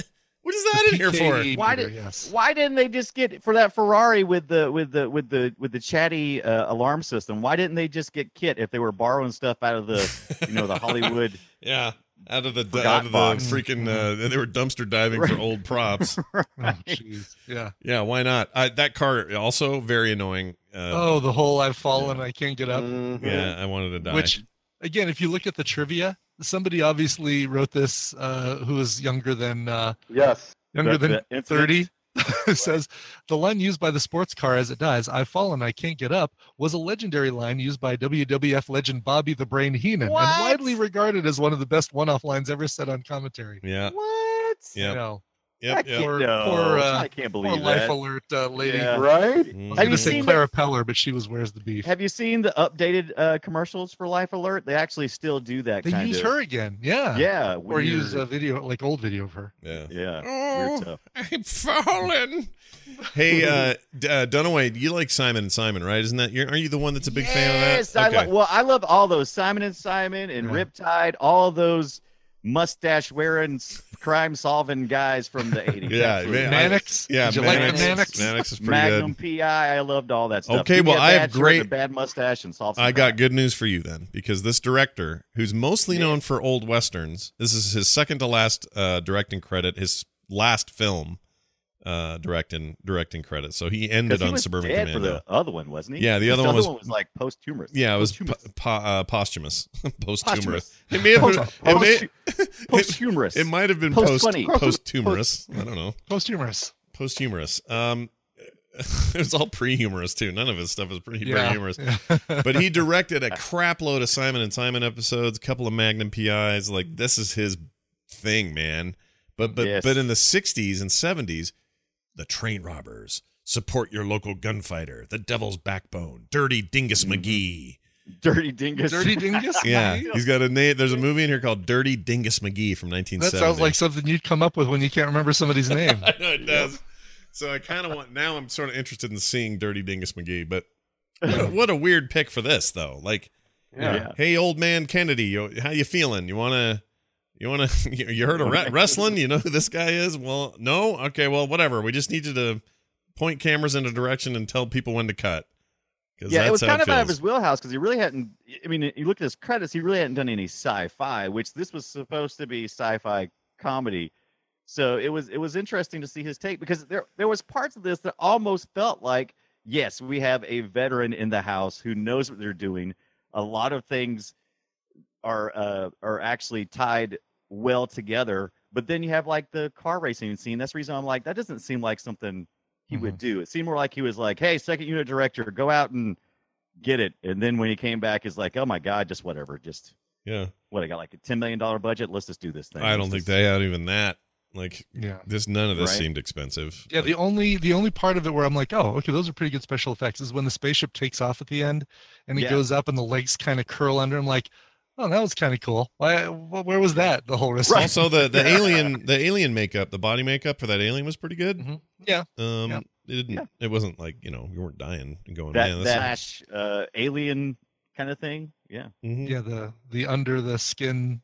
Speaker 4: what is that
Speaker 5: E.
Speaker 4: in here
Speaker 8: PKE.
Speaker 4: for?"
Speaker 5: Why
Speaker 8: Peter,
Speaker 5: did
Speaker 8: E, yes.
Speaker 5: Why didn't they just get for that Ferrari with the with the with the with the chatty uh, alarm system? Why didn't they just get Kit if they were borrowing stuff out of the you know the Hollywood?
Speaker 4: Yeah, out of the
Speaker 5: Forgot
Speaker 4: out of the
Speaker 5: box. Mm-hmm.
Speaker 4: freaking. Uh, they were dumpster diving for old props.
Speaker 8: Oh, jeez. Yeah.
Speaker 4: yeah, why not? I, that car also very annoying. Uh,
Speaker 8: Oh, the whole I've fallen, I can't get up.
Speaker 5: Mm.
Speaker 4: Yeah, I wanted to die.
Speaker 8: Which, again, if you look at the trivia, somebody obviously wrote this uh, who was younger than uh,
Speaker 6: Yes.
Speaker 5: The-
Speaker 8: younger than
Speaker 5: the incident?
Speaker 8: thirty. It says the line used by the sports car as it dies, "I've fallen, I can't get up," was a legendary line used by WWF legend Bobby the Brain Heenan
Speaker 5: What?
Speaker 8: and widely regarded as one of the best one-off lines ever said on commentary.
Speaker 4: yeah,
Speaker 5: What?
Speaker 8: You
Speaker 4: yeah,
Speaker 8: know,
Speaker 5: I
Speaker 4: yep,
Speaker 5: can't,
Speaker 4: yep.
Speaker 8: Poor-
Speaker 5: no,
Speaker 8: poor, uh,
Speaker 5: I can't
Speaker 8: poor
Speaker 5: believe
Speaker 8: life
Speaker 5: that.
Speaker 8: alert uh, lady.
Speaker 5: Yeah.
Speaker 6: Right?
Speaker 8: I was
Speaker 4: Mhm.
Speaker 5: Have
Speaker 8: going
Speaker 5: you
Speaker 8: to say
Speaker 5: seen
Speaker 8: Clara Peller, but she was "Where's the Beef."
Speaker 5: Have you seen the updated uh, commercials for Life Alert? They actually still do that.
Speaker 8: They
Speaker 5: kind
Speaker 8: use
Speaker 5: of,
Speaker 8: her again, yeah,
Speaker 5: Yeah.
Speaker 8: or use
Speaker 5: weird.
Speaker 8: a video like old video of her.
Speaker 4: Yeah.
Speaker 5: yeah.
Speaker 4: Oh,
Speaker 5: weird stuff.
Speaker 4: I've fallen. Hey, uh, D- uh, Dunaway, you like Simon and Simon, right? Isn't that? You're, are you the one that's a big fan of
Speaker 5: Yes,
Speaker 4: that?
Speaker 5: I like. Well, I love all those Simon and Simon and
Speaker 8: Yeah.
Speaker 5: Riptide, all those mustache wearing, crime solving guys from the eighties.
Speaker 4: yeah, man, I-
Speaker 8: Mannix?
Speaker 4: yeah,
Speaker 8: Did you
Speaker 5: like
Speaker 4: Mannix,
Speaker 8: Mannix?
Speaker 4: Mannix is pretty
Speaker 5: Magnum
Speaker 4: good.
Speaker 5: PI. I loved all that stuff.
Speaker 4: Okay,
Speaker 5: Give me
Speaker 4: well,
Speaker 5: a
Speaker 4: I have
Speaker 5: bad shirt and a
Speaker 4: great-
Speaker 5: bad mustache and solve. some
Speaker 4: I got
Speaker 5: crime.
Speaker 4: good news for you then, because this director, who's mostly known for old westerns, this is his second to last uh, directing credit, his last film uh, directing directing credit. So he
Speaker 5: 'Cause
Speaker 4: ended
Speaker 5: he
Speaker 4: on
Speaker 5: was
Speaker 4: Suburban
Speaker 5: dead
Speaker 4: Commando.
Speaker 5: for the other one, wasn't he?
Speaker 4: Yeah, the
Speaker 5: This
Speaker 4: other one was-
Speaker 5: like posthumous.
Speaker 4: yeah, it was po-
Speaker 5: posthumous.
Speaker 4: po- uh, posthumous, posthumous.
Speaker 5: Posthumous.
Speaker 4: It may have been. It, may,
Speaker 5: Posthumous. posthumous.
Speaker 4: it might have been
Speaker 5: Post
Speaker 4: post
Speaker 5: funny.
Speaker 4: posthumous. I don't know.
Speaker 8: Post humorous.
Speaker 4: posthumous. Um, it was all pre-humorous too. None of his stuff is pre humorous.
Speaker 8: Yeah.
Speaker 4: But he directed a crap load of Simon and Simon episodes, a couple of Magnum PIs. Like this is his thing, man. But but
Speaker 5: Yes.
Speaker 4: but in the '60s and '70s, the train robbers support your local gunfighter, the Devil's Backbone, Dirty
Speaker 5: Mm-hmm.
Speaker 4: Dingus McGee.
Speaker 5: Dirty dingus.
Speaker 8: Dirty Dingus.
Speaker 4: Yeah, he's got a name. There's a movie in here called Dirty Dingus McGee from 1970.
Speaker 8: That sounds like something you'd come up with when you can't remember somebody's name.
Speaker 4: I know it does. So I kind of want now. I'm sort of interested in seeing Dirty Dingus McGee, but what a, what a weird pick for this though. Like,
Speaker 5: Yeah.
Speaker 4: hey, old man Kennedy, you, how you feeling? You wanna, you wanna, you you heard of re- wrestling? You know who this guy is? Well, no. Okay, well, whatever. We just need you to point cameras in a direction and tell people when to cut. 'Cause
Speaker 5: Yeah,
Speaker 4: that's
Speaker 5: it was
Speaker 4: how
Speaker 5: kind of out of
Speaker 4: feels.
Speaker 5: his wheelhouse because he really hadn't. I mean, you look at his credits; he really hadn't done any sci-fi, which this was supposed to be sci-fi comedy. So it was it was interesting to see his take because there there was parts of this that almost felt like yes, we have a veteran in the house who knows what they're doing. A lot of things are uh, are actually tied well together. But then you have like the car racing scene. That's the reason I'm like that doesn't seem like something he would
Speaker 4: Mm-hmm.
Speaker 5: do. It seemed more like he was like, "Hey, second unit director, go out and get it." And then when he came back, it's like, "Oh my god, just whatever, just
Speaker 4: Yeah,
Speaker 5: what I got like a ten million dollar budget. Let's just do this thing."
Speaker 4: I
Speaker 5: Let's
Speaker 4: don't think
Speaker 5: just-
Speaker 4: they had even that. Like,
Speaker 8: Yeah.
Speaker 4: this none of this
Speaker 5: Right.
Speaker 4: seemed expensive.
Speaker 8: Yeah, the only the only part of it where I'm like, oh, okay, those are pretty good special effects is when the spaceship takes off at the end and it
Speaker 5: Yeah.
Speaker 8: goes up and the legs kind of curl under. I'm like, Oh, that was kind of cool. Why? wh- Where was that? The whole rest. of it?
Speaker 4: Also, the the alien the alien makeup, the body makeup for that alien was pretty good.
Speaker 8: Mm-hmm. Yeah.
Speaker 4: Um,
Speaker 8: Yeah.
Speaker 4: it didn't. It wasn't like you know you weren't dying and going
Speaker 5: that
Speaker 4: man. This
Speaker 5: dash uh, alien kind of thing. Yeah.
Speaker 4: Mhm.
Speaker 8: Yeah. The the under the skin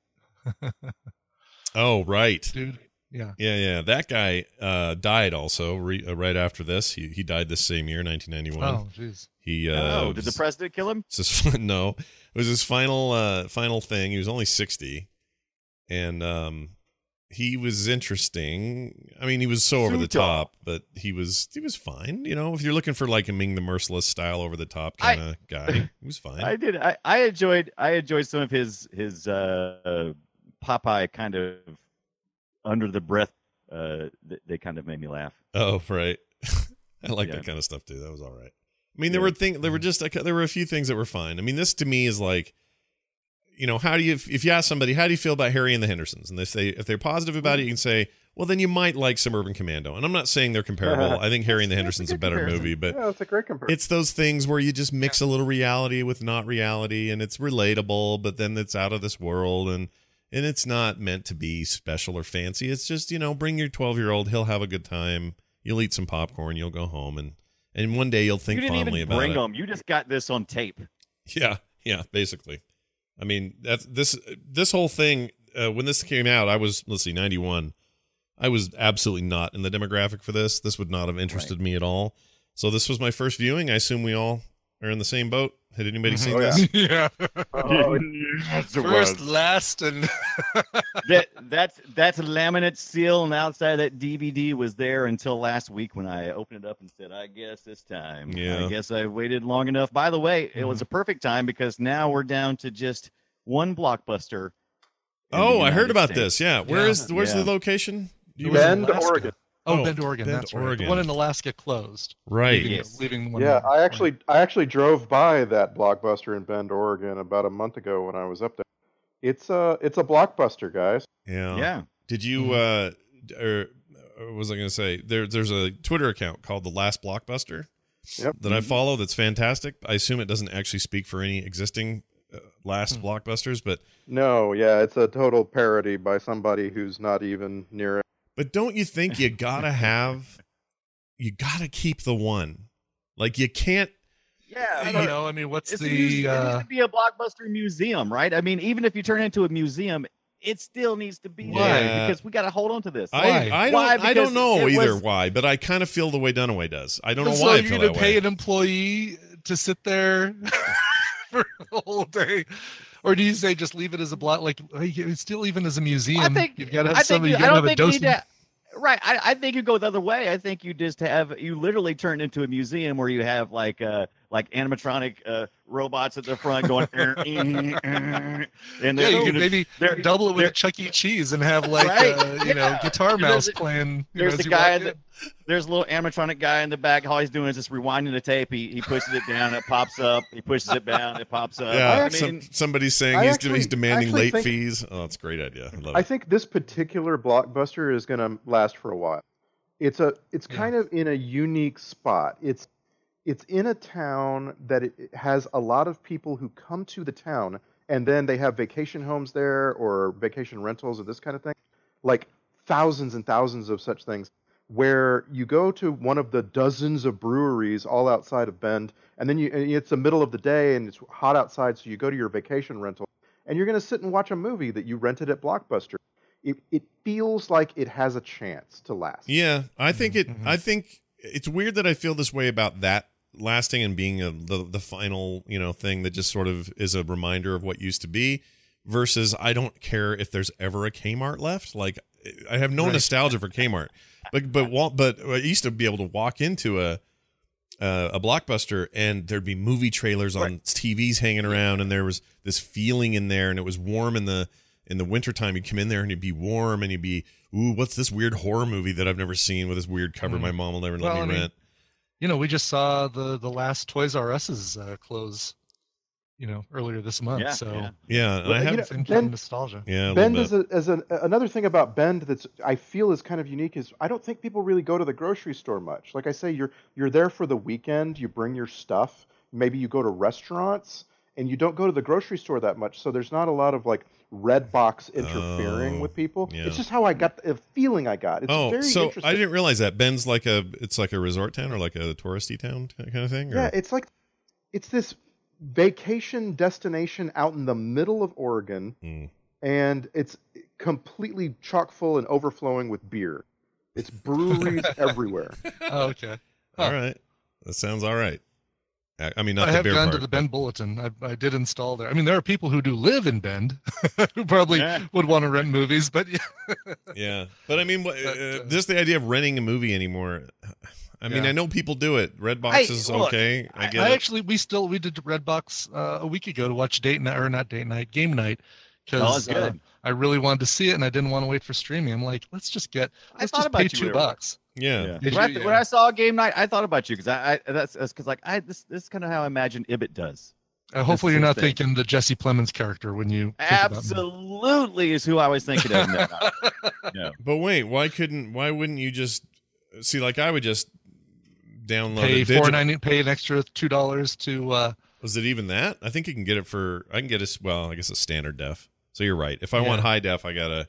Speaker 4: Oh right.
Speaker 8: dude. Yeah.
Speaker 4: Yeah, yeah. That guy uh, died also re- uh, right after this. He he died this same year, 1991.
Speaker 8: Oh, jeez.
Speaker 4: He uh,
Speaker 5: oh, did the
Speaker 4: was-
Speaker 5: president kill him?
Speaker 4: it's his- no, it was his final uh, final thing. He was only 60, and um, he was interesting. I mean, he was so over the
Speaker 5: Suit off.
Speaker 4: top, but he was he was fine. You know, if you're looking for like a Ming the Merciless style over the top
Speaker 5: I-
Speaker 4: kind of guy, he was fine.
Speaker 5: I did. I, I enjoyed. I enjoyed some of his his uh, uh, Popeye kind of under the breath. Uh, th- they kind of made me laugh.
Speaker 4: Oh, right. I like
Speaker 5: Yeah.
Speaker 4: that kind of stuff too. That was all right. I mean, there
Speaker 5: Yeah. Mm-hmm.
Speaker 4: were things. There were just like, there were a few things that were fine. I mean, this to me is like, you know, how do you if, if you ask somebody how do you feel about Harry and the Hendersons, and they say if they're positive about
Speaker 5: Mm.
Speaker 4: it, you can say, well, then you might like Suburban Commando. And I'm not saying they're comparable. I think Harry and the Hendersons a better movie, but
Speaker 6: yeah, that's a great comparison.
Speaker 4: it's those things where you just mix a little reality with not reality and it's relatable but then it's out of this world and and it's not meant to be special or fancy it's just you know bring your 12 year old he'll have a good time you'll eat some popcorn you'll go home and and one day you'll
Speaker 5: you
Speaker 4: think
Speaker 5: didn't
Speaker 4: fondly
Speaker 5: even
Speaker 4: about
Speaker 5: bring
Speaker 4: it
Speaker 5: them. You just got this on tape.
Speaker 4: yeah yeah basically i mean that's this this whole thing uh, when this came out i was let's see 91 i was absolutely not in the demographic for this this would not have interested me at all so this was my first viewing i assume we all are in the same boat had anybody seen
Speaker 6: Oh, yeah.
Speaker 4: this
Speaker 8: yeah.
Speaker 6: Oh,
Speaker 8: First, last, and
Speaker 5: that that's that's laminate seal and outside of that DVD was there until last week when I opened it up and said, I guess this time.
Speaker 4: Yeah. Mm-hmm.
Speaker 5: I guess I waited long enough. By the way, it was a perfect time because now we're down to just one blockbuster. in the
Speaker 4: oh i heard
Speaker 5: United
Speaker 4: about
Speaker 5: States.
Speaker 4: this yeah where
Speaker 8: Yeah.
Speaker 4: is where's
Speaker 5: Yeah.
Speaker 4: the location Do you-
Speaker 8: was in
Speaker 6: Bend,
Speaker 8: Alaska.
Speaker 6: Oregon.
Speaker 8: Oh,
Speaker 4: Oh,
Speaker 8: Bend, Oregon.
Speaker 4: Bend,
Speaker 8: that's right. The
Speaker 4: Oregon.
Speaker 8: one in Alaska closed.
Speaker 4: right
Speaker 8: Leaving,
Speaker 5: Yes.
Speaker 8: leaving one.
Speaker 6: Yeah,
Speaker 8: one-
Speaker 6: I actually I actually drove by that blockbuster in Bend, Oregon, about a month ago when I was up there. It's a it's a blockbuster, guys.
Speaker 4: yeah
Speaker 5: Yeah.
Speaker 4: did you uh d- or, or was i gonna say there, there's a twitter account called the last blockbuster
Speaker 6: Yep.
Speaker 4: that
Speaker 8: Mm-hmm.
Speaker 4: I follow that's fantastic. I assume it doesn't actually speak for any existing uh, last
Speaker 8: Hmm.
Speaker 4: blockbusters, but
Speaker 6: No, yeah, it's a total parody by somebody who's not even near it.
Speaker 4: but don't you think you gotta have you gotta keep the one like you can't
Speaker 5: Yeah.
Speaker 8: you know, I mean, what's
Speaker 5: It's a
Speaker 8: the?
Speaker 5: muse- it
Speaker 8: Uh,
Speaker 5: needs to be a blockbuster museum, right? I mean, even if you turn it into a museum, it still needs to be
Speaker 4: Yeah.
Speaker 5: there because we got to hold on to this.
Speaker 4: I,
Speaker 8: Why?
Speaker 4: I don't
Speaker 5: Why?
Speaker 4: I don't
Speaker 5: Because
Speaker 4: know
Speaker 5: it
Speaker 4: either
Speaker 5: was-
Speaker 4: why but I kind of feel the way Dunaway does I don't know
Speaker 8: so
Speaker 4: why I
Speaker 8: you're
Speaker 4: feel
Speaker 8: gonna
Speaker 4: that
Speaker 8: pay
Speaker 4: way
Speaker 8: an employee to sit there for a whole day, or do you say just leave it as a block? Like like, it's still even as a museum.
Speaker 5: I think
Speaker 8: you've got to have
Speaker 5: I think
Speaker 8: somebody.
Speaker 5: you,
Speaker 8: You,
Speaker 5: I
Speaker 8: gotta
Speaker 5: don't
Speaker 8: have a
Speaker 5: think you need
Speaker 8: docent.
Speaker 5: to. Right, I, I think you go the other way. I think you just have you literally turn into a museum where you have like uh like animatronic uh, robots at the front going, "Er, eh, eh," and
Speaker 8: Yeah,
Speaker 5: they're
Speaker 8: you
Speaker 5: gonna-
Speaker 8: maybe
Speaker 5: they're-
Speaker 8: double it with
Speaker 5: they're-
Speaker 8: a Chuck E. Cheese and have like
Speaker 5: Right?
Speaker 8: uh, you know
Speaker 5: Yeah.
Speaker 8: guitar
Speaker 5: There's
Speaker 8: mouse
Speaker 5: a-
Speaker 8: playing. you know,
Speaker 5: there's
Speaker 8: as
Speaker 5: the
Speaker 8: you
Speaker 5: guy
Speaker 8: walk
Speaker 5: that-
Speaker 8: in.
Speaker 5: there's a little animatronic guy in the back. All he's doing is just rewinding the tape. He he pushes it down, it pops up. He pushes it down, it pops up.
Speaker 4: yeah
Speaker 5: I
Speaker 4: some-
Speaker 5: mean,
Speaker 4: somebody's saying
Speaker 6: I
Speaker 4: he's
Speaker 6: actually-
Speaker 4: he's demanding
Speaker 6: I actually
Speaker 4: late
Speaker 6: think-
Speaker 4: fees oh that's a great idea I love
Speaker 6: I
Speaker 4: it
Speaker 6: think this particular blockbuster is going to last for a while. It's a it's
Speaker 8: Yeah.
Speaker 6: kind of in a unique spot. It's it's in a town that it it has a lot of people who come to the town and then they have vacation homes there or vacation rentals or this kind of thing. Like thousands and thousands of such things where you go to one of the dozens of breweries all outside of Bend and then you and it's the middle of the day and it's hot outside so you go to your vacation rental and you're going to sit and watch a movie that you rented at Blockbuster. It it feels like it has a chance to last.
Speaker 4: Yeah, I think it. I think it's weird that I feel this way about that lasting and being a, the the final you know thing that just sort of is a reminder of what used to be. Versus, I don't care if there's ever a Kmart left. Like, I have no
Speaker 8: Right.
Speaker 4: nostalgia for Kmart. But but wa- but uh, I used to be able to walk into a uh, a blockbuster and there'd be movie trailers on TVs hanging around and there was this feeling in there and it was warm in the in the wintertime you'd come in there and it'd be warm and you'd be ooh what's this weird horror movie that I've never seen with this weird cover
Speaker 6: Mm-hmm.
Speaker 8: Mm.
Speaker 4: my mom will never let
Speaker 8: Well,
Speaker 4: me
Speaker 8: I mean,
Speaker 4: rent
Speaker 8: you know, we just saw the the last Toys R Us's uh, close, you know, earlier this month.
Speaker 5: yeah,
Speaker 8: so
Speaker 5: yeah.
Speaker 4: yeah and
Speaker 6: Well,
Speaker 4: I
Speaker 6: you
Speaker 4: have
Speaker 6: know,
Speaker 8: same kind
Speaker 6: Ben-
Speaker 8: of nostalgia.
Speaker 4: yeah a little
Speaker 6: Bend
Speaker 4: bit.
Speaker 6: is, a, is an, another thing about Bend that's I feel is kind of unique is I don't think people really go to the grocery store much. Like I say, you're you're there for the weekend. You bring your stuff. Maybe you go to restaurants and you don't go to the grocery store that much, so there's not a lot of like red box interfering
Speaker 4: Oh,
Speaker 6: with people.
Speaker 4: yeah.
Speaker 6: It's just how I got the feeling I got. It's
Speaker 4: oh,
Speaker 6: very
Speaker 4: so
Speaker 6: interesting.
Speaker 4: I didn't realize that Ben's like a it's like a resort town or like a touristy town kind of thing. or-
Speaker 6: Yeah, it's like it's this vacation destination out in the middle of Oregon,
Speaker 4: Hmm.
Speaker 6: and it's completely chock full and overflowing with beer. It's breweries everywhere.
Speaker 8: Oh, okay.
Speaker 4: all right, that sounds all right. I, I mean,
Speaker 8: I
Speaker 4: not the
Speaker 8: have
Speaker 4: beer
Speaker 8: gone
Speaker 4: part.
Speaker 8: to the Bend Bulletin. I, I did install there. I mean, there are people who do live in Bend who probably
Speaker 4: Yeah.
Speaker 8: would want to rent movies, but yeah.
Speaker 4: yeah, but I mean, what- uh, just the idea of renting a movie anymore. I mean,
Speaker 8: Yeah.
Speaker 4: I know people do it. Redbox
Speaker 8: I-
Speaker 4: is
Speaker 8: look,
Speaker 4: okay. I get
Speaker 8: I
Speaker 4: it.
Speaker 8: actually we still we did Redbox uh, a week ago to watch date night or not date night game night
Speaker 5: Oh, it's
Speaker 8: because
Speaker 5: good.
Speaker 8: uh, I really wanted to see it and I didn't want to wait for streaming. I'm like, let's just get
Speaker 5: I
Speaker 8: let's
Speaker 5: thought
Speaker 8: just
Speaker 5: about
Speaker 8: pay
Speaker 5: you
Speaker 8: two
Speaker 5: there.
Speaker 8: bucks.
Speaker 4: yeah.
Speaker 8: Did
Speaker 5: When, I,
Speaker 8: you-
Speaker 5: when I saw game night, I thought about you because I, I that's because like I this this is kind of how I imagine Ibit does.
Speaker 8: Uh, hopefully
Speaker 5: This is
Speaker 8: you're not
Speaker 5: his thing.
Speaker 8: thinking the Jesse Plemons character when you think about me.
Speaker 5: Absolutely is who I was thinking of. No, no.
Speaker 4: But wait, why couldn't? Why wouldn't you just see? Like I would just download.
Speaker 8: pay
Speaker 4: a digi-
Speaker 8: four ninety pay an extra two dollars to uh
Speaker 4: Was it even that? I think you can get it for. I can get a well. I guess a standard def. So you're right. If I want
Speaker 8: Yeah.
Speaker 4: high def, I gotta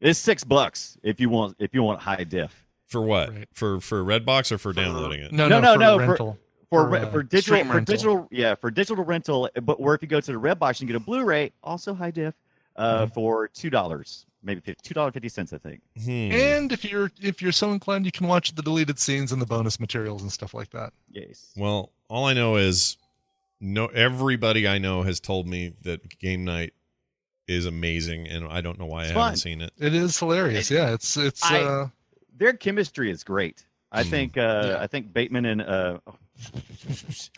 Speaker 5: It's six bucks if you want if you want high diff.
Speaker 4: for what?
Speaker 8: Right.
Speaker 4: For for Redbox or for downloading it?
Speaker 8: no
Speaker 5: No, no,
Speaker 8: no for
Speaker 5: no, for-
Speaker 8: rental
Speaker 5: For
Speaker 8: For,
Speaker 5: re-
Speaker 8: uh,
Speaker 5: for digital
Speaker 8: stream
Speaker 5: for
Speaker 8: rental.
Speaker 5: digital yeah for digital rental. But where if you go to the red box and get a Blu-ray, also high diff, uh,
Speaker 8: Mm-hmm.
Speaker 5: for two dollars maybe fif- two dollar fifty cents I think.
Speaker 4: Hmm.
Speaker 8: and if you're if you're so inclined, you can watch the deleted scenes and the bonus materials and stuff like that.
Speaker 5: Yes.
Speaker 4: Well, all I know is no everybody I know has told me that game night is amazing and I don't know why
Speaker 5: It's
Speaker 4: I
Speaker 5: fun.
Speaker 4: haven't seen it.
Speaker 8: It is hilarious. Yeah, it's it's
Speaker 5: I-
Speaker 8: uh
Speaker 5: Their chemistry is great. I
Speaker 4: Hmm.
Speaker 5: think uh,
Speaker 8: Mm. Yeah.
Speaker 5: I think Bateman and uh,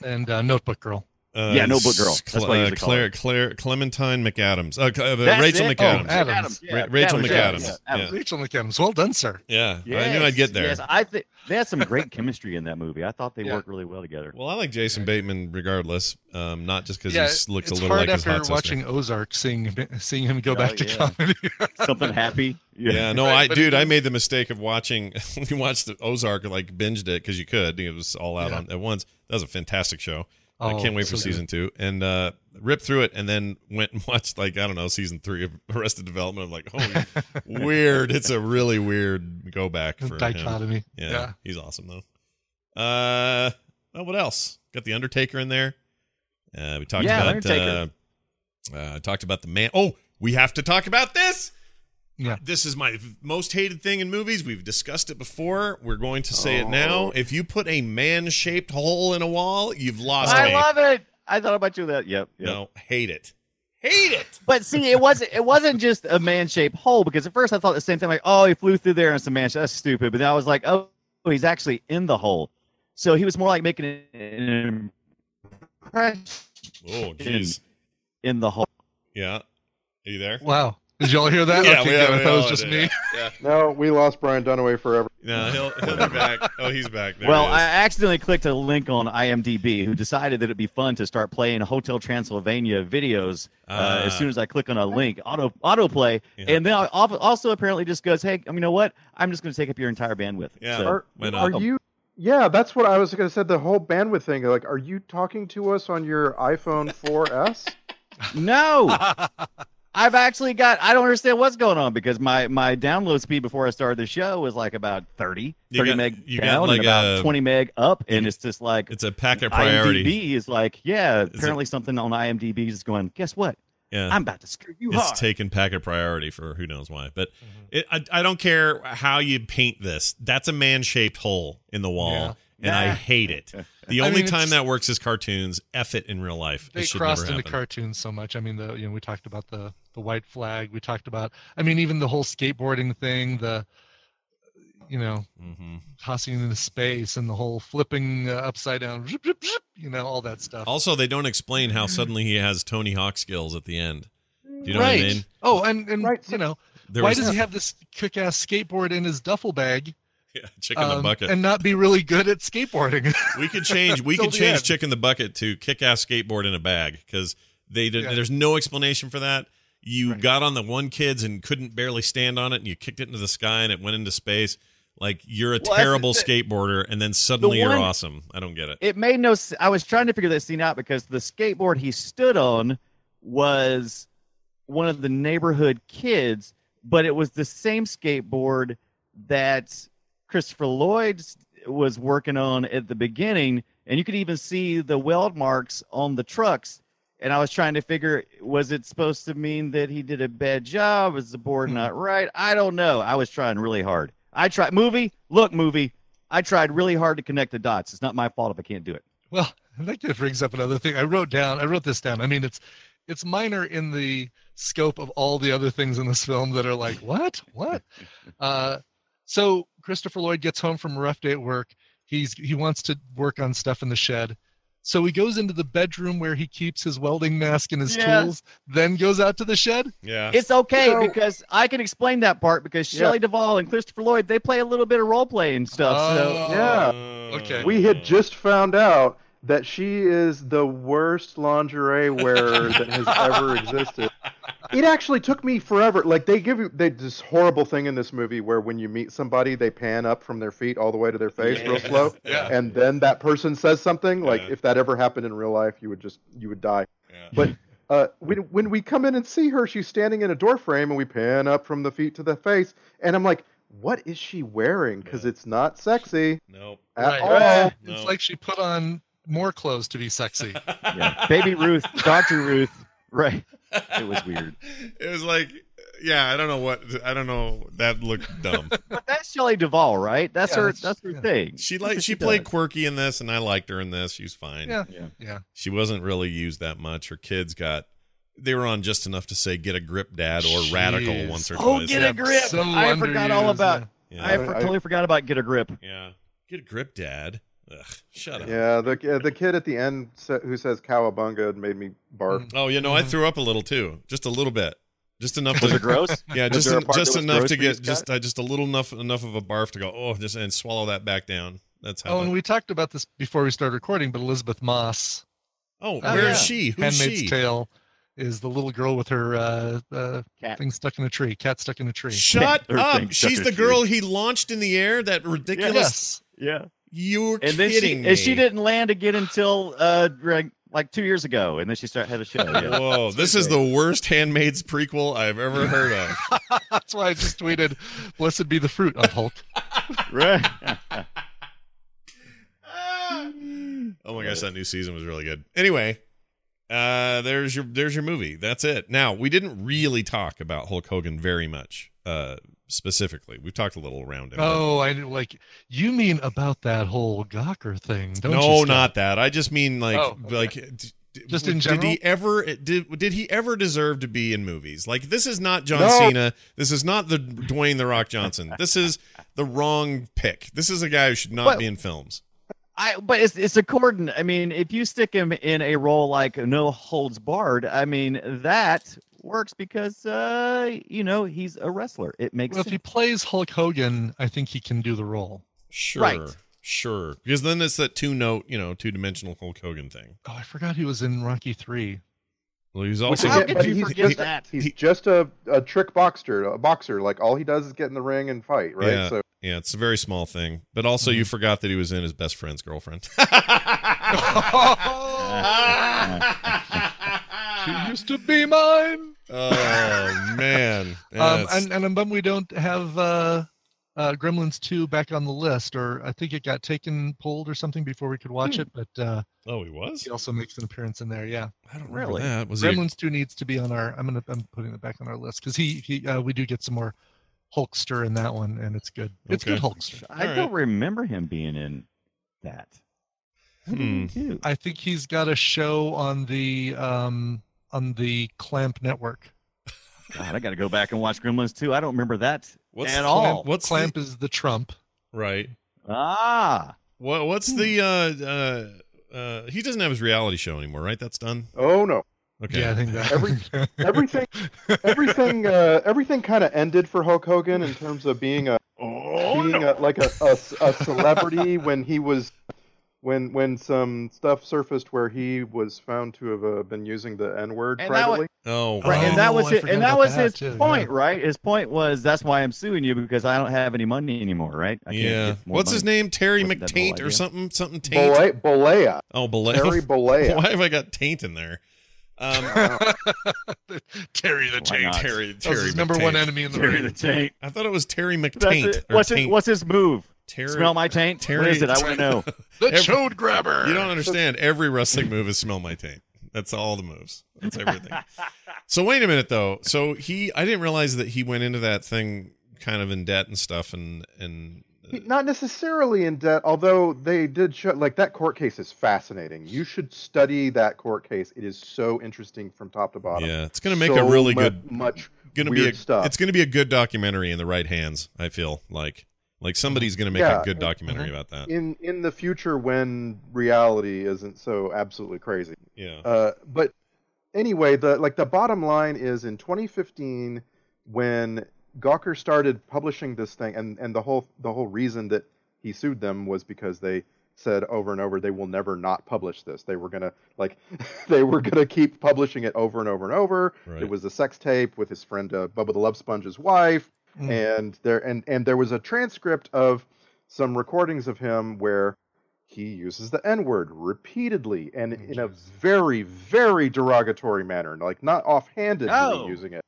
Speaker 8: and uh, Notebook Girl.
Speaker 4: Uh,
Speaker 5: Yeah, no, but girl. That's
Speaker 4: Cle-
Speaker 5: what I
Speaker 4: uh,
Speaker 5: usually call
Speaker 4: Claire, Claire, Clementine McAdams. Uh, Cl- uh,
Speaker 5: That's
Speaker 4: Rachel
Speaker 5: it.
Speaker 4: McAdams.
Speaker 8: Oh, Adams.
Speaker 5: yeah,
Speaker 4: Ra- Rachel
Speaker 5: Adams,
Speaker 4: McAdams.
Speaker 5: yeah,
Speaker 4: Yeah.
Speaker 5: Adams.
Speaker 8: Rachel McAdams. Well done, sir.
Speaker 4: Yeah, I knew I'd get there.
Speaker 5: Yes, I think they had some great chemistry in that movie. I thought they
Speaker 8: Yeah.
Speaker 5: worked really well together.
Speaker 4: Well, I like Jason Bateman regardless, um, not just because
Speaker 8: yeah,
Speaker 4: he looks a
Speaker 8: it's
Speaker 4: little
Speaker 8: hard
Speaker 4: like his
Speaker 8: after
Speaker 4: hot
Speaker 8: watching
Speaker 4: sister.
Speaker 8: Ozark, seeing him- seeing him go
Speaker 5: Oh,
Speaker 8: back to
Speaker 5: yeah.
Speaker 8: comedy.
Speaker 5: Something happy.
Speaker 4: Yeah, no,
Speaker 8: Right,
Speaker 4: I
Speaker 8: but
Speaker 4: dude,
Speaker 8: it
Speaker 4: I
Speaker 8: is-
Speaker 4: made the mistake of watching. we watched the Ozark, like binged it because you could. It was all out
Speaker 8: Yeah.
Speaker 4: on at once. That was a fantastic show. I
Speaker 8: Oh,
Speaker 4: can't wait for
Speaker 8: so
Speaker 4: season two. And uh ripped through it and then went and watched like, I don't know, season three of Arrested Development. I'm like, oh weird. It's a really weird go back
Speaker 8: good.
Speaker 4: for him.
Speaker 8: dichotomy.
Speaker 4: Yeah,
Speaker 8: yeah.
Speaker 4: He's awesome though. Uh oh, what else? Got the Undertaker in there. Uh we talked
Speaker 5: Yeah,
Speaker 4: about uh,
Speaker 5: Undertaker.
Speaker 4: uh talked about the man oh, we have to talk about this.
Speaker 8: Yeah.
Speaker 4: This is my most hated thing in movies. We've discussed it before. We're going to say it now.
Speaker 8: Oh.
Speaker 4: If you put a man-shaped hole in a wall, you've lost
Speaker 5: I
Speaker 4: me.
Speaker 5: love it. I thought about you that. Yep. yep.
Speaker 4: No, hate it. Hate it.
Speaker 5: But see, it wasn't it wasn't just a man shaped hole because at first I thought the same thing like, oh, he flew through there and some man that's stupid. But then I was like, oh, he's actually in the hole. So he was more like making an impression
Speaker 4: Oh, jeez.
Speaker 5: in the hole.
Speaker 4: Yeah. Are you there?
Speaker 8: Wow. Did y'all hear that? okay, good. I thought it was just me.
Speaker 6: no, we lost Brian Dunaway forever.
Speaker 4: No, he'll, he'll be back. Oh, he's back. There
Speaker 5: well,
Speaker 4: he
Speaker 5: I
Speaker 4: is.
Speaker 5: accidentally clicked a link on IMDb, who decided that it'd be fun to start playing Hotel Transylvania videos uh,
Speaker 4: Ah.
Speaker 5: as soon as I click on a link, auto autoplay,
Speaker 4: Yeah.
Speaker 5: and then I al- also apparently just goes, "Hey, um, you know what? I'm just going to take up your entire bandwidth."
Speaker 4: Yeah.
Speaker 5: So-
Speaker 6: Are,
Speaker 4: why
Speaker 6: are
Speaker 4: not?
Speaker 6: you? Yeah, that's what I was going to say. The whole bandwidth thing. Like, are you talking to us on your iPhone 4S?
Speaker 5: no, I've actually got. I don't understand what's going on because my my download speed before I started the show was like about 30,
Speaker 4: You
Speaker 5: 30
Speaker 4: got-
Speaker 5: meg
Speaker 4: you got
Speaker 5: down
Speaker 4: like
Speaker 5: and about
Speaker 4: a-
Speaker 5: 20 meg up, and it's just like
Speaker 4: it's a packet priority.
Speaker 5: IMDb is like, yeah,
Speaker 4: it-
Speaker 5: apparently something on IMDb is going. Guess what?
Speaker 4: Yeah.
Speaker 5: I'm about to screw you
Speaker 4: it's
Speaker 5: hard.
Speaker 4: taken packet priority for who knows why. But
Speaker 8: Mm-hmm.
Speaker 4: it, I, I don't care how you paint this. That's a man shaped hole in the wall,
Speaker 8: Yeah.
Speaker 4: and I
Speaker 5: Yeah.
Speaker 4: hate it. The
Speaker 8: I
Speaker 4: only
Speaker 8: mean,
Speaker 4: time
Speaker 8: it's-
Speaker 4: that works is cartoons. F it in real life.
Speaker 8: they
Speaker 4: it should
Speaker 8: crossed
Speaker 4: never
Speaker 8: into
Speaker 4: happen.
Speaker 8: cartoons so much. I mean, the you know we talked about the the white flag. We talked about. I mean, even the whole skateboarding thing. The you know
Speaker 4: Mhm.
Speaker 8: tossing into space and the whole flipping uh, upside down. zhup, zhup, zhup, You know all that stuff.
Speaker 4: Also, they don't explain how suddenly he has Tony Hawk skills at the end. Do you know
Speaker 8: right.
Speaker 4: what I mean?
Speaker 8: Oh, and and
Speaker 6: Right, so-
Speaker 8: you know
Speaker 4: There
Speaker 8: why
Speaker 4: was-
Speaker 8: does he have this kick-ass skateboard in his duffel bag
Speaker 4: Yeah, chicken the
Speaker 8: um,
Speaker 4: bucket?
Speaker 8: and not be really good at skateboarding?
Speaker 4: We could change. We
Speaker 8: Till
Speaker 4: could
Speaker 8: the
Speaker 4: change
Speaker 8: end.
Speaker 4: chicken the bucket to kick ass skateboard in a bag because they did,
Speaker 8: Yeah.
Speaker 4: there's no explanation for that. You got on the one kids and couldn't barely stand on it, and you kicked it into the sky and it went into space. Like you're a
Speaker 5: Well, that's
Speaker 4: terrible
Speaker 5: the-
Speaker 4: skateboarder, and then suddenly
Speaker 5: one-
Speaker 4: you're awesome. I don't get it.
Speaker 5: It made no. s- I was trying to figure this scene out because the skateboard he stood on was one of the neighborhood kids, but it was the same skateboard that Christopher Lloyd was working on at the beginning, and you could even see the weld marks on the trucks. And I was trying to figure, was it supposed to mean that he did a bad job? Was the board not right? I don't know. I was trying really hard. I tried movie. Look, movie. I tried really hard to connect the dots. It's not my fault if I can't do it.
Speaker 8: Well, that just brings up another thing. I wrote down. I wrote this down. I mean, it's it's minor in the scope of all the other things in this film that are like, what, what? Uh, so Christopher Lloyd gets home from a rough day at work. He's he wants to work on stuff in the shed. So he goes into the bedroom where he keeps his welding mask and his
Speaker 5: Yeah.
Speaker 8: tools, then goes out to the shed.
Speaker 4: Yeah.
Speaker 5: It's okay
Speaker 8: You know-
Speaker 5: because I can explain that part because
Speaker 8: Yeah.
Speaker 5: Shelley Duvall and Christopher Lloyd they play a little bit of role play and stuff. so
Speaker 4: Oh,
Speaker 6: Yeah.
Speaker 8: Okay.
Speaker 6: We had just found out that she is the worst lingerie wearer that has ever existed. It actually took me forever. Like they give you they this horrible thing in this movie where when you meet somebody, they pan up from their feet all the way to their face real
Speaker 4: Yes.
Speaker 6: slow.
Speaker 4: Yeah.
Speaker 6: And then that person says something. Like
Speaker 4: Yeah.
Speaker 6: if that ever happened in real life, you would just you would die.
Speaker 4: Yeah.
Speaker 6: But uh, when when we come in and see her, she's standing in a door frame, and we pan up from the feet to the face, and I'm like, "What is she wearing? Because it's not sexy
Speaker 4: Nope.
Speaker 6: at all."
Speaker 8: It's
Speaker 4: No.
Speaker 8: like she put on more clothes to be sexy.
Speaker 4: Oh.
Speaker 5: yeah. Baby Ruth, Doctor Ruth, right? It was weird,
Speaker 4: It was like, yeah, I don't know what I don't know. That looked dumb.
Speaker 5: but that's Shelley Duvall, right? That's
Speaker 8: Yeah,
Speaker 5: her.
Speaker 8: that's-
Speaker 5: That's, her
Speaker 8: yeah.
Speaker 5: thing.
Speaker 4: She
Speaker 5: That's
Speaker 4: like
Speaker 5: what
Speaker 4: she played
Speaker 5: does.
Speaker 4: quirky in this, and I liked her in this. She was fine.
Speaker 8: yeah.
Speaker 5: Yeah.
Speaker 8: Yeah.
Speaker 4: She wasn't really used that much. Her kids got they were on just enough to say "get a grip, dad" or "radical"
Speaker 8: Jeez.
Speaker 4: once or
Speaker 5: Oh,
Speaker 4: twice.
Speaker 5: get
Speaker 8: Yeah,
Speaker 5: a grip!
Speaker 8: so
Speaker 5: I forgot all
Speaker 8: underused,
Speaker 5: about.
Speaker 4: yeah.
Speaker 5: I, for-
Speaker 6: I-
Speaker 5: totally forgot about get a grip.
Speaker 4: yeah, get a grip, dad. Ugh, shut up.
Speaker 6: Yeah, the uh, the kid at the end sa- who says "cowabunga" made me barf.
Speaker 8: Mm-hmm.
Speaker 4: Oh, you know, I threw up a little too, just a little bit, just enough.
Speaker 5: Was
Speaker 4: to,
Speaker 5: it gross?
Speaker 4: Yeah,
Speaker 5: Was
Speaker 4: just
Speaker 5: there a
Speaker 4: en-
Speaker 5: part
Speaker 4: just
Speaker 5: that was
Speaker 4: enough
Speaker 5: gross
Speaker 4: to
Speaker 5: for you,
Speaker 4: get
Speaker 5: Scott?
Speaker 4: just uh, just a little enough enough of a barf to go oh just and swallow that back down. That's how.
Speaker 8: Oh,
Speaker 4: that-
Speaker 8: and we talked about this before we started recording, but Elizabeth Moss
Speaker 4: oh,
Speaker 8: Oh,
Speaker 4: where
Speaker 8: yeah.
Speaker 4: is she? Who's
Speaker 8: Handmaid's
Speaker 4: she?
Speaker 8: Tale is the little girl with her uh, uh,
Speaker 5: Cat.
Speaker 8: thing stuck in a tree, cat stuck in a tree.
Speaker 4: Shut
Speaker 5: Her
Speaker 4: up!
Speaker 5: thing stuck
Speaker 4: She's
Speaker 5: her
Speaker 4: the
Speaker 5: through.
Speaker 4: girl he launched in the air. That ridiculous.
Speaker 8: Yes.
Speaker 5: Yeah.
Speaker 4: You're
Speaker 5: And then
Speaker 4: kidding
Speaker 5: she
Speaker 4: me.
Speaker 5: and she didn't land again until uh like, like two years ago, and then she started had a show. Yeah.
Speaker 4: Whoa, this is the worst Handmaid's prequel I've ever heard of.
Speaker 8: That's why I just tweeted, "Blessed be the fruit of Hulk."
Speaker 5: right.
Speaker 4: oh my gosh, that new season was really good. Anyway, uh there's your there's your movie. That's it. Now, we didn't really talk about Hulk Hogan very much uh specifically. We've talked a little around him. but-
Speaker 8: Oh, I knew- like you mean about that whole Gawker thing? Don't you,
Speaker 4: no,
Speaker 8: Scott?
Speaker 4: not that. I just mean like
Speaker 8: Oh, okay.
Speaker 4: like d- d-
Speaker 8: Just in
Speaker 4: Did
Speaker 8: general?
Speaker 4: he ever did did he ever deserve to be in movies? Like this is not John
Speaker 6: No.
Speaker 4: Cena. This is not the Dwayne the Rock Johnson. this is the wrong pick. This is a guy who should not
Speaker 5: But-
Speaker 4: be in films.
Speaker 5: I but it's it's according. I mean, if you stick him in a role like No Holds Barred, I mean that works because uh you know he's a wrestler. It makes
Speaker 8: Well, if he
Speaker 5: sense.
Speaker 8: plays Hulk Hogan, I think he can do the role.
Speaker 4: Sure.
Speaker 5: Right.
Speaker 4: Sure. Because then it's that two note, you know, two dimensional Hulk Hogan thing.
Speaker 8: Oh, I forgot he was in Rocky Three.
Speaker 4: Well, he's
Speaker 5: Which
Speaker 4: also
Speaker 5: How
Speaker 6: Again,
Speaker 5: could
Speaker 6: but
Speaker 5: you
Speaker 6: he's-
Speaker 5: forget
Speaker 6: he-
Speaker 5: that?
Speaker 6: He's
Speaker 4: He-
Speaker 6: just a, a trick boxer, a boxer. Like all he does is get in the ring and fight, right?
Speaker 4: Yeah.
Speaker 6: So
Speaker 4: yeah, it's a very small thing. But also
Speaker 8: Mm-hmm.
Speaker 4: you forgot that he was in his best friend's girlfriend.
Speaker 8: He used to be mine.
Speaker 4: oh man.
Speaker 8: um,
Speaker 4: That's-
Speaker 8: and, and I'm bummed we don't have uh, uh, Gremlins Two back on the list, or I think it got taken pulled or something before we could watch it. But uh,
Speaker 4: oh, he was?
Speaker 8: he also makes an appearance in there. Yeah.
Speaker 4: I don't
Speaker 5: Really?
Speaker 4: remember that. Was he a-
Speaker 8: Gremlins Two needs to be on our. I'm gonna. I'm putting it back on our list because he. He. Uh, we do get some more Hulkster in that one, and it's good. It's
Speaker 4: Okay.
Speaker 8: good Hulkster.
Speaker 5: I
Speaker 4: All
Speaker 5: don't remember him being in that. What
Speaker 4: Hmm.
Speaker 5: did he do?
Speaker 8: Hmm. I think he's got a show on the um on the Clamp Network.
Speaker 5: God, I got to go back and watch Gremlins too. I don't remember that
Speaker 4: What's
Speaker 5: at
Speaker 4: the-
Speaker 5: all.
Speaker 4: What's
Speaker 8: Clamp is the Trump.
Speaker 4: the- right.
Speaker 5: Ah,
Speaker 4: What what's the
Speaker 5: Hmm.
Speaker 4: uh uh uh he doesn't have his reality show anymore, right? That's done.
Speaker 6: oh no,
Speaker 4: Okay.
Speaker 8: Yeah, I think that.
Speaker 6: Every- everything everything uh, everything kind of ended for Hulk Hogan in terms of being a being a, like a, a, a celebrity when he was when when some stuff surfaced where he was found to have uh, been using the N word
Speaker 5: And that wa-
Speaker 6: privately.
Speaker 4: oh,
Speaker 5: Right, and that
Speaker 8: Oh,
Speaker 5: was
Speaker 8: I
Speaker 5: it.
Speaker 8: forgot
Speaker 5: And that
Speaker 8: about
Speaker 5: was
Speaker 8: that,
Speaker 5: his
Speaker 8: too, yeah.
Speaker 5: point, right? His point was that's why I'm suing you because I don't have any money anymore, right? I can't
Speaker 4: yeah.
Speaker 5: get more
Speaker 4: What's his
Speaker 5: money.
Speaker 4: name? Terry
Speaker 5: Wasn't that the whole
Speaker 4: McTaint or
Speaker 5: idea?
Speaker 4: something? Something Taint?
Speaker 6: Bolea, Bolea,
Speaker 4: Oh, Belay.
Speaker 6: Terry Bolea.
Speaker 4: Why have I got Taint in there? Um,
Speaker 8: Terry the
Speaker 5: Why
Speaker 8: Tank.
Speaker 5: not?
Speaker 4: Terry,
Speaker 8: That was
Speaker 4: Terry
Speaker 8: his number one
Speaker 4: McTaint.
Speaker 8: enemy in the
Speaker 5: Terry
Speaker 8: ring.
Speaker 5: the taint.
Speaker 4: I thought it was Terry
Speaker 5: That's
Speaker 4: McTaint.
Speaker 5: it.
Speaker 4: or
Speaker 5: What's, his,
Speaker 4: Taint.
Speaker 5: what's his move?
Speaker 4: Terry,
Speaker 5: Smell my taint? what is it? I want to know.
Speaker 8: The
Speaker 4: Every-
Speaker 8: chode grabber.
Speaker 4: You don't understand. Every wrestling move is smell my taint. That's all the moves. That's everything. so wait a minute though. So he, I didn't realize that he went into that thing kind of in debt and stuff, and and
Speaker 6: He- Not necessarily in debt, although they did show like that court case is fascinating. You should study that court case. It is so interesting from top to bottom.
Speaker 4: yeah, it's gonna make
Speaker 6: So
Speaker 4: a really
Speaker 6: mu-
Speaker 4: good,
Speaker 6: much
Speaker 4: gonna
Speaker 6: weird
Speaker 4: be a,
Speaker 6: stuff.
Speaker 4: it's gonna be a good documentary in the right hands. I feel like like somebody's gonna make
Speaker 6: Yeah.
Speaker 4: a good documentary about that.
Speaker 6: in in the future when reality isn't so absolutely crazy.
Speaker 4: Yeah.
Speaker 6: Uh, but anyway, the like the bottom line is in 2015 when Gawker started publishing this thing, and and the whole the whole reason that he sued them was because they said over and over they will never not publish this. They were gonna like they were gonna keep publishing it over and over and over.
Speaker 4: Right.
Speaker 6: It was the sex tape with his friend uh, Bubba the Love Sponge's wife,
Speaker 8: Mm.
Speaker 6: and there and and there was a transcript of some recordings of him where he uses the N word repeatedly and in a very, very derogatory manner, like not offhandedly
Speaker 4: Oh.
Speaker 5: No.
Speaker 6: using it.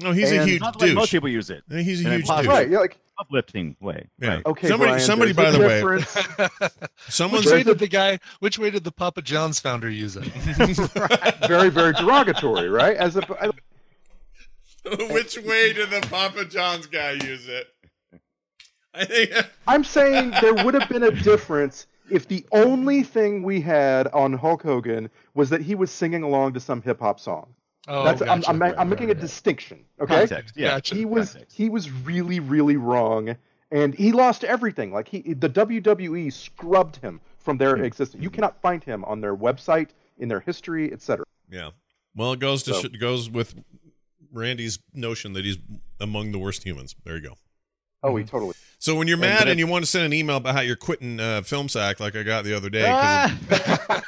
Speaker 4: No, he's a
Speaker 6: And-
Speaker 4: huge
Speaker 5: Not like most
Speaker 4: douche.
Speaker 5: people use it.
Speaker 4: He's a
Speaker 5: And
Speaker 4: huge
Speaker 5: impossible.
Speaker 4: douche.
Speaker 6: Right? You're like,
Speaker 5: Uplifting way.
Speaker 4: Yeah.
Speaker 5: Right.
Speaker 6: okay,
Speaker 4: Somebody-
Speaker 6: Brian,
Speaker 4: somebody,
Speaker 6: there's
Speaker 4: by
Speaker 6: a
Speaker 4: the way-
Speaker 6: difference.
Speaker 4: Someone's
Speaker 8: Which way did the guy? Which way did the Papa John's founder use it?
Speaker 6: very, very derogatory, right? As if I-
Speaker 4: Which way did the Papa John's guy use it? I think
Speaker 6: I'm saying there would have been a difference if the only thing we had on Hulk Hogan was that he was singing along to some hip hop song.
Speaker 8: Oh,
Speaker 6: That's I'm,
Speaker 8: gotcha.
Speaker 6: I'm,
Speaker 8: Right,
Speaker 6: I'm
Speaker 8: right,
Speaker 6: making a
Speaker 8: right.
Speaker 6: distinction. Okay.
Speaker 5: Context. Yeah.
Speaker 8: Gotcha.
Speaker 6: he was
Speaker 5: context.
Speaker 6: he was really really wrong and he lost everything like he the WWE scrubbed him from
Speaker 8: Hmm.
Speaker 6: their existence you cannot find him on their website in their history etc
Speaker 4: Yeah. Well, it goes to
Speaker 6: So-
Speaker 4: sh- goes with Randy's notion that he's among the worst humans. There you go.
Speaker 6: oh
Speaker 8: Hmm.
Speaker 6: he totally
Speaker 4: So when you're
Speaker 6: And-
Speaker 4: mad
Speaker 6: but
Speaker 4: and
Speaker 6: it-
Speaker 4: you want to send an email about how you're quitting uh, film sack, like I got the other day, 'cause-
Speaker 6: Ah.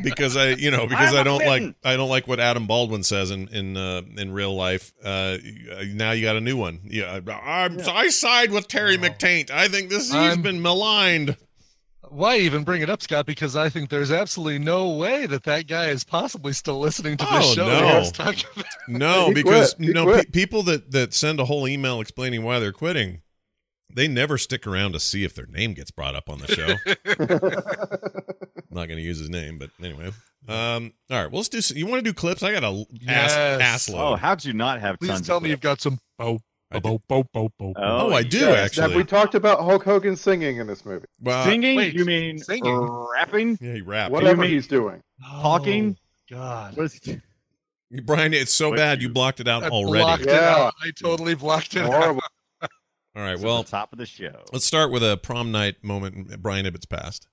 Speaker 4: because I, you know, because
Speaker 5: I'm
Speaker 4: I don't like
Speaker 5: quitting.
Speaker 4: I don't like what Adam Baldwin says in in uh, in real life. Uh, y- now you got a new one. Yeah, I, I'm, I side with Terry McTaint. I think this he's
Speaker 8: I'm-
Speaker 4: been maligned.
Speaker 8: Why even bring it up, Scott? Because I think there's absolutely no way that that guy is possibly still listening to this
Speaker 4: Oh,
Speaker 8: show.
Speaker 4: no.
Speaker 8: Let's talk about-
Speaker 4: No,
Speaker 6: He
Speaker 4: because
Speaker 6: quit. He
Speaker 4: no pe-
Speaker 6: quit.
Speaker 4: people that that send a whole email explaining why they're quitting, they never stick around to see if their name gets brought up on the show. not going to use his name, but anyway. Um, all right, well, let's do. s- You want to do clips? I got a ass,
Speaker 8: Yes.
Speaker 4: ass load.
Speaker 5: Oh, how would you not have
Speaker 8: Please
Speaker 5: tons of
Speaker 8: tell me
Speaker 5: clips?
Speaker 8: you've got some. Oh,
Speaker 4: I
Speaker 8: bo
Speaker 4: do.
Speaker 8: bo bo bo bo.
Speaker 5: Oh,
Speaker 4: Oh, I do
Speaker 5: yes.
Speaker 6: have we
Speaker 4: actually.
Speaker 6: talked about Hulk Hogan singing in this movie
Speaker 4: Well,
Speaker 5: singing?
Speaker 8: wait,
Speaker 5: you mean
Speaker 8: singing?
Speaker 5: rapping?
Speaker 4: yeah, he rapped.
Speaker 5: What-
Speaker 6: whatever
Speaker 5: mean-
Speaker 6: he's doing
Speaker 5: Talking?
Speaker 8: Oh, God.
Speaker 5: What is
Speaker 4: Brian, it's so
Speaker 5: What
Speaker 4: bad you
Speaker 5: you-
Speaker 4: blocked it out
Speaker 8: I
Speaker 4: already.
Speaker 8: blocked it
Speaker 6: Yeah.
Speaker 8: out. I totally blocked it. out.
Speaker 6: horrible
Speaker 4: All right,
Speaker 5: It's at
Speaker 4: well,
Speaker 5: the top of the show.
Speaker 4: let's start with a prom night moment. Brian Ibbett's passed.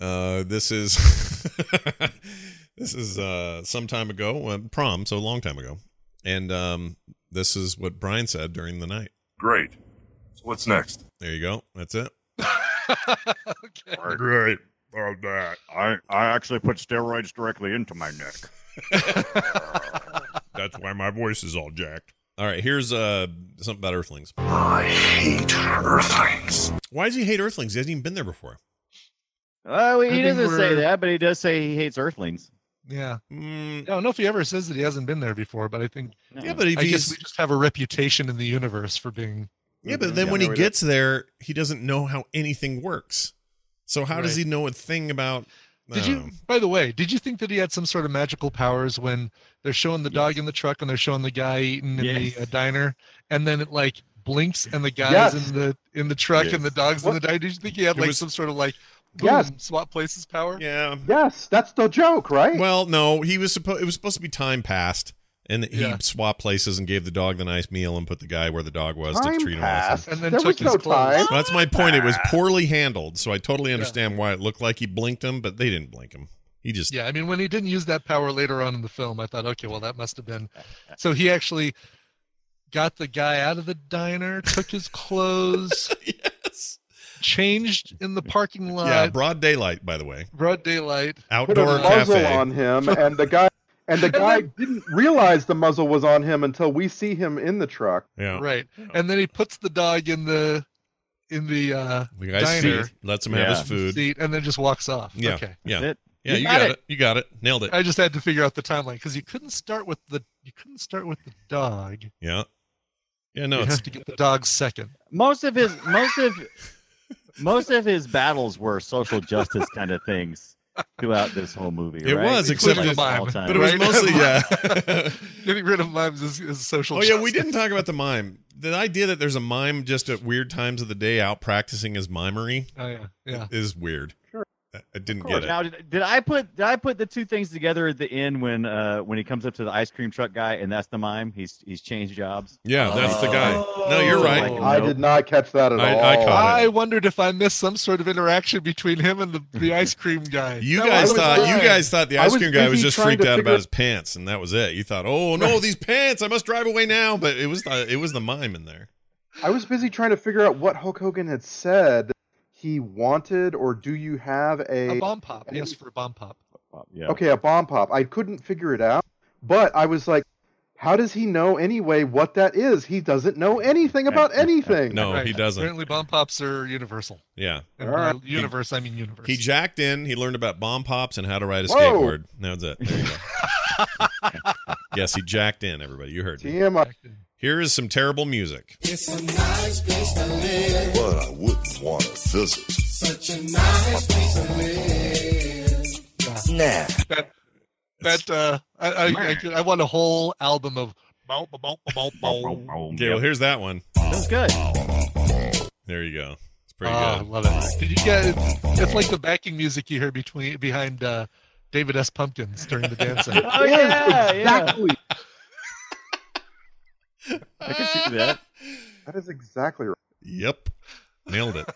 Speaker 4: Uh, this is this is uh, some time ago, uh, prom, so a long time ago, and um, this is what Brian said during the night.
Speaker 7: Great. So what's next?
Speaker 4: There you go. That's it.
Speaker 8: okay.
Speaker 7: Great. All that.
Speaker 5: I, I actually put steroids directly into my neck.
Speaker 4: That's why my voice is all jacked. All right, here's uh something about Earthlings.
Speaker 7: I hate Earthlings.
Speaker 4: Why does he hate Earthlings? He hasn't even been there before.
Speaker 5: Oh,
Speaker 8: I
Speaker 5: he
Speaker 8: think
Speaker 5: doesn't say
Speaker 8: we're-
Speaker 5: that, but he does say he hates Earthlings.
Speaker 8: Yeah. I
Speaker 4: Mm,
Speaker 8: don't know if he ever says that he hasn't been there before, but I think
Speaker 4: yeah, but if
Speaker 8: I guess
Speaker 4: he's
Speaker 8: we just have a reputation in the universe for being.
Speaker 4: yeah, but then when
Speaker 6: Yeah,
Speaker 4: he
Speaker 6: no, it
Speaker 4: gets there, he doesn't know how anything works. So how does
Speaker 8: Right.
Speaker 4: he know a thing about? um,
Speaker 8: Did
Speaker 4: I don't
Speaker 8: you?
Speaker 4: know.
Speaker 8: By the way, did you think that he had some sort of magical powers when they're showing the dog
Speaker 5: Yes.
Speaker 8: in the truck and they're showing the guy eating in
Speaker 5: Yes.
Speaker 8: the uh, diner, and then it like blinks and the guy's
Speaker 6: Yes.
Speaker 8: in the in the truck and the dog's in
Speaker 6: What-
Speaker 8: the diner? Did you think he had
Speaker 4: It
Speaker 8: like
Speaker 4: was-
Speaker 8: some sort of like boom,
Speaker 6: Yes.
Speaker 8: swap places power?
Speaker 4: Yeah.
Speaker 6: yes that's the joke right
Speaker 4: Well, no, he was supposed. It was supposed to be time passed, and he
Speaker 8: Yeah.
Speaker 4: swapped places and gave the dog the nice meal and put the guy where the dog was
Speaker 6: time
Speaker 4: to treat him.
Speaker 6: passed
Speaker 4: Awesome.
Speaker 8: And then
Speaker 6: there
Speaker 8: took
Speaker 6: was no
Speaker 8: his clothes.
Speaker 6: time
Speaker 4: That's my point. It was poorly handled, so I totally understand why it looked like he blinked him, but they didn't blink him. He just
Speaker 8: Yeah, I mean, when he didn't use that power later on in the film, I thought, okay, well, that must have been. So he actually got the guy out of the diner, took his clothes,
Speaker 4: yes.
Speaker 8: changed in the parking lot.
Speaker 4: Yeah, broad daylight, by the way.
Speaker 8: broad daylight.
Speaker 6: Put a
Speaker 4: Outdoor
Speaker 6: muzzle
Speaker 4: cafe.
Speaker 6: on him, and the guy and the guy didn't realize the muzzle was on him until we see him in the truck.
Speaker 4: Yeah.
Speaker 8: Right. And then he puts the dog in the in the uh
Speaker 4: The guy
Speaker 8: diner
Speaker 4: seat, lets him have
Speaker 3: Yeah.
Speaker 4: his food.
Speaker 8: seat and then just walks off.
Speaker 4: Yeah.
Speaker 8: Okay.
Speaker 4: Yeah.
Speaker 5: That's it.
Speaker 4: Yeah,
Speaker 5: You
Speaker 4: you
Speaker 5: got
Speaker 4: got,
Speaker 5: it.
Speaker 4: it. You got it. Nailed it.
Speaker 8: I just had to figure out the timeline because you couldn't start with the you couldn't start with the dog.
Speaker 4: yeah. Yeah, no,
Speaker 8: you
Speaker 4: it's
Speaker 8: have to get the dog second.
Speaker 5: most of his most of most of his battles were social justice kind of things throughout this whole movie.
Speaker 4: It
Speaker 5: right?
Speaker 4: was,
Speaker 5: It's
Speaker 4: except
Speaker 5: like
Speaker 4: it-
Speaker 5: all the time.
Speaker 4: but it was
Speaker 8: Right?
Speaker 4: mostly yeah.
Speaker 8: Getting rid of mimes is, is social.
Speaker 4: oh yeah, we
Speaker 8: justice.
Speaker 4: didn't talk about the mime. The idea that there's a mime just at weird times of the day out practicing his mimery
Speaker 8: Oh yeah, yeah.
Speaker 4: is weird.
Speaker 6: Sure.
Speaker 4: I I didn't
Speaker 5: Of course.
Speaker 4: get it.
Speaker 5: Now, did, did I put did I put the two things together at the end when uh when he comes up to the ice cream truck guy and that's the mime? He's he's changed jobs.
Speaker 4: Yeah, that's the guy. No, you're
Speaker 5: Oh.
Speaker 4: right.
Speaker 5: Like,
Speaker 6: I
Speaker 5: nope.
Speaker 6: did not catch that at
Speaker 4: I-
Speaker 6: all.
Speaker 4: I caught
Speaker 8: I wondered if I missed some sort of interaction between him and the, the ice cream guy.
Speaker 4: You
Speaker 8: That
Speaker 4: guys
Speaker 8: was
Speaker 4: thought
Speaker 8: fine.
Speaker 4: you guys thought the
Speaker 6: I
Speaker 4: ice
Speaker 6: was
Speaker 4: cream guy was
Speaker 6: busy
Speaker 4: just
Speaker 6: trying
Speaker 4: freaked
Speaker 6: to
Speaker 4: out
Speaker 6: figure-
Speaker 4: about his pants, and that was it. You thought, oh no, these pants! I must drive away now. But it was the it was the mime in there.
Speaker 6: I was busy trying to figure out what Hulk Hogan had said he wanted, or do you have
Speaker 8: a
Speaker 6: a,
Speaker 8: bomb pop. Yes, for a bomb pop.
Speaker 5: Yeah.
Speaker 6: okay a bomb pop? I couldn't figure it out, but I was like, how does he know anyway what that is? He doesn't know anything about anything.
Speaker 4: No,
Speaker 8: Right.
Speaker 4: he doesn't.
Speaker 8: Apparently, bomb pops are universal.
Speaker 4: Yeah,
Speaker 8: And
Speaker 6: All right.
Speaker 8: by universe, I mean universe.
Speaker 4: he jacked in. He learned about bomb pops and how to ride a
Speaker 6: Whoa.
Speaker 4: skateboard. That's it. There you go. yes, he jacked in. Everybody, you heard me.
Speaker 6: TMI.
Speaker 4: Here is some terrible music.
Speaker 9: But I wouldn't want to visit.
Speaker 8: that that uh, I I, I, could- I want a whole album of. bow, bow, bow, bow, bow, bow.
Speaker 4: Okay, well here's that one.
Speaker 5: That was good.
Speaker 4: There you go. It's pretty
Speaker 8: Ah,
Speaker 5: Uh,
Speaker 8: I
Speaker 4: good.
Speaker 8: love it. Did you get? It's, it's like the backing music you hear between behind uh, David S. Pumpkins during the dance. act.
Speaker 5: Oh yeah, yeah.
Speaker 6: Exactly.
Speaker 5: I can see that.
Speaker 6: That is exactly right.
Speaker 4: Yep, nailed it.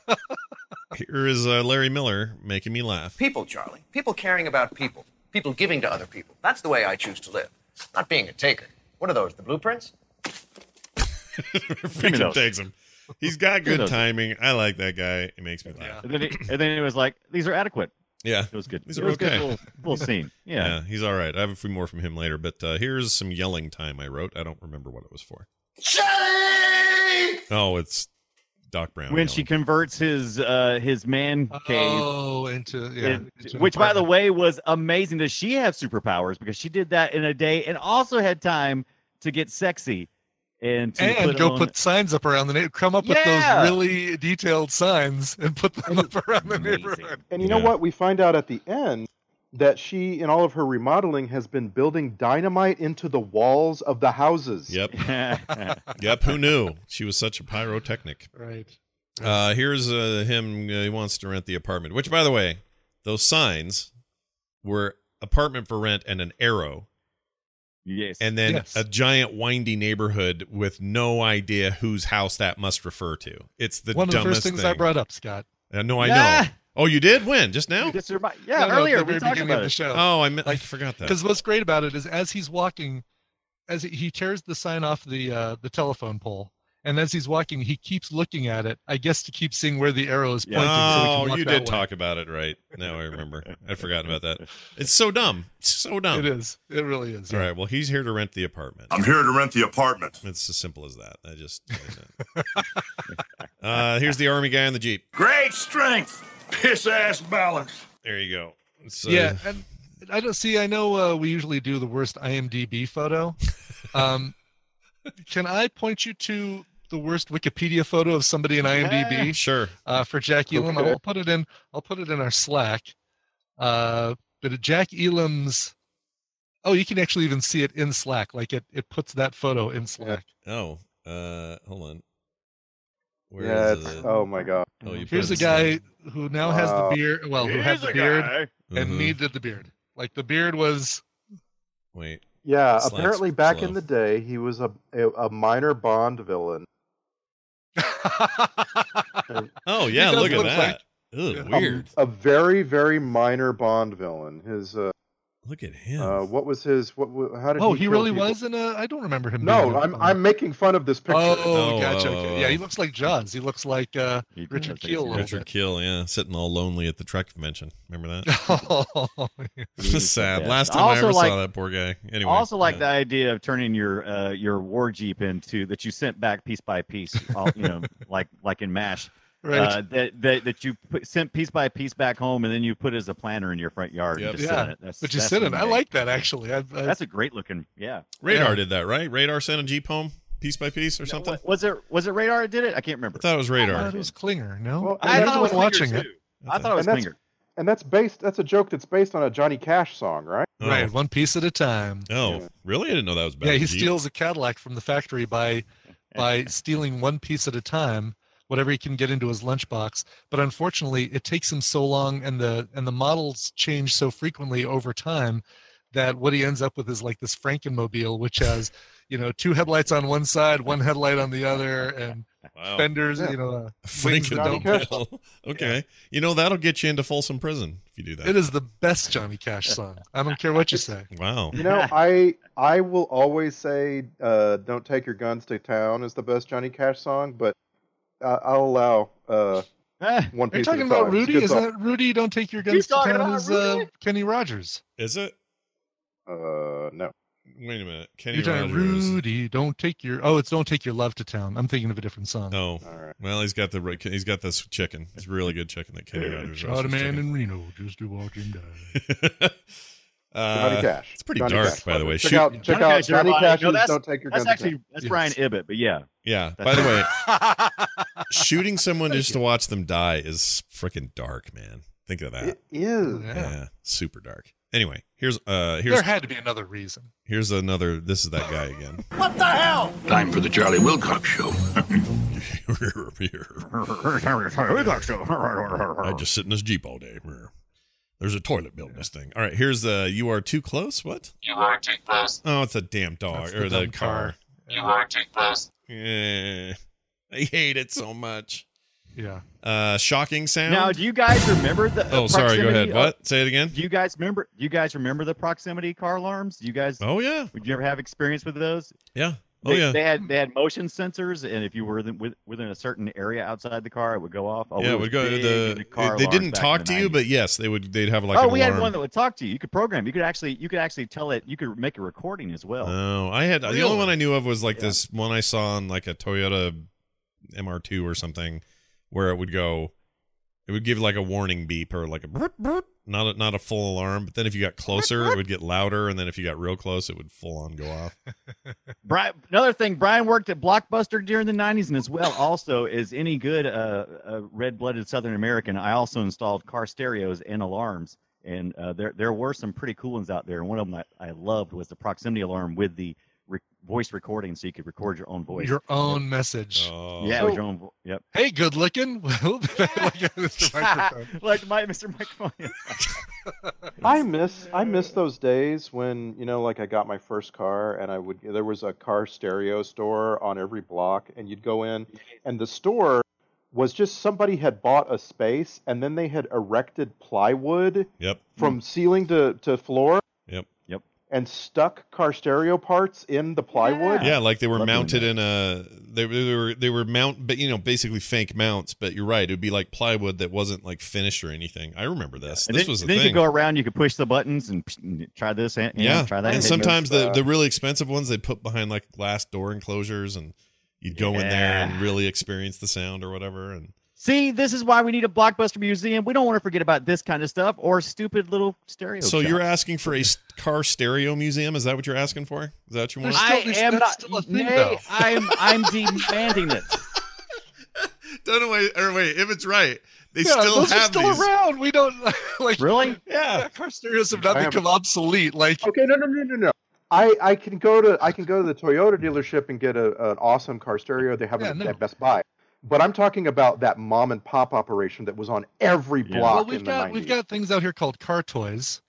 Speaker 4: Here is uh, Larry Miller making me laugh.
Speaker 1: People, Charlie. People caring about people. People giving to other people. That's the way I choose to live. Not being a taker. What are those, the blueprints?
Speaker 5: me
Speaker 4: Freaking
Speaker 5: those.
Speaker 4: takes him. He's got
Speaker 5: Give me
Speaker 4: good
Speaker 5: those.
Speaker 4: timing. I like that guy. It makes me laugh.
Speaker 5: And then, he, and then he was like, "These are adequate."
Speaker 4: Yeah.
Speaker 5: It was good.
Speaker 4: These
Speaker 5: it
Speaker 4: are
Speaker 5: was a
Speaker 4: okay.
Speaker 5: good little, little scene.
Speaker 4: Yeah.
Speaker 5: Yeah.
Speaker 4: he's all right. I have a few more from him later, but uh, here's some yelling time I wrote. I don't remember what it was for. Oh, it's Doc Brown.
Speaker 5: When she
Speaker 4: yelling.
Speaker 5: converts his uh his man cave
Speaker 8: Oh, into yeah.
Speaker 5: And-
Speaker 8: into an
Speaker 5: which, by the
Speaker 8: apartment.
Speaker 5: way, was amazing. Does she have superpowers? Because she did that in a day and also had time to get sexy and to
Speaker 8: and
Speaker 5: put
Speaker 8: go
Speaker 5: on-
Speaker 8: put signs up around the neighborhood. Come up
Speaker 5: Yeah.
Speaker 8: with those really detailed signs and put them up around the
Speaker 5: Amazing.
Speaker 8: neighborhood.
Speaker 6: And you know
Speaker 4: Yeah.
Speaker 6: what? We find out at the end that she, in all of her remodeling, has been building dynamite into the walls of the houses.
Speaker 4: Yep. Yep. Who knew? She was such a pyrotechnic.
Speaker 8: Right.
Speaker 4: Uh, here's uh, him. Uh, he wants to rent the apartment, which, by the way, those signs were apartment for rent and an arrow,
Speaker 5: yes.
Speaker 4: and then
Speaker 8: Yes.
Speaker 4: a giant windy neighborhood with no idea whose house that must refer to. It's the
Speaker 8: One of the
Speaker 4: dumbest
Speaker 8: first things
Speaker 4: thing.
Speaker 8: I brought up, Scott.
Speaker 4: Uh, no, I
Speaker 5: Yeah.
Speaker 4: know. Oh, you did when? Just now?
Speaker 5: You just remi- yeah,
Speaker 8: No, no, at
Speaker 5: earlier
Speaker 8: the
Speaker 5: we
Speaker 8: very
Speaker 5: talked
Speaker 8: beginning
Speaker 5: about
Speaker 8: of the
Speaker 5: it.
Speaker 8: show.
Speaker 4: Oh, I, me- I
Speaker 8: Like,
Speaker 4: forgot that.
Speaker 8: Because what's great about it is as he's walking, as he tears the sign off the uh, the telephone pole, and as he's walking, he keeps looking at it. I guess to keep seeing where the arrow is
Speaker 5: Yeah.
Speaker 8: pointing. so he can
Speaker 4: oh,
Speaker 8: walk
Speaker 4: you
Speaker 8: that
Speaker 4: did
Speaker 8: way.
Speaker 4: talk about it, right? Now I remember. I'd forgotten about that. It's so dumb. It's so dumb.
Speaker 8: It is. It really is.
Speaker 4: All right. Well, he's here to rent the apartment.
Speaker 9: I'm here to rent the apartment.
Speaker 4: It's as simple as that. I just. uh, here's the army guy on the jeep.
Speaker 9: Great strength, piss ass balance.
Speaker 4: There you go. It's, uh,
Speaker 8: yeah, and I don't see. I know uh, we usually do the worst IMDb photo. Um, can I point you to the worst Wikipedia photo of somebody in IMDb
Speaker 4: Sure.
Speaker 8: uh, for Jack Elam?
Speaker 6: Okay.
Speaker 8: I'll put it in. I'll put it in our Slack. Uh, but Jack Elam's. Oh, you can actually even see it in Slack. Like it, it puts that photo in Slack.
Speaker 4: Oh, uh, hold on. Where
Speaker 6: Yeah.
Speaker 4: is
Speaker 6: it's-
Speaker 4: it?
Speaker 6: oh my god.
Speaker 4: Oh, you put
Speaker 8: Here's
Speaker 4: it
Speaker 8: a
Speaker 4: in Slack.
Speaker 8: guy who now has the
Speaker 6: Wow.
Speaker 8: beard. Well, who had
Speaker 5: Here's
Speaker 8: the
Speaker 5: a
Speaker 8: beard
Speaker 5: guy.
Speaker 8: and
Speaker 4: Mhm.
Speaker 8: needed the beard. Like the beard was
Speaker 4: Wait.
Speaker 6: Yeah.
Speaker 4: Slash
Speaker 6: apparently, back
Speaker 4: slow.
Speaker 6: in the day, he was a, a a minor Bond villain.
Speaker 4: Oh yeah,
Speaker 8: does
Speaker 4: look at
Speaker 8: look
Speaker 4: that. Ugh,
Speaker 6: Um,
Speaker 8: Yeah.
Speaker 4: Weird.
Speaker 6: A very very minor Bond villain. His uh,
Speaker 4: Look at him.
Speaker 6: Uh, what was his? What? wa- How did?
Speaker 8: Oh,
Speaker 6: he,
Speaker 8: he
Speaker 6: kill
Speaker 8: really
Speaker 6: people?
Speaker 8: was in a. I don't remember him. being
Speaker 6: No,
Speaker 8: in a
Speaker 6: I'm
Speaker 8: Bond.
Speaker 6: I'm making fun of this picture.
Speaker 8: Oh, gotcha. okay. Yeah, he looks like Jaws. He looks like uh, Richard Keel. a little
Speaker 4: Richard
Speaker 8: bit.
Speaker 4: Keel, yeah, sitting all lonely at the Trek convention. Remember
Speaker 8: that?
Speaker 4: It's sad.
Speaker 5: Yeah.
Speaker 4: Last time I,
Speaker 5: also
Speaker 4: ever
Speaker 5: like-
Speaker 4: saw that poor guy. Anyway,
Speaker 5: I also
Speaker 8: uh,
Speaker 5: like the idea of turning your uh, your war jeep into that you sent back piece by piece, all, you know, like like in Mash.
Speaker 8: Right.
Speaker 5: Uh, that, that that you put, sent piece by piece back home, and then you put it as a planter in your front yard.
Speaker 8: Yep.
Speaker 5: And just
Speaker 8: Yeah.
Speaker 5: sit in it. That's,
Speaker 8: But you
Speaker 5: that's
Speaker 8: sit in it. I
Speaker 5: amazing.
Speaker 8: like that, actually. I've- I've-
Speaker 5: that's a great looking. Yeah,
Speaker 4: Radar did that, right? Radar sent a jeep home piece by piece or something.
Speaker 5: Was it was it Radar? that Did it? I can't remember.
Speaker 4: I thought it was
Speaker 8: I
Speaker 4: Radar.
Speaker 8: thought it was Klinger. No,
Speaker 6: Well,
Speaker 5: I
Speaker 6: and
Speaker 5: thought it was
Speaker 6: that's-
Speaker 8: watching it.
Speaker 5: I thought it was
Speaker 6: and that's,
Speaker 5: Klinger.
Speaker 6: and that's based. That's a joke that's based on a Johnny Cash song, right?
Speaker 8: Right, one piece at a time.
Speaker 4: Oh, really? I didn't know that was bad.
Speaker 8: yeah, he
Speaker 4: Jeep.
Speaker 8: steals a Cadillac from the factory by by stealing one piece at a time, whatever he can get into his lunchbox. But unfortunately, it takes him so long, and the and the models change so frequently over time that what he ends up with is like this Frankenmobile, which has you know two headlights on one side, one headlight on the otother, and
Speaker 4: Wow.
Speaker 8: fenders.
Speaker 6: Yeah.
Speaker 8: You know, uh, wings that don't
Speaker 4: Frankenmobile. okay, you know that'll get you into Folsom Prison if you do that.
Speaker 8: It is the best Johnny Cash song. I don't care what you say.
Speaker 4: Wow.
Speaker 6: You know, I I will always say uh, "Don't Take Your Guns to Town" is the best Johnny Cash song, but I I'll allow uh,
Speaker 5: Eh,
Speaker 6: one
Speaker 8: Are you
Speaker 6: piece.
Speaker 8: talking
Speaker 6: at a time.
Speaker 8: about
Speaker 6: It's a
Speaker 8: Rudy?
Speaker 6: good
Speaker 8: Is
Speaker 6: song.
Speaker 8: that Rudy? Don't take your guns to
Speaker 5: talking
Speaker 8: town.
Speaker 5: about
Speaker 8: Is uh, Kenny Rogers?
Speaker 4: Is it?
Speaker 6: Uh, no.
Speaker 4: Wait a minute, Kenny
Speaker 8: You're talking
Speaker 4: Rogers.
Speaker 8: Rudy. Don't take your. Oh, it's don't take your love to town. I'm thinking of a different song.
Speaker 4: Oh,
Speaker 6: right.
Speaker 4: well, he's got the re- he's got this chicken. It's really good chicken that Kenny Rogers
Speaker 8: Shot a
Speaker 4: roasts
Speaker 8: man
Speaker 4: chicken.
Speaker 8: in Reno just to watch him die.
Speaker 4: Uh,
Speaker 6: Johnny Cash.
Speaker 4: It's pretty
Speaker 6: Johnny
Speaker 4: dark,
Speaker 6: Cash.
Speaker 4: by the way.
Speaker 6: Check
Speaker 4: Shoot-
Speaker 6: out check out Johnny Cash's "Don't Take Your
Speaker 5: that's
Speaker 6: Guns
Speaker 5: actually
Speaker 6: to Town."
Speaker 5: that's Brian Ibbett, but yeah,
Speaker 4: Yeah.
Speaker 5: That's
Speaker 4: By the way, shooting someone just to watch them die is freaking dark, man. Think of that.
Speaker 6: It is.
Speaker 8: Yeah.
Speaker 4: yeah. Super dark. Anyway, here's uh here's
Speaker 8: There had to be another reason.
Speaker 4: here's another this is that guy again.
Speaker 1: What the hell?
Speaker 9: Time for the Charlie Wilcox show.
Speaker 4: I just sit in this Jeep all day. There's a toilet built in this thing. All right, here's uh you are too close. What?
Speaker 10: You are too close.
Speaker 4: Oh, it's a damn dog
Speaker 8: That's
Speaker 4: or the,
Speaker 8: dumb
Speaker 4: car.
Speaker 10: You are too close.
Speaker 4: Yeah. I hate it so much.
Speaker 8: Yeah.
Speaker 4: Uh shocking sound.
Speaker 5: Now, do you guys remember the?
Speaker 4: oh,
Speaker 5: uh,
Speaker 4: sorry, go
Speaker 5: proximity
Speaker 4: ahead.
Speaker 5: of-
Speaker 4: What? Say it again.
Speaker 5: Do you guys remember? Do you guys remember the proximity car alarms? Do you guys?
Speaker 4: Oh yeah.
Speaker 5: Would you ever have experience with those?
Speaker 4: Yeah. Oh
Speaker 5: They,
Speaker 4: yeah.
Speaker 5: they had they had motion sensors, and if you were within, with- within a certain area outside the car, it would go off. Oh,
Speaker 4: yeah, it would go to the. they didn't talk to you, but yes, they would. They'd have like.
Speaker 5: oh,
Speaker 4: an
Speaker 5: we
Speaker 4: alarm.
Speaker 5: had one that would talk to you. You could program. You could actually you could actually tell it. You could make a recording as well.
Speaker 4: No, Oh, I had the only
Speaker 8: Really?
Speaker 4: one I knew of was like
Speaker 5: Oh. Yeah.
Speaker 4: this one I saw on like a Toyota MR2 or something, where it would go, it would give like a warning beep or like a burp, burp, not a, not a full alarm, but then if you got closer, it would get louder, and then if you got real close, it would full on go off.
Speaker 5: Brian, another thing, Brian worked at Blockbuster during the '90s, and as well, also as any good uh, uh, red-blooded Southern American, I also installed car stereos and alarms, and uh, there there were some pretty cool ones out there. And one of them I, I loved was the proximity alarm with the re- voice recording, so you could record your own voice.
Speaker 8: Your own message.
Speaker 4: Oh,
Speaker 5: yeah, with your own. vo- Yep.
Speaker 8: Hey, good looking. Well, like, Mr. Microphone.
Speaker 5: like my Mr. Microphone.
Speaker 6: I miss I miss those days when you know, like I got my first car, and I would there was a car stereo store on every block, and you'd go in, and the store was just somebody had bought a space, and then they had erected plywood
Speaker 4: Yep.
Speaker 6: from ceiling to to floor.
Speaker 4: Yep.
Speaker 5: Yep.
Speaker 6: And stuck car stereo parts in the plywood.
Speaker 4: Yeah, like they were
Speaker 5: Love doing
Speaker 4: mounted
Speaker 5: that.
Speaker 4: in a they, they were they were mount, but you know, basically fake mounts. But you're right, it would be like plywood that wasn't like finished or anything. I remember this.
Speaker 5: And
Speaker 4: this
Speaker 5: then,
Speaker 4: was a
Speaker 5: then
Speaker 4: thing.
Speaker 5: you could go around. You could push the buttons and psh, try this and, and
Speaker 4: yeah,
Speaker 5: try that.
Speaker 4: And
Speaker 5: Hey,
Speaker 4: sometimes
Speaker 6: those,
Speaker 4: the,
Speaker 6: uh,
Speaker 4: the really expensive ones they put behind like glass door enclosures, and you'd go in there and
Speaker 5: Yeah.
Speaker 4: really experience the sound or whatever. And
Speaker 5: See, this is why we need a blockbuster museum. We don't want to forget about this kind of stuff or stupid little stereo.
Speaker 4: so
Speaker 5: shops.
Speaker 4: you're asking for a s- car stereo museum? Is that what you're asking for? Is that what you want?
Speaker 8: There's-
Speaker 5: I
Speaker 8: still-
Speaker 5: am
Speaker 8: that's
Speaker 5: not.
Speaker 8: still a thing, though.
Speaker 5: nay, I'm I'm demanding it.
Speaker 4: Don't wait, or wait, if it's right, they
Speaker 8: yeah, those are still around. We don't like
Speaker 5: Really?
Speaker 4: Yeah,
Speaker 8: car stereos have not
Speaker 6: I have-
Speaker 8: become obsolete. Like
Speaker 6: Okay, no, no, no, no, no. I, I can go to I can go to the Toyota dealership and get a, an awesome car stereo they have
Speaker 8: Yeah,
Speaker 6: at,
Speaker 8: no.
Speaker 6: at Best Buy. But I'm talking about that mom and pop operation that was on every
Speaker 5: Yeah.
Speaker 6: block
Speaker 8: well, we've
Speaker 6: in the
Speaker 8: got
Speaker 6: 90s.
Speaker 8: we've got things out here called car toys,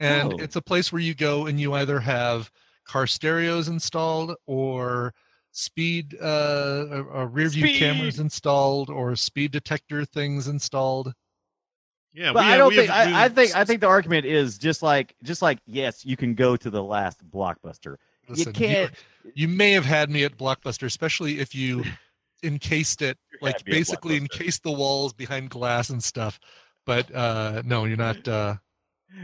Speaker 8: and
Speaker 5: Oh.
Speaker 8: it's a place where you go and you either have car stereos installed or speed uh, uh, uh, rear view cameras installed or speed detector things installed.
Speaker 4: Yeah,
Speaker 5: but
Speaker 4: we-
Speaker 5: I don't
Speaker 4: we
Speaker 5: think
Speaker 4: have-
Speaker 5: I, I think I think the argument is just like just like yes, you can go to the last blockbuster.
Speaker 8: Listen,
Speaker 5: you can't.
Speaker 8: You, you may have had me at Blockbuster, especially if you encased it, like
Speaker 5: me at
Speaker 8: basically encased the walls behind glass and stuff. But uh, no, you're not. Uh,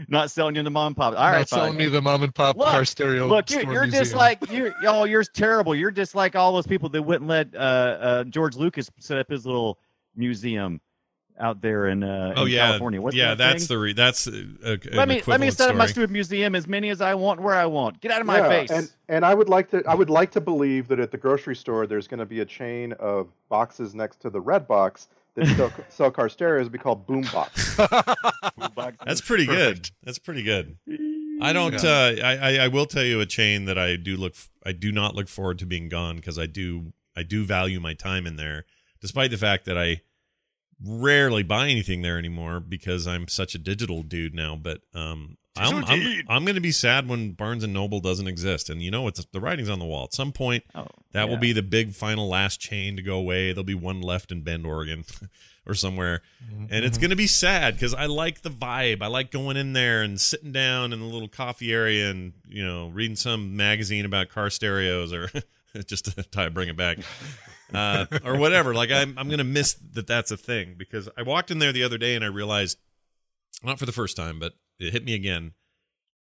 Speaker 5: not selling you the mom and pop. All right,
Speaker 8: not selling
Speaker 5: fine.
Speaker 8: me the mom and pop
Speaker 5: Look,
Speaker 8: car stereo.
Speaker 5: Look, you,
Speaker 8: store
Speaker 5: you're just
Speaker 8: museum.
Speaker 5: like you. Oh, you're terrible. You're just like all those people that wouldn't let uh, uh, George Lucas set up his little museum out there in, uh,
Speaker 4: oh
Speaker 5: in
Speaker 4: yeah,
Speaker 5: California. What's
Speaker 4: yeah,
Speaker 5: that
Speaker 4: that's
Speaker 5: thing?
Speaker 4: the re- that's uh, a,
Speaker 5: let me let me set up my
Speaker 4: story.
Speaker 5: stupid museum as many as I want, where I want. Get out of my
Speaker 6: Yeah,
Speaker 5: face.
Speaker 6: And and I would like to I would like to believe that at the grocery store there's going to be a chain of boxes next to the red box that sell, sell car stereos be called boom box.
Speaker 4: That's pretty good. That's pretty good. I don't.
Speaker 6: Yeah.
Speaker 4: Uh, I, I I will tell you a chain that I do look. f- I do not look forward to being gone because I do. I do value my time in there, despite the fact that I rarely buy anything there anymore because I'm such a digital dude now. But um,
Speaker 3: She's
Speaker 4: I'm
Speaker 3: a
Speaker 4: I'm,
Speaker 3: dude.
Speaker 4: I'm going to be sad when Barnes and Noble doesn't exist, and you know it's the writing's on the wall. At some point,
Speaker 5: Oh,
Speaker 4: that will
Speaker 3: yeah.
Speaker 4: be the big final last chain to go away. There'll be one left in Bend, Oregon, or somewhere, and it's
Speaker 3: Mhm.
Speaker 4: going to be sad because I like the vibe. I like going in there and sitting down in a little coffee area and you know reading some magazine about car stereos or just to try to bring it back uh, or whatever. Like I'm I'm going to miss that that's a thing because I walked in there the other day and I realized not for the first time, but it hit me again.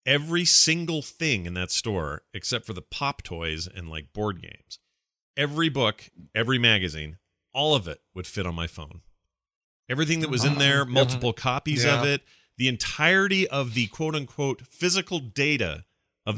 Speaker 4: Every single thing in that store, except for the pop toys and like board games, every book, every magazine, all of it would fit on my phone. Everything that was
Speaker 5: Uh-huh.
Speaker 4: in there,
Speaker 3: Mhm.
Speaker 4: multiple copies of
Speaker 3: Yeah.
Speaker 4: it, the entirety of the quote unquote physical data of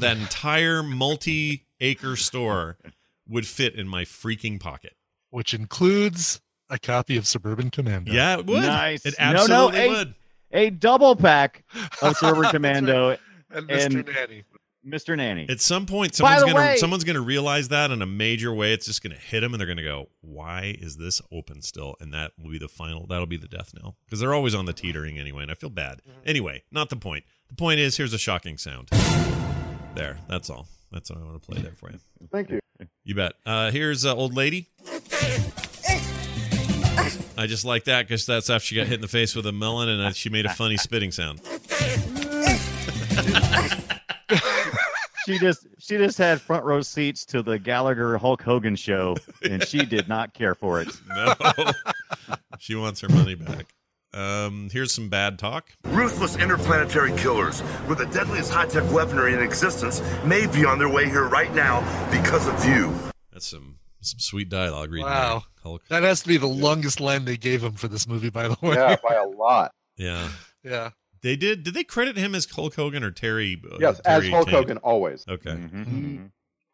Speaker 4: that entire multi acre store would fit in my freaking pocket.
Speaker 8: which includes a copy of Suburban Commando.
Speaker 4: Yeah, it would.
Speaker 5: Nice.
Speaker 4: It
Speaker 5: no,
Speaker 4: absolutely
Speaker 5: no, a,
Speaker 4: would.
Speaker 5: A double pack of Server
Speaker 4: That's
Speaker 5: Commando
Speaker 8: And
Speaker 5: and
Speaker 8: Mr. Nanny.
Speaker 5: Mr. Nanny.
Speaker 4: At some point,
Speaker 5: By
Speaker 4: someone's
Speaker 5: the
Speaker 4: gonna
Speaker 5: way-
Speaker 4: someone's gonna realize that in a major way. It's just gonna hit them, and they're gonna go, "Why is this open still?" And that will be the final. That'll be the death knell because they're always on the teetering anyway. And I feel bad.
Speaker 5: Mm-hmm.
Speaker 4: Anyway, not the point. The point is, here's a shocking sound. There. That's all. That's what I want to play there for you.
Speaker 6: Thank you.
Speaker 4: You bet. Uh, here's uh, old lady. I just like that because that's after she got hit in the face with a melon, and uh, she made a funny spitting sound.
Speaker 5: she just she just had front row seats to the Gallagher Hulk Hogan show, and she did not care for it.
Speaker 4: No. she wants her money back. Um, here's some bad talk.
Speaker 11: Ruthless interplanetary killers with the deadliest high tech weaponry in existence may be on their way here right now because of you.
Speaker 4: That's some some sweet dialogue reading.
Speaker 8: Wow.
Speaker 4: there, Hulk.
Speaker 8: That has to be the longest line they gave him for this movie, by the way.
Speaker 6: Yeah, by a lot.
Speaker 4: Yeah.
Speaker 8: Yeah.
Speaker 4: They did. Did they credit him as Hulk Hogan or Terry? uh,
Speaker 6: Yes, as
Speaker 4: Terry
Speaker 6: Hulk
Speaker 4: Tate?
Speaker 6: Hogan, Mm-hmm. always.
Speaker 4: Okay.
Speaker 5: Mm-hmm,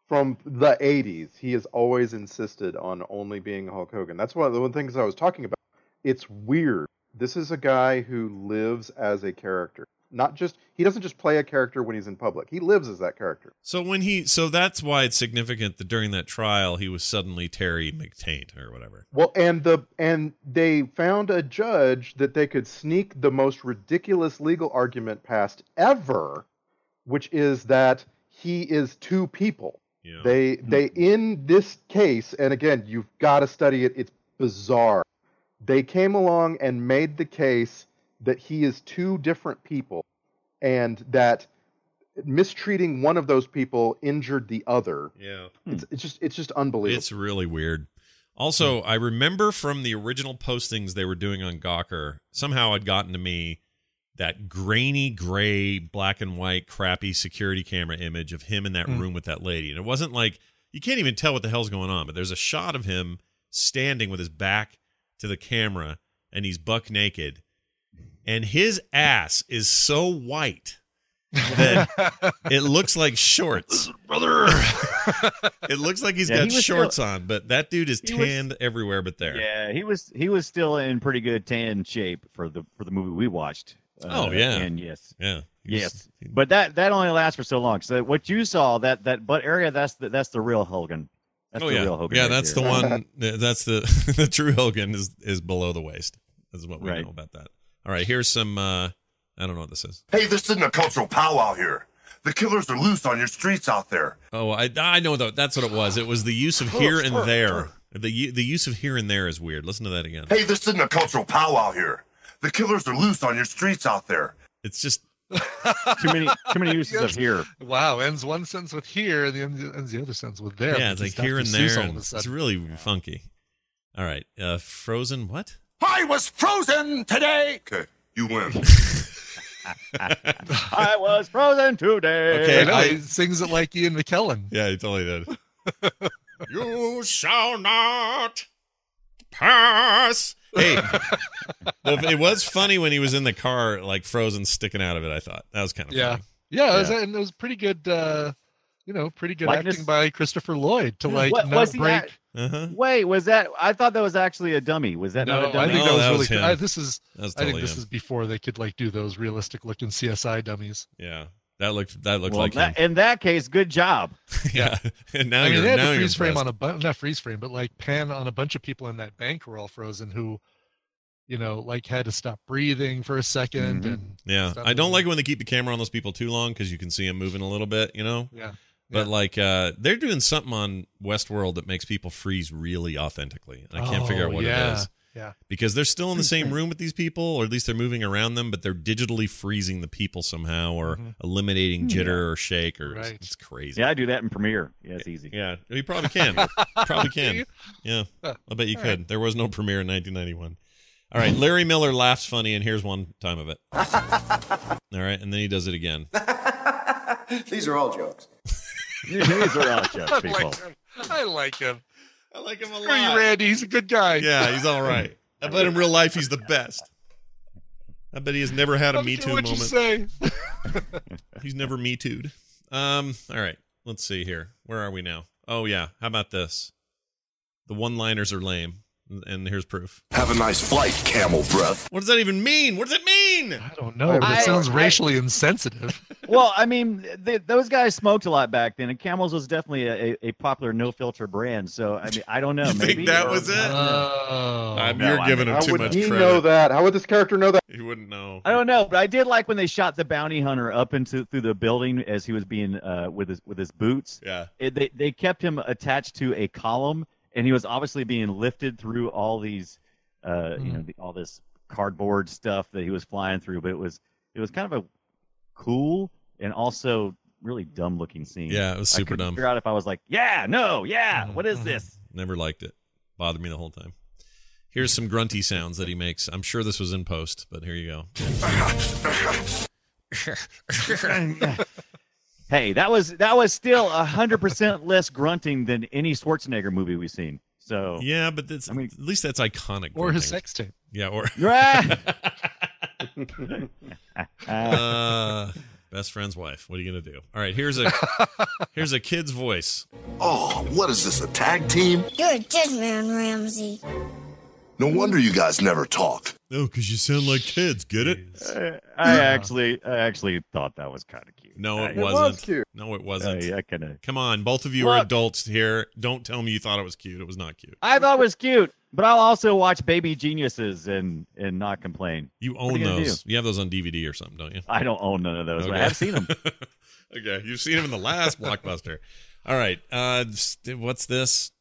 Speaker 6: From the 80s, he has always insisted on only being Hulk Hogan. That's one of the one things I was talking about. It's weird. This is a guy who lives as a character. Not just he doesn't just play a character when he's in public. He lives as that character.
Speaker 4: So when he, so that's why it's significant that during that trial he was suddenly Terry McTaint or whatever.
Speaker 6: Well, and the and they found a judge that they could sneak the most ridiculous legal argument past ever, which is that he is two people.
Speaker 4: Yeah. Hmm.
Speaker 6: They they in this case, and again, you've got to study it. It's bizarre. They came along and made the case that he is two different people, and that mistreating one of those people injured the other.
Speaker 4: Yeah.
Speaker 6: It's, it's just it's just unbelievable.
Speaker 4: Hmm. It's really weird. Also, I remember from the original postings they were doing on Gawker, somehow I'd gotten to me that grainy gray, black and white, crappy security camera image of him in that
Speaker 3: Mm.
Speaker 4: room with that lady. And it wasn't like you can't even tell what the hell's going on, but there's a shot of him standing with his back to the camera and he's buck naked. And his ass is so white that it looks like shorts. Brother. it looks like he's
Speaker 5: Yeah,
Speaker 4: got
Speaker 5: he was
Speaker 4: shorts
Speaker 5: still-
Speaker 4: on, but that dude is
Speaker 5: he was-
Speaker 4: tanned everywhere but there.
Speaker 5: Yeah, he was he was still in pretty good tan shape for the for the movie we watched. Uh,
Speaker 4: Oh, yeah.
Speaker 5: and yes,
Speaker 4: Yeah. He was-
Speaker 5: yes, but that that only lasts for so long. So what you saw that that butt area that's the, that's the real Hogan. That's
Speaker 4: oh
Speaker 5: the
Speaker 4: yeah.
Speaker 5: real Hogan.
Speaker 4: yeah,
Speaker 5: right
Speaker 4: that's
Speaker 5: there.
Speaker 4: the one that's the the true Hogan is is below the waist. That's what we
Speaker 5: Right.
Speaker 4: know about that. All right, here's some uh I don't know what this is.
Speaker 11: Hey, this isn't a cultural powwow here. The killers are loose on your streets out there.
Speaker 4: Oh, I I know though. That's what it was. It was the use of here and there. The u- the use of here and there is weird. Listen to that again.
Speaker 11: Hey, this isn't a cultural powwow here. The killers are loose on your streets out there.
Speaker 4: It's just
Speaker 5: too many too many uses of
Speaker 8: Yes.
Speaker 5: here.
Speaker 8: Wow, ends one sentence with here, and the end ends the other sentence with there.
Speaker 4: yeah,
Speaker 8: but
Speaker 4: it's like
Speaker 8: Dr.
Speaker 4: here and
Speaker 8: Seuss
Speaker 4: there.
Speaker 8: all
Speaker 4: and
Speaker 8: of a
Speaker 4: it's
Speaker 8: sudden.
Speaker 4: really funky. All right, uh, Frozen. What?
Speaker 1: I was frozen today.
Speaker 11: Okay, you win.
Speaker 5: I was frozen today.
Speaker 8: Okay, I know,
Speaker 4: I-
Speaker 8: he sings it like Ian McKellen.
Speaker 4: Yeah, he totally did.
Speaker 3: You shall not pass.
Speaker 4: Hey, well, it was funny when he was in the car, like Frozen sticking out of it. I thought that was kind of
Speaker 8: Yeah,
Speaker 4: funny.
Speaker 8: yeah, it was,
Speaker 5: Yeah.
Speaker 8: and it was pretty good. Uh, you know, pretty good
Speaker 5: Likeness-
Speaker 8: acting by Christopher Lloyd to like
Speaker 5: What-
Speaker 8: not
Speaker 5: was he
Speaker 8: break.
Speaker 5: act-
Speaker 4: Uh-huh.
Speaker 5: Wait, was that? I thought that was actually a dummy. Was that
Speaker 8: no,
Speaker 5: not a
Speaker 8: I
Speaker 5: dummy?
Speaker 8: think
Speaker 4: Oh, No,
Speaker 8: that
Speaker 4: that
Speaker 8: was
Speaker 4: was
Speaker 8: really.
Speaker 4: him.
Speaker 8: I, this is.
Speaker 4: That was
Speaker 8: I
Speaker 4: totally
Speaker 8: think this
Speaker 4: him.
Speaker 8: was before they could like do those realistic looking CSI dummies.
Speaker 4: Yeah, that looked that looked
Speaker 5: Well,
Speaker 4: like
Speaker 5: that-
Speaker 4: him.
Speaker 5: in that case, good job.
Speaker 4: yeah, and now
Speaker 8: I mean,
Speaker 4: you're
Speaker 8: they had
Speaker 4: now
Speaker 8: to
Speaker 4: you're
Speaker 8: freeze frame
Speaker 4: impressed.
Speaker 8: on a bu- not freeze frame, but like pan on a bunch of people in that bank who were all frozen who, you know, like had to stop breathing for a 2nd
Speaker 6: Mm-hmm.
Speaker 5: Mhm.
Speaker 8: and
Speaker 4: Yeah,
Speaker 8: stuff
Speaker 4: I don't
Speaker 8: and-
Speaker 4: like it when they keep the camera on those people too long because you can see them moving a little bit, you know.
Speaker 8: yeah.
Speaker 4: But
Speaker 8: Yeah.
Speaker 4: like, uh, they're doing something on Westworld that makes people freeze really authentically, and I can't figure out
Speaker 8: Oh,
Speaker 4: what
Speaker 8: yeah,
Speaker 4: it is.
Speaker 8: yeah.
Speaker 4: because they're still in the same room with these people, or at least they're moving around them, but they're digitally freezing the people somehow, or
Speaker 8: Mhm.
Speaker 4: eliminating jitter or shake, or
Speaker 8: Right.
Speaker 4: it's crazy.
Speaker 5: Yeah, I do that in Premiere. Yeah, it's easy.
Speaker 4: yeah, you probably can, probably can. Yeah,
Speaker 8: Huh.
Speaker 4: I bet you
Speaker 8: All
Speaker 4: could. There was no premiere in 1991. All right, Larry Miller laughs funny, and here's one time of it. All right, and then he does it again.
Speaker 1: These are all jokes.
Speaker 5: These are all
Speaker 8: I
Speaker 5: jokes, people.
Speaker 8: like him. I like him.
Speaker 4: I like him a
Speaker 8: Screw you, Randy. He's a good guy.
Speaker 4: Yeah, he's all right. I bet in real life he's the best. I bet he has never had
Speaker 8: I
Speaker 4: a
Speaker 8: don't
Speaker 4: Me
Speaker 8: care
Speaker 4: Too
Speaker 8: what
Speaker 4: moment.
Speaker 8: you say.
Speaker 4: He's never Me Too'd. Um, all right. Let's see here. Where are we now? Oh yeah. How about this? The one-liners are lame, and here's proof.
Speaker 9: Have a nice flight, camel breath.
Speaker 4: What does that even mean? What does it mean?
Speaker 8: I don't know, but
Speaker 5: I-
Speaker 8: it sounds
Speaker 5: I-
Speaker 8: racially insensitive.
Speaker 5: well, I mean, th those guys smoked a lot back then, and Camels was definitely a, a, a popular no filter brand. So I mean, I don't know.
Speaker 4: You think
Speaker 5: maybe,
Speaker 4: that
Speaker 5: or-
Speaker 4: was it?
Speaker 5: I don't know.
Speaker 8: Oh.
Speaker 4: I'm-
Speaker 5: no,
Speaker 4: you're
Speaker 5: I
Speaker 4: giving
Speaker 5: mean,
Speaker 4: him
Speaker 6: How
Speaker 4: too
Speaker 6: would
Speaker 4: much
Speaker 6: he
Speaker 4: credit.
Speaker 6: know that? How would this character know that?
Speaker 4: He wouldn't know.
Speaker 5: I don't know, but I did like when they shot the bounty hunter up into through the building as he was being uh, with his with his boots.
Speaker 4: Yeah.
Speaker 5: It, they they kept him attached to a column, and he was obviously being lifted through all these, uh, you
Speaker 8: Mhm.
Speaker 5: know, the, all this cardboard stuff that he was flying through. But it was it was kind of a cool and also really dumb looking scene.
Speaker 4: Yeah, it was
Speaker 5: I
Speaker 4: super
Speaker 5: couldn't
Speaker 4: dumb. Mm-hmm,
Speaker 5: Figure out if I was like, yeah, no, yeah,
Speaker 8: Mhm,
Speaker 5: what is
Speaker 8: mhm.
Speaker 5: this?
Speaker 4: Never liked it. Bothered me the whole time. Here's some grunty sounds that he makes. I'm sure this was in post, but here you go.
Speaker 5: Hey, that was that was still hundred percent less grunting than any Schwarzenegger movie we've seen. So
Speaker 4: Yeah, but that's
Speaker 5: I mean-
Speaker 4: at least that's iconic.
Speaker 8: or his
Speaker 4: grunting.
Speaker 8: sex tape.
Speaker 4: Yeah, or
Speaker 5: Right.
Speaker 4: uh, best friend's wife. What are you gonna do? All right, here's a here's a kid's voice.
Speaker 9: Oh, what is this, a tag team?
Speaker 12: You're a dead man, Ramsey.
Speaker 9: No wonder you guys never talk.
Speaker 4: No, because Oh, you sound like kids. Get it?
Speaker 5: I I actually, I actually thought that was kind of cute.
Speaker 4: No,
Speaker 5: I,
Speaker 4: it
Speaker 5: I-
Speaker 4: wasn't.
Speaker 6: cute.
Speaker 4: No, it wasn't.
Speaker 5: I, kind of.
Speaker 4: Come on, both of you are
Speaker 5: Look.
Speaker 4: adults here. Don't tell me you thought it was cute. It was not cute.
Speaker 5: I thought it was cute, but I'll also watch Baby Geniuses and and not complain.
Speaker 4: You own
Speaker 5: you gonna
Speaker 4: those. You have those on DVD or something, don't you?
Speaker 5: I don't own none of those, but
Speaker 4: Okay.
Speaker 5: I have seen them.
Speaker 4: okay, you've seen them in the last blockbuster. All right. Uh, st- what's this?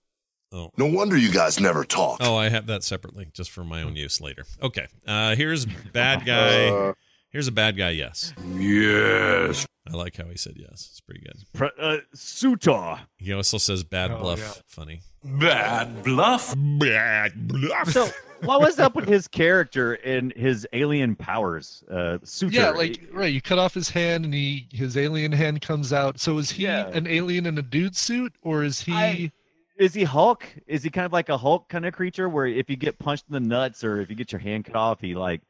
Speaker 4: Oh,
Speaker 9: No wonder you guys never talk.
Speaker 4: oh, I have that separately, just for my own use later. Okay. Uh, here's bad guy.
Speaker 6: Uh.
Speaker 4: Here's a bad guy. Yes,
Speaker 9: Yes.
Speaker 4: I like how he said yes. It's pretty good.
Speaker 5: Pre- uh, Sutor.
Speaker 4: He also says bad
Speaker 8: Oh,
Speaker 4: bluff.
Speaker 8: yeah.
Speaker 4: Funny.
Speaker 2: Bad bluff.
Speaker 4: Bad bluff.
Speaker 5: So what was up with his character and his alien powers? Uh, Sutor.
Speaker 8: Yeah, like right. You cut off his hand, and he his alien hand comes out. So is he
Speaker 5: Yeah.
Speaker 8: an alien in a dude suit, or is he?
Speaker 5: I- is he Hulk? Is he kind of like a Hulk kind of creature where if you get punched in the nuts or if you get your hand cut off, he like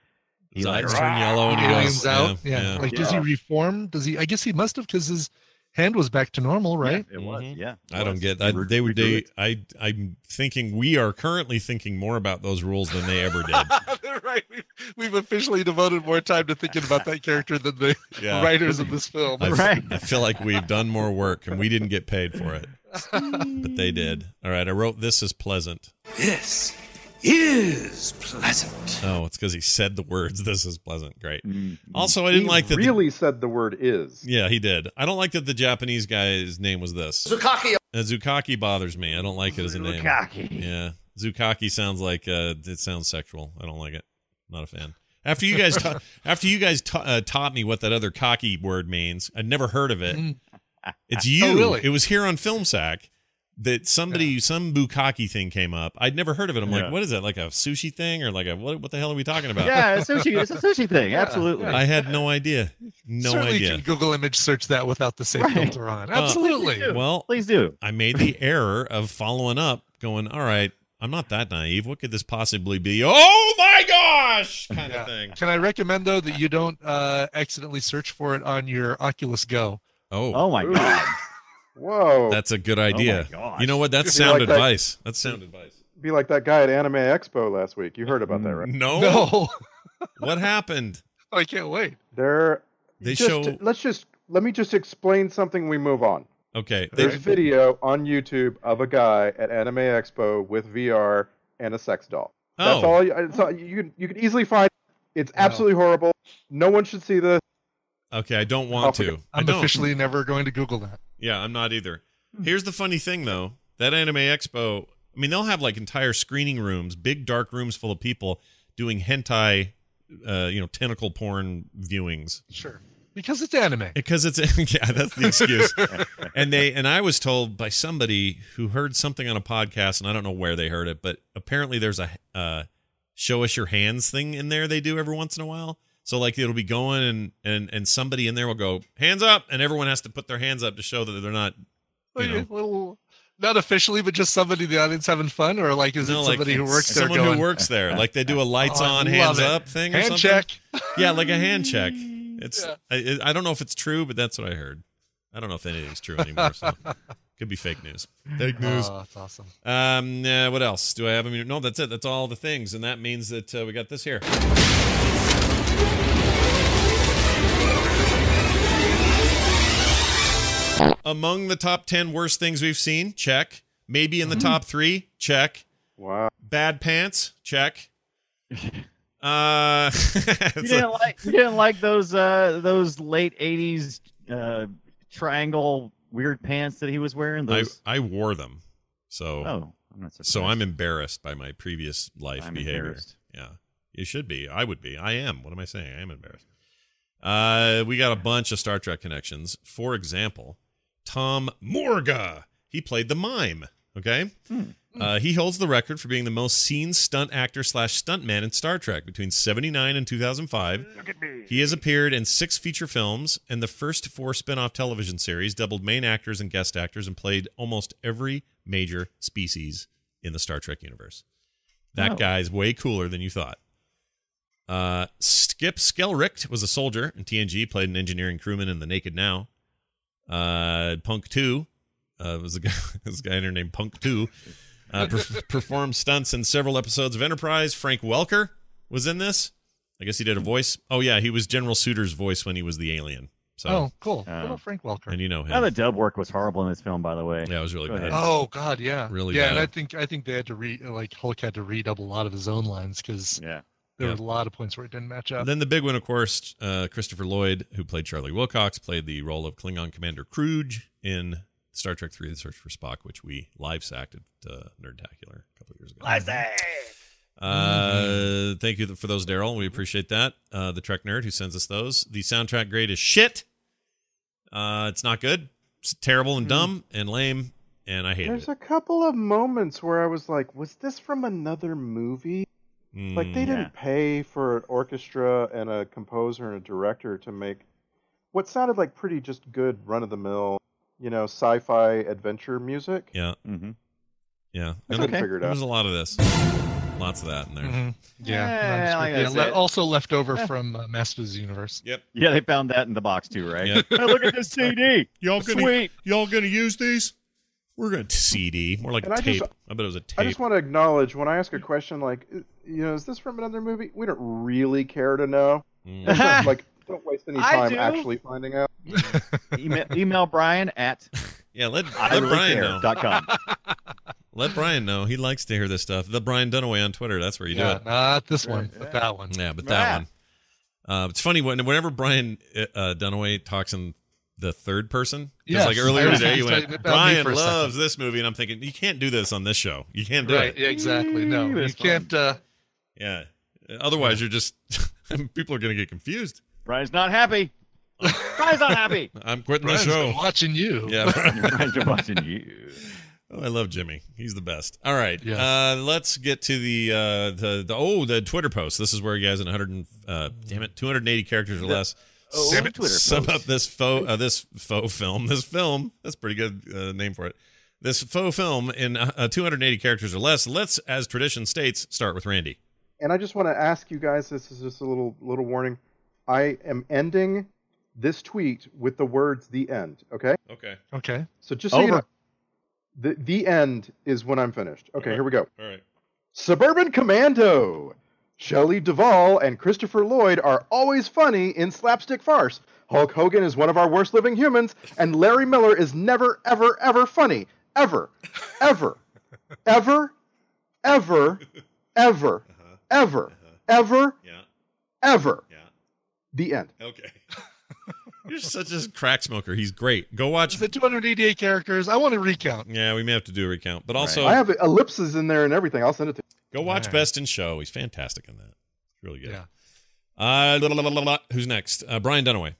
Speaker 5: he
Speaker 4: His
Speaker 5: like
Speaker 4: eyes turn yellow and he
Speaker 8: aliens
Speaker 4: goes
Speaker 8: out. Yeah,
Speaker 4: yeah.
Speaker 8: like does he
Speaker 5: Yeah.
Speaker 8: reform? Does he? I guess he must have because his hand was back to normal, right?
Speaker 5: Yeah, it was,
Speaker 4: Mhm.
Speaker 5: yeah. it
Speaker 4: I don't
Speaker 5: was.
Speaker 4: get that.
Speaker 5: Re-
Speaker 4: They would.
Speaker 5: regrew
Speaker 4: They.
Speaker 5: it.
Speaker 4: I. I'm thinking we are currently thinking more about those rules than they ever did.
Speaker 8: right. We've, we've officially devoted more time to thinking about that character than the
Speaker 4: Yeah.
Speaker 8: writers of this film.
Speaker 4: I, f-
Speaker 5: Right.
Speaker 4: I feel like we've done more work and we didn't get paid for it, but they did. All right. I wrote this as pleasant.
Speaker 2: This is pleasant.
Speaker 4: Oh, it's because he said the words. This is pleasant. Great.
Speaker 5: Mm.
Speaker 4: Also, I didn't
Speaker 6: He
Speaker 4: like that. the-
Speaker 6: Really said the word is.
Speaker 4: yeah, he did. I don't like that the Japanese guy's name was this.
Speaker 1: Zukaki.
Speaker 4: Uh, Zukaki bothers me. I don't like it as a name.
Speaker 5: Zukaki.
Speaker 4: Yeah. Zukaki sounds like uh it sounds sexual. I don't like it. Not a fan. After you guys, ta- after you guys ta- uh, taught me what that other cocky word means, I'd never heard of it. It's you.
Speaker 8: Oh, really?
Speaker 4: It was here on Film Sack that somebody, some bukkake thing came up. I'd never heard of it. I'm
Speaker 5: Yeah.
Speaker 4: like, what is that? Like a sushi thing or like a what? What the hell are we talking about?
Speaker 5: Yeah, it's sushi. It's a sushi thing. Absolutely.
Speaker 4: I had no idea. No
Speaker 8: Certainly
Speaker 4: idea.
Speaker 8: you can Google image search that without the safe filter on.
Speaker 4: Uh,
Speaker 8: Absolutely.
Speaker 4: well,
Speaker 5: please do.
Speaker 4: I made the error of following up, going, all right, I'm not that naive. What could this possibly be? Oh my gosh, kind of thing.
Speaker 8: Can I recommend though that you don't uh, accidentally search for it on your Oculus Go?
Speaker 4: Oh.
Speaker 5: Oh my god.
Speaker 6: Whoa.
Speaker 4: That's a good
Speaker 6: Oh. my
Speaker 4: idea.
Speaker 6: gosh.
Speaker 4: you know what? That's
Speaker 6: Be like
Speaker 4: sound
Speaker 6: that-
Speaker 4: advice. That's sound advice.
Speaker 6: Be like that guy at Anime Expo last week. You heard about that, right?
Speaker 4: No. what happened?
Speaker 8: I can't wait.
Speaker 6: There.
Speaker 4: They
Speaker 6: just,
Speaker 4: show-
Speaker 6: Let's just let me just explain something. We move on.
Speaker 4: Okay. They,
Speaker 6: There's video on YouTube of a guy at Anime Expo with VR
Speaker 4: Mm.
Speaker 6: and a sex doll. That's
Speaker 4: Oh.
Speaker 6: all. You, it's all- you can you can easily find. it. It's absolutely horrible. No one should see this.
Speaker 4: okay, I don't want to. I
Speaker 8: I'm
Speaker 4: don't.
Speaker 8: officially Hmm. never going to Google that.
Speaker 4: Yeah, I'm not either. Here's the funny thing, though. That Anime Expo, I mean, they'll have like entire screening rooms, big dark rooms full of people doing hentai, uh, you know, tentacle porn viewings.
Speaker 8: Sure. Because it's anime.
Speaker 4: Because it's yeah, that's the excuse. and they and I was told by somebody who heard something on a podcast, and I don't know where they heard it, but apparently there's a uh, show us your hands thing in there they do every once in a while. So like it'll be going and and and somebody in there will go hands up, and everyone has to put their hands up to show that they're not. You know,
Speaker 8: Well, not officially, but just somebody in the audience having fun, or like is
Speaker 4: No,
Speaker 8: it
Speaker 4: like,
Speaker 8: somebody who works there?
Speaker 4: someone
Speaker 8: going,
Speaker 4: who works there. Like they do a lights
Speaker 8: "Oh, I
Speaker 4: on,
Speaker 8: love
Speaker 4: hands
Speaker 8: it.
Speaker 4: up thing. or
Speaker 8: Hand
Speaker 4: something.
Speaker 8: check.
Speaker 4: Yeah, like a hand check. It's I, I don't know if it's true, but that's what I heard. I don't know if anything's true anymore. So could be fake news. Fake news.
Speaker 8: Oh, that's awesome.
Speaker 4: Um, uh, what else do I have? I mean, no, that's it. That's all the things, and that means that uh, we got this here. Among the top ten worst things we've seen, check. Maybe in the top three, check.
Speaker 6: Wow.
Speaker 4: Bad pants, check. Uh,
Speaker 5: You didn't like you didn't like those uh those late eighties uh triangle weird pants that he was wearing.
Speaker 4: I,
Speaker 5: Those
Speaker 4: I wore them, so
Speaker 5: Oh, I'm not
Speaker 4: so
Speaker 5: surprised.
Speaker 4: I'm embarrassed by my previous life
Speaker 5: I'm
Speaker 4: behavior.
Speaker 5: embarrassed.
Speaker 4: Yeah, you should be. I would be. I am. What am I saying? I am embarrassed. Uh, we got a bunch of Star Trek connections. For example, Tom Morga. He played the mime. Okay. Uh, he holds the record for being the most seen stunt actor slash stuntman in Star Trek between 79 and 2005. Look at me. He has appeared in six feature films and the first four spin off television series, doubled main actors and guest actors, and played almost every major species in the Star Trek universe. That
Speaker 5: Oh.
Speaker 4: guy's way cooler than you thought. Uh, Skip Skelricht was a soldier in TNG, played an engineering crewman in The Naked Now. Uh, Punk 2 uh, was a guy, this guy in there named Punk 2 uh, perf- performed stunts in several episodes of Enterprise. Frank Welker was in this. I guess he did a voice. Oh yeah, he was General Suter's voice when he was the alien. So
Speaker 8: oh, cool. Good
Speaker 5: Oh.
Speaker 8: old Frank Welker.
Speaker 4: and you know him.
Speaker 5: Now the dub work was horrible in this film, by the way.
Speaker 4: Yeah, it was really
Speaker 5: Go
Speaker 4: bad.
Speaker 5: ahead.
Speaker 8: Oh God, yeah,
Speaker 4: Really
Speaker 8: yeah. And
Speaker 4: bad.
Speaker 8: I think I think they had to re like Hulk had to redouble a lot of his own lines because
Speaker 5: yeah,
Speaker 8: there
Speaker 4: Yeah.
Speaker 8: were a lot of points where it didn't match up.
Speaker 4: Then the big one, of course, uh, Christopher Lloyd, who played Charlie Wilcox, played the role of Klingon Commander Kruge in Star Trek III: The Search for Spock, which we live sacked at uh, Nerdtacular a couple of years ago.
Speaker 6: Mm-hmm.
Speaker 4: Uh, thank you for those, Daryl. We appreciate that. Uh, the Trek nerd who sends us those. The soundtrack grade is shit. Uh, it's not good. It's terrible and dumb and lame, and I hate it.
Speaker 6: Hmm. There's a couple of moments where I was like, was this from another movie? Like they
Speaker 4: Mm.
Speaker 6: didn't pay for an orchestra and a composer and a director to make what sounded like pretty just good run of the mill, you know, sci-fi adventure music.
Speaker 4: Yeah.
Speaker 5: Mm-hmm. Yeah.
Speaker 6: I
Speaker 4: And
Speaker 6: couldn't
Speaker 4: there-
Speaker 6: figure it out.
Speaker 4: There's a lot of this. Lots of that in there.
Speaker 6: Mm-hmm.
Speaker 8: Mhm. Yeah,
Speaker 5: Yeah,
Speaker 8: nondescript.
Speaker 5: like I
Speaker 8: Yeah, le-
Speaker 5: said.
Speaker 8: also left over
Speaker 5: Yeah.
Speaker 8: from uh, Masters of the Universe.
Speaker 4: Yep.
Speaker 5: Yeah, they found that in the box too, right?
Speaker 4: Yeah.
Speaker 5: Hey, look at this CD.
Speaker 4: Y'all gonna
Speaker 5: Sweet.
Speaker 4: y'all gonna use these? We're gonna CD, more like
Speaker 6: And I just-
Speaker 4: tape. I bet it was a tape.
Speaker 6: I just want to acknowledge when I ask a question like, you know, is this from another movie? We don't really care to know.
Speaker 4: Mm.
Speaker 6: It's not like, don't waste any
Speaker 5: I
Speaker 6: time
Speaker 5: do.
Speaker 6: actually finding out.
Speaker 5: email, email Brian at
Speaker 4: yeah, let let
Speaker 5: I really
Speaker 4: Brian
Speaker 5: care
Speaker 4: know.
Speaker 5: dot com.
Speaker 4: Let Brian know. He likes to hear this stuff. The Brian Dunaway on Twitter. That's where you do
Speaker 8: yeah,
Speaker 4: it.
Speaker 8: not this one, but that one.
Speaker 4: Yeah, but that
Speaker 5: Yeah.
Speaker 4: one. Uh, it's funny when whenever Brian uh, uh, Dunaway talks in the third person, just
Speaker 8: Yes,
Speaker 4: like
Speaker 8: I
Speaker 4: earlier
Speaker 8: was
Speaker 4: today, you
Speaker 8: just talking
Speaker 4: went,
Speaker 8: about me
Speaker 4: Brian
Speaker 8: for a second.
Speaker 4: loves this movie, and I'm thinking you can't do this on this show. You can't do
Speaker 8: Right,
Speaker 4: it.
Speaker 8: yeah, exactely. No,
Speaker 5: It
Speaker 8: you
Speaker 5: was
Speaker 8: can't. Uh,
Speaker 4: Yeah. Otherwise, you're just People are going to get confused.
Speaker 5: Brian's not happy. Brian's not happy.
Speaker 4: I'm quitting
Speaker 5: Brian's
Speaker 4: the show.
Speaker 5: been watching you.
Speaker 4: Yeah,
Speaker 5: Brian's been watching
Speaker 4: you. Oh, I love Jimmy. He's the best. All right,
Speaker 5: Yes.
Speaker 4: uh, let's get to the, uh, the the oh the Twitter post. This is where you guys in 100 and, uh, damn it 280 characters or
Speaker 5: The-
Speaker 4: less
Speaker 5: oh,
Speaker 4: sum,
Speaker 5: Twitter
Speaker 4: sum
Speaker 5: post.
Speaker 4: up this faux uh, this faux film. This film that's a pretty good uh, name for it. This faux film in uh, 280 characters or less. Let's, as tradition states, start with Randy.
Speaker 6: And I just want to ask you guys. This is just a little little warning. I am ending this tweet with the words "the end." Okay.
Speaker 4: Okay.
Speaker 8: Okay.
Speaker 6: So just so you know, the the end is when I'm finished. Okay, here we go.
Speaker 4: All right.
Speaker 6: Suburban Commando. Shelley Duvall and Christopher Lloyd are always funny in slapstick farce. Hulk Hogan is one of our worst living humans, and Larry Miller is never, ever, ever funny. Ever, ever, ever, ever, ever, ever, ever, ever. The end.
Speaker 4: Okay. You're such a crack smoker. He's great. Go watch.
Speaker 8: The 288 characters. I want to recount.
Speaker 4: Yeah, we may have to do a recount, but also
Speaker 6: I have ellipses in there and everything. I'll send it to
Speaker 4: go watch
Speaker 6: All right.
Speaker 4: Best in Show. He's fantastic in that. It's really good. Uh, la- la- la- la- la- who's next? Uh, Brian Dunaway.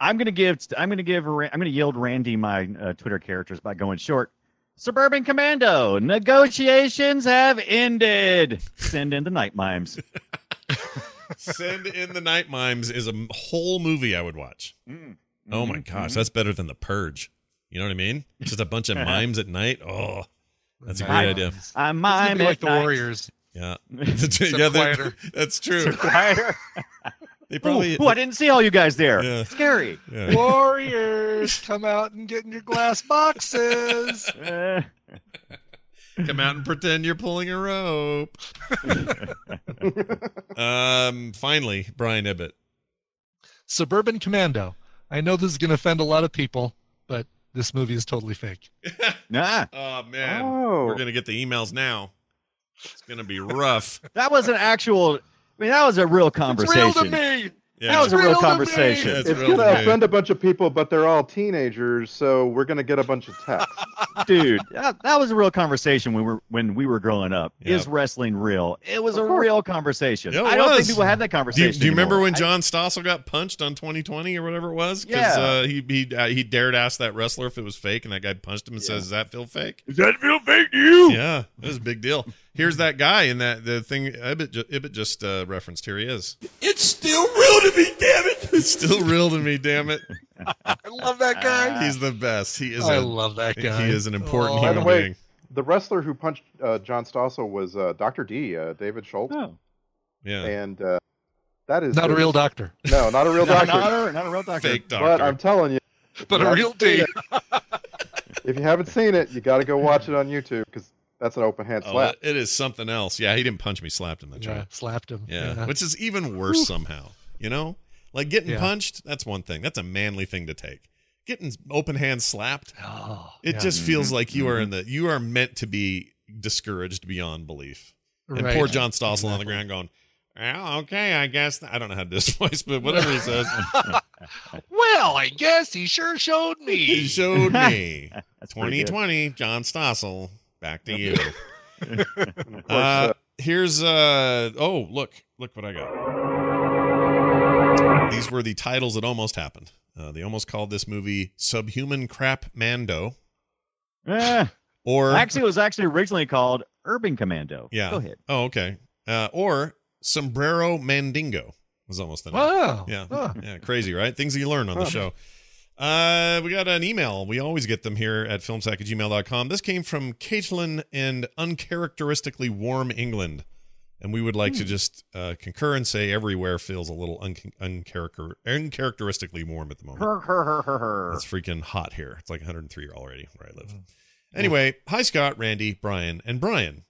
Speaker 5: I'm gonna give. I'm gonna give. Ra- I'm gonna yield Randy my uh, Twitter characters by going short. Suburban Commando negotiations have ended. Send in the night mimes.
Speaker 4: Send in the Night Mimes is a m- whole movie I would watch.
Speaker 6: Mm.
Speaker 4: Oh my
Speaker 6: Mm-hmm.
Speaker 4: gosh, that's better than The Purge. You know what I mean? Just a bunch of mimes at night. Oh, that's a great
Speaker 5: I-
Speaker 4: idea.
Speaker 5: I mime
Speaker 8: be like
Speaker 5: at
Speaker 8: the
Speaker 5: night.
Speaker 8: Warriors.
Speaker 4: Yeah.
Speaker 5: Except
Speaker 4: yeah, they-
Speaker 5: quieter.
Speaker 4: that's true.
Speaker 5: Except quieter.
Speaker 4: They probably.
Speaker 5: Ooh, ooh, I didn't see all you guys there.
Speaker 4: Yeah.
Speaker 5: Scary.
Speaker 4: Yeah.
Speaker 8: Warriors, come out and get in your glass boxes.
Speaker 5: Eh.
Speaker 4: Come out and pretend you're pulling a rope. um. Finally, Brian Ibbett.
Speaker 8: Suburban Commando. I know this is going to offend a lot of people, but this movie is totally fake.
Speaker 5: Nah.
Speaker 4: Oh man,
Speaker 8: Oh.
Speaker 4: we're gonna get the emails now. It's gonna be rough.
Speaker 5: That was an actual. I mean, that was a real conversation.
Speaker 8: me.
Speaker 4: Yeah.
Speaker 5: That was a
Speaker 4: It's
Speaker 5: real
Speaker 4: real to me.
Speaker 5: conversation.
Speaker 4: It's
Speaker 6: you. It's going to offend a bunch of people, but they're all teenagers, so we're going to get a bunch of texts.
Speaker 5: dude that, that was a real conversation when we were when we were growing up is wrestling real it was a real conversation
Speaker 4: Yeah, it
Speaker 5: i don't
Speaker 4: was.
Speaker 5: think people had that
Speaker 4: Do you,
Speaker 5: conversation
Speaker 4: do you remember
Speaker 5: anymore.
Speaker 4: when John Stossel got punched on 2020 or whatever it was?
Speaker 5: Yeah.
Speaker 4: uh, he he uh, he dared ask that wrestler if it was fake, and that guy punched him and says, "Does that feel fake?
Speaker 5: Does that feel fake to you?"
Speaker 4: Yeah, it was a big deal. Here's that guy in that the thing Ibbett, ju- Ibbett just uh, referenced. Here he is.
Speaker 2: It's still real to me, damn it.
Speaker 4: It's still real to me, damn it.
Speaker 8: I love that guy.
Speaker 4: He's the best. He is.
Speaker 8: I
Speaker 4: a-
Speaker 8: love that guy.
Speaker 4: He is an important
Speaker 8: Oh.
Speaker 6: By
Speaker 4: human
Speaker 6: the way,
Speaker 4: being.
Speaker 6: the wrestler who punched uh, John Stossel was uh, Dr. D, uh, David
Speaker 5: Oh.
Speaker 6: Schultz.
Speaker 4: Yeah.
Speaker 6: And uh, that is
Speaker 8: Not a real doctor.
Speaker 6: No, not a real
Speaker 5: Not-
Speaker 6: doctor.
Speaker 5: not a- not a real doctor. Fake
Speaker 6: But
Speaker 5: doctor.
Speaker 6: I'm telling you. if
Speaker 8: But
Speaker 6: you
Speaker 8: a
Speaker 6: haven't
Speaker 8: real
Speaker 6: seen
Speaker 8: D.
Speaker 6: it- if you haven't seen it, you got to go watch it on YouTube because that's an open hand
Speaker 4: Oh,
Speaker 6: slap.
Speaker 4: it is something else. Yeah, he didn't punch me, slapped him. That's
Speaker 8: Yeah,
Speaker 4: right.
Speaker 8: slapped him.
Speaker 4: Yeah.
Speaker 8: Yeah.
Speaker 4: Which is even worse
Speaker 8: Whew.
Speaker 4: somehow. You know? Like getting
Speaker 8: Yeah.
Speaker 4: punched, that's one thing. That's a manly thing to take. Getting open hand slapped,
Speaker 8: Oh,
Speaker 4: it
Speaker 8: yeah. Mm-hmm.
Speaker 4: just feels like you are in the you are meant to be discouraged beyond belief. And
Speaker 8: Right.
Speaker 4: poor John Stossel on the ground going, Well, okay, I guess I don't know how to do his voice, but whatever he says.
Speaker 8: Well, I guess he sure showed me.
Speaker 4: he showed me.
Speaker 8: pretty good.
Speaker 4: 2020, John Stossel. Back to you.
Speaker 6: course,
Speaker 4: uh,
Speaker 6: uh,
Speaker 4: here's uh oh look look what I got. These were the titles that almost happened. Uh, they almost called this movie "Subhuman Crap Mando."
Speaker 5: Eh.
Speaker 4: Or-
Speaker 5: actually it was actually originally called urban commando
Speaker 4: Yeah.
Speaker 5: go ahead
Speaker 4: Oh, okay. Uh, or "Sombrero Mandingo" was almost the name.
Speaker 5: Wow.
Speaker 4: Yeah.
Speaker 5: Huh.
Speaker 4: Yeah. Crazy, right? Things that you learn on the
Speaker 5: Huh.
Speaker 4: show. Uh, we got an email. We always get them here at filmsack at gmail.com. This came from Caitlin and uncharacteristically warm England. And we would like
Speaker 5: Hmm.
Speaker 4: to just uh, concur and say everywhere feels a little un- uncharacter- uncharacteristically warm at the moment.
Speaker 5: her her her her her
Speaker 4: It's freaking hot here. It's like 103 already where I live. Anyway, hi Scott, Randy, Brian, and Brian.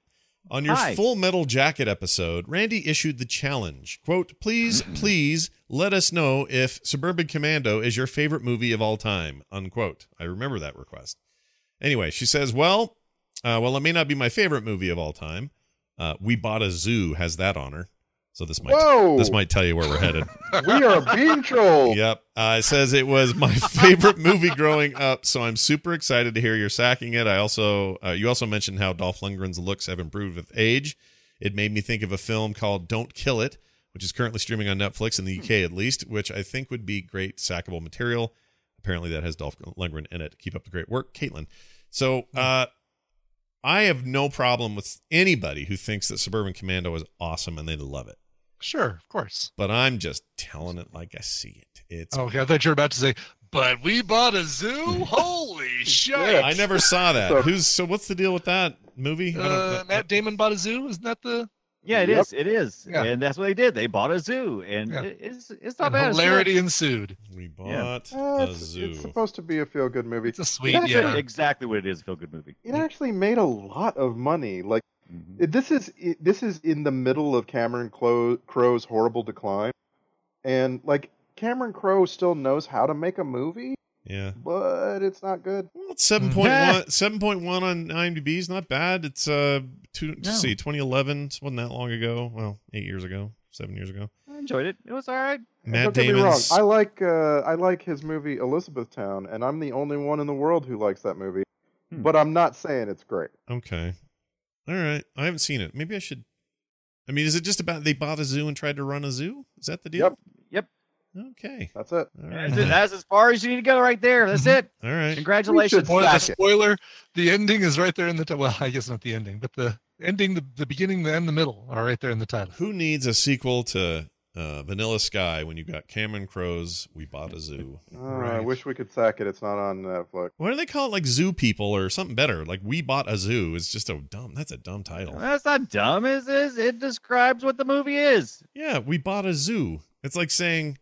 Speaker 4: On your
Speaker 5: Hi.
Speaker 4: Full Metal Jacket episode, Randy issued the challenge. Quote, please, please let us know if Suburban Commando is your favorite movie of all time. Unquote. I remember that request. Anyway, she says, well, uh, well, it may not be my favorite movie of all time. Uh, we Bought a Zoo has that honor. So this might
Speaker 6: Whoa.
Speaker 4: this might tell you where we're headed.
Speaker 6: uh, we are being trolled.
Speaker 4: Yep. Uh, it says it was my favorite movie growing up, so I'm super excited to hear you're sacking it. I also, uh, you also mentioned how Dolph Lundgren's looks have improved with age. It made me think of a film called Don't Kill It, which is currently streaming on Netflix in the UK at least, which I think would be great sackable material. Apparently, that has Dolph Lundgren in it. Keep up the great work, Caitlin. So, uh, I have no problem with anybody who thinks that Suburban Commando is awesome and they love it.
Speaker 8: Sure, of course.
Speaker 4: But I'm just telling it like I see it. It's
Speaker 8: Okay, I thought you were about to say, but we bought a zoo? Holy shit.
Speaker 4: I never saw that. Who's so? What's the deal with that movie? I don't
Speaker 8: Uh, Matt Damon bought a zoo? Isn't that the.
Speaker 5: Yeah, it
Speaker 8: Yep.
Speaker 5: is. It is,
Speaker 8: Yeah.
Speaker 5: and that's what they did. They bought a zoo, and
Speaker 8: Yeah.
Speaker 5: it- it's it's not
Speaker 8: And
Speaker 5: bad. It's
Speaker 8: hilarity
Speaker 5: good.
Speaker 8: ensued.
Speaker 4: We
Speaker 5: Yeah.
Speaker 4: bought
Speaker 6: Uh,
Speaker 4: a
Speaker 6: it's,
Speaker 4: zoo.
Speaker 6: it's supposed to be a feel good movie. It's a
Speaker 8: sweet,
Speaker 6: it actually,
Speaker 5: exactly what it is. Feel good movie. Mm-hmm.
Speaker 6: it actually made a lot of money. Like it- this is it, this is in the middle of Cameron Clo- Crowe's horrible decline, and like Cameron Crowe still knows how to make a movie,
Speaker 4: yeah.
Speaker 6: but it's not good.
Speaker 4: Seven point one. Seven point one on IMDb is not bad. It's uh, two,
Speaker 5: No.
Speaker 4: see, 2011. It wasn't that long ago. Well, eight years ago, seven years ago.
Speaker 5: I enjoyed it. It was all right.
Speaker 6: Don't
Speaker 4: Matt
Speaker 6: get me wrong.
Speaker 4: Damon's.
Speaker 6: I like uh, I like his movie Elizabethtown, and I'm the only one in the world who likes that movie. But I'm not saying it's great.
Speaker 4: Okay. All right. I haven't seen it. Maybe I should. I mean, is it just about they bought a zoo and tried to run a zoo? Is that the deal?
Speaker 5: Yep. Yep.
Speaker 4: Okay.
Speaker 6: That's it.
Speaker 4: All right.
Speaker 5: That's, it. that's as far as you need to go right there. That's it.
Speaker 4: All right.
Speaker 5: Congratulations.
Speaker 8: Spoiler, the
Speaker 5: Zach.
Speaker 8: spoiler. The ending is right there in the title. Well, I guess not the ending, but the ending, the, the beginning, the end, the middle are right there in the title.
Speaker 4: Who needs a sequel to uh, Vanilla Sky when you've got Cameron Crowe's We Bought a Zoo?
Speaker 6: Uh, I wish we could sack it. It's not on Netflix.
Speaker 4: Why do they call it like Zoo People or something better? Like We Bought a Zoo is just a dumb. That's a dumb title.
Speaker 5: That's not dumb. Is is it describes what the movie is?
Speaker 4: Yeah, we bought a zoo. It's like saying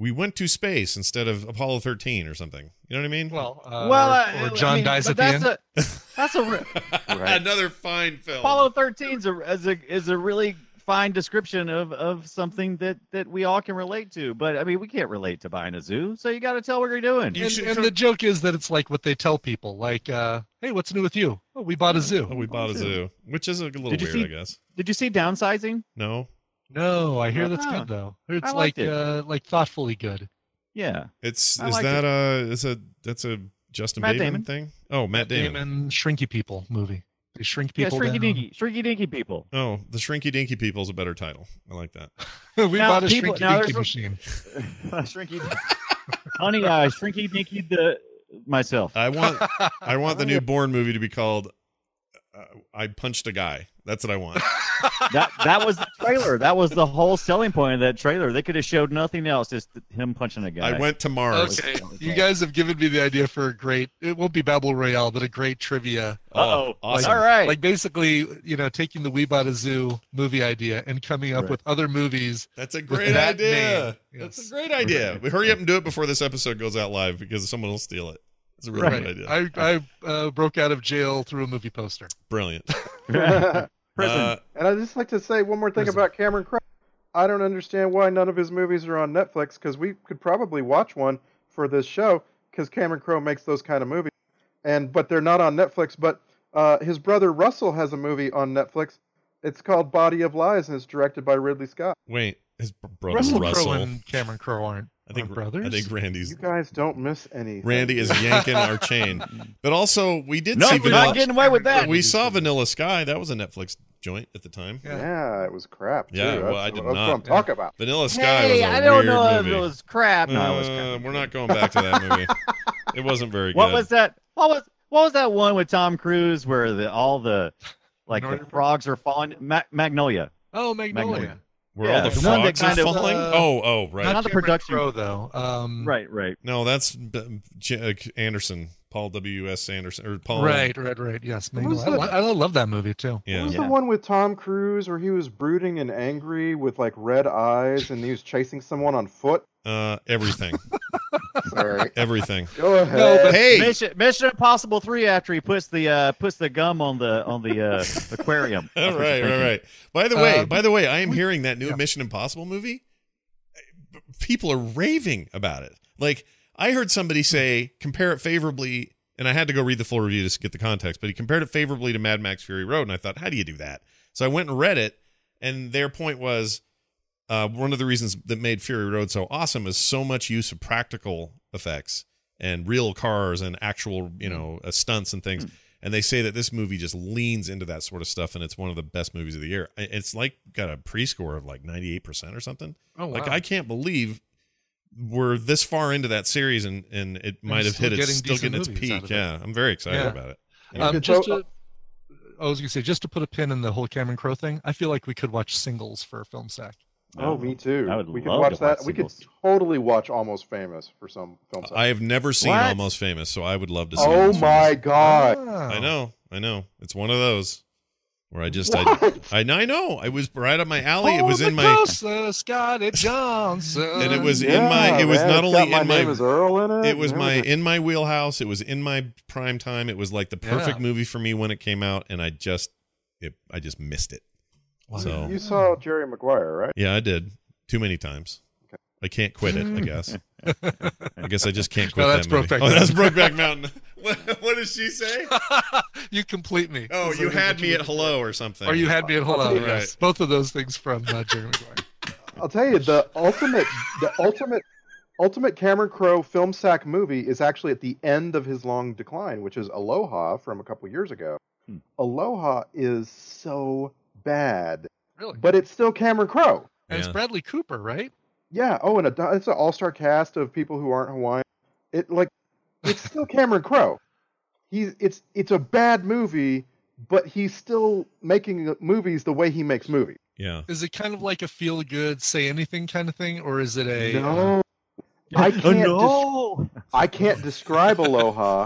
Speaker 4: we went to space instead of Apollo 13 or something. You know what I mean?
Speaker 8: Well, uh,
Speaker 5: well,
Speaker 8: or,
Speaker 5: I-
Speaker 8: or John
Speaker 5: I mean,
Speaker 8: dies
Speaker 5: but
Speaker 8: at the
Speaker 5: that's
Speaker 8: end.
Speaker 5: A, that's a re-
Speaker 4: another fine film.
Speaker 5: Apollo 13 is a, is a is a really fine description of of something that that we all can relate to. But I mean, we can't relate to buying a zoo, so you got to tell what you're doing.
Speaker 8: and and the joke is that it's like what they tell people, like, uh, "Hey, what's new with you? Oh, we bought a zoo.
Speaker 4: Oh, we bought a zoo, which is a little
Speaker 5: Did you
Speaker 4: weird,
Speaker 5: see-
Speaker 4: I guess.
Speaker 5: Did you see downsizing?
Speaker 4: No,
Speaker 8: No, I hear that's
Speaker 5: Ah,
Speaker 8: good though. It's
Speaker 5: I
Speaker 8: like
Speaker 5: liked it.
Speaker 8: uh, like thoughtfully good.
Speaker 5: Yeah.
Speaker 4: it's
Speaker 8: I
Speaker 4: is
Speaker 8: liked
Speaker 4: that uh is a that's a Justin
Speaker 5: Matt
Speaker 4: Bateman
Speaker 5: Damon.
Speaker 4: thing? Oh, Matt Damon.
Speaker 8: Damon Shrinky People movie. They shrink people.
Speaker 5: yeah, shrinky
Speaker 8: down.
Speaker 5: dinky, shrinky dinky people.
Speaker 4: Oh, the Shrinky Dinky People is a better title. I like that. Oh,
Speaker 8: we
Speaker 5: Now,
Speaker 8: bought a
Speaker 5: people-
Speaker 8: shrinky
Speaker 5: now
Speaker 8: dinky
Speaker 5: there's-
Speaker 8: machine.
Speaker 5: shrinky, honey, I shrinky dinky the myself.
Speaker 4: I want I want the new Born movie to be called uh, I punched a guy. That's what I want.
Speaker 5: that that was the trailer. That was the whole selling point of that trailer. They could have showed nothing else, just him punching a guy.
Speaker 4: I went to Mars.
Speaker 8: Okay, you guys have given me the idea for a great. It won't be Babel Royale, but a great trivia.
Speaker 5: Uh-oh.
Speaker 8: Like-
Speaker 5: All right.
Speaker 8: Like basically, you know, taking the We Bought a Zoo movie idea and coming up
Speaker 5: Right.
Speaker 8: with other movies.
Speaker 4: That's a
Speaker 8: with
Speaker 4: great
Speaker 8: that
Speaker 4: idea.
Speaker 8: name.
Speaker 4: That's
Speaker 8: Yes.
Speaker 4: a great idea. We hurry up and do it before this episode goes out live because someone will steal it. It's a really
Speaker 8: Right.
Speaker 4: good idea.
Speaker 8: I, I uh, broke out of jail through a movie poster.
Speaker 4: Brilliant.
Speaker 6: and
Speaker 4: Uh,
Speaker 6: I'd just like to say one more thing about Cameron Crowe. I don't understand why none of his movies are on Netflix because we could probably watch one for this show because Cameron Crowe makes those kind of movies, and but they're not on Netflix. But uh, his brother Russell has a movie on Netflix. It's called Body of Lies and it's directed by Ridley Scott.
Speaker 4: wait, his br- brother
Speaker 8: Russell
Speaker 4: Russell.
Speaker 8: Crowe and Cameron Crowe aren't.
Speaker 4: I think
Speaker 8: aren't brothers.
Speaker 4: I think Randy's
Speaker 6: You guys don't miss anything.
Speaker 4: Randy is yanking our chain. But also, we did
Speaker 5: No,
Speaker 4: see
Speaker 5: we're not
Speaker 4: Vanilla.
Speaker 5: getting away with that.
Speaker 4: We saw Vanilla Sky. That was a Netflix joint at the time.
Speaker 6: Yeah, it was crap.
Speaker 4: Yeah,
Speaker 6: too.
Speaker 4: well,
Speaker 6: That's-
Speaker 4: I did
Speaker 6: that's what I'm
Speaker 4: not.
Speaker 6: talking about.
Speaker 4: Vanilla Sky was
Speaker 5: Hey,
Speaker 4: a
Speaker 5: I don't
Speaker 4: weird
Speaker 5: know if
Speaker 4: movie.
Speaker 5: it was crap. No, it was crap.
Speaker 4: Uh, we're not going back to that movie. it wasn't very
Speaker 5: What
Speaker 4: good.
Speaker 5: was that? What was what was that one with Tom Cruise where the all the like the frogs are falling? Ma- Magnolia.
Speaker 8: Oh, Magnolia.
Speaker 5: Magnolia.
Speaker 4: Where
Speaker 5: Yeah,
Speaker 4: all the
Speaker 5: the one that
Speaker 4: frogs are
Speaker 5: kind of,
Speaker 4: falling?
Speaker 8: uh,
Speaker 4: oh, oh, right.
Speaker 5: Not the
Speaker 8: Cameron
Speaker 5: production.
Speaker 8: Crowe though. Um,
Speaker 5: Right, right.
Speaker 4: No, that's B- J- uh, Anderson, Paul W. S. Anderson, or Paul.
Speaker 8: Right, right, right. Yes,
Speaker 6: What was
Speaker 8: Magnolia. I,
Speaker 6: the-
Speaker 8: lo- I love that movie too.
Speaker 6: What
Speaker 4: Yeah.
Speaker 6: was the one with Tom Cruise where he was brooding and angry with like red eyes and he was chasing someone on foot?
Speaker 4: Uh, everything.
Speaker 6: Sorry.
Speaker 4: everything.
Speaker 6: Go ahead.
Speaker 4: hey,
Speaker 5: Mission, Mission Impossible Three. After he puts the uh, puts the gum on the on the uh, aquarium. That's
Speaker 4: All
Speaker 5: what you're
Speaker 4: right,
Speaker 5: thinking.
Speaker 4: right, right. By the way,
Speaker 8: Um,
Speaker 4: by the way, I am hearing that new Mission Impossible movie. People are raving about it. Like I heard somebody say, compare it favorably, and I had to go read the full review to get the context. But he compared it favorably to Mad Max Fury Road, and I thought, how do you do that? So I went and read it, and their point was uh, one of the reasons that made Fury Road so awesome is so much use of practical effects and real cars and actual, you know, uh, stunts and things. And they say that this movie just leans into that sort of stuff, and it's one of the best movies of the year. I- It's like got a pre-score of like ninety eight percent or something.
Speaker 8: Oh, wow.
Speaker 4: Like I can't believe we're this far into that series, and and it might have
Speaker 8: still
Speaker 4: hit its
Speaker 8: getting
Speaker 4: still getting
Speaker 8: decent
Speaker 4: its
Speaker 8: movies out
Speaker 4: peak.
Speaker 8: of it.
Speaker 4: Yeah, I'm very excited
Speaker 8: Yeah.
Speaker 4: about it.
Speaker 8: Um, just to, I was gonna say, just to put a pin in the whole Cameron Crowe thing, I feel like we could watch singles for film sack.
Speaker 6: Oh, me too.
Speaker 8: I would
Speaker 6: we could
Speaker 8: love
Speaker 6: watch
Speaker 8: to
Speaker 6: that.
Speaker 8: watch
Speaker 6: we could totally watch Almost Famous for some film.
Speaker 4: I have never seen
Speaker 6: What?
Speaker 4: Almost Famous, so I would love to see.
Speaker 6: Oh
Speaker 4: Almost
Speaker 6: my
Speaker 4: Famous.
Speaker 6: god!
Speaker 4: I know, I know. It's one of those where I just
Speaker 6: What?
Speaker 4: I, I I know. I was right up my alley. it
Speaker 8: Oh,
Speaker 4: was
Speaker 8: the
Speaker 4: in my
Speaker 8: closer, Scotty Johnson.
Speaker 4: and it was in my it was not only in my it was my in my wheelhouse. It was in my prime time. It was like the perfect
Speaker 6: Yeah.
Speaker 4: movie for me when it came out, and I just it I just missed it. So
Speaker 6: You saw Jerry Maguire, right?
Speaker 4: yeah, I did too many times. I can't quit it. I guess. I guess I just can't quit.
Speaker 8: No, that's
Speaker 4: that movie.
Speaker 8: Brokeback
Speaker 4: Oh, that's
Speaker 8: Mountain.
Speaker 4: Brokeback Mountain. What, what did she say?
Speaker 8: you complete me.
Speaker 4: Oh,
Speaker 8: Is
Speaker 4: you
Speaker 8: that
Speaker 4: had
Speaker 8: what
Speaker 4: me
Speaker 8: you-
Speaker 4: at hello or something.
Speaker 8: Or you had me at hello.
Speaker 4: Right.
Speaker 8: Yes, both of those things from uh, Jerry Maguire.
Speaker 6: I'll tell you the ultimate, the ultimate, ultimate Cameron Crowe film sack movie is actually at the end of his long decline, which is Aloha from a couple years ago.
Speaker 4: Hmm.
Speaker 6: Aloha is so bad,
Speaker 8: Really?
Speaker 6: but it's still Cameron Crowe.
Speaker 8: And it's Bradley Cooper, right?
Speaker 6: Yeah. Oh, and a, it's an all-star cast of people who aren't Hawaiian. It like it's still Cameron Crowe. He's it's it's a bad movie, but he's still making movies the way he makes movies.
Speaker 4: Yeah.
Speaker 8: Is it kind of like a feel good, say anything kind of thing, or is it a
Speaker 6: No. I can't.
Speaker 8: Oh, no.
Speaker 6: des- I can't describe Aloha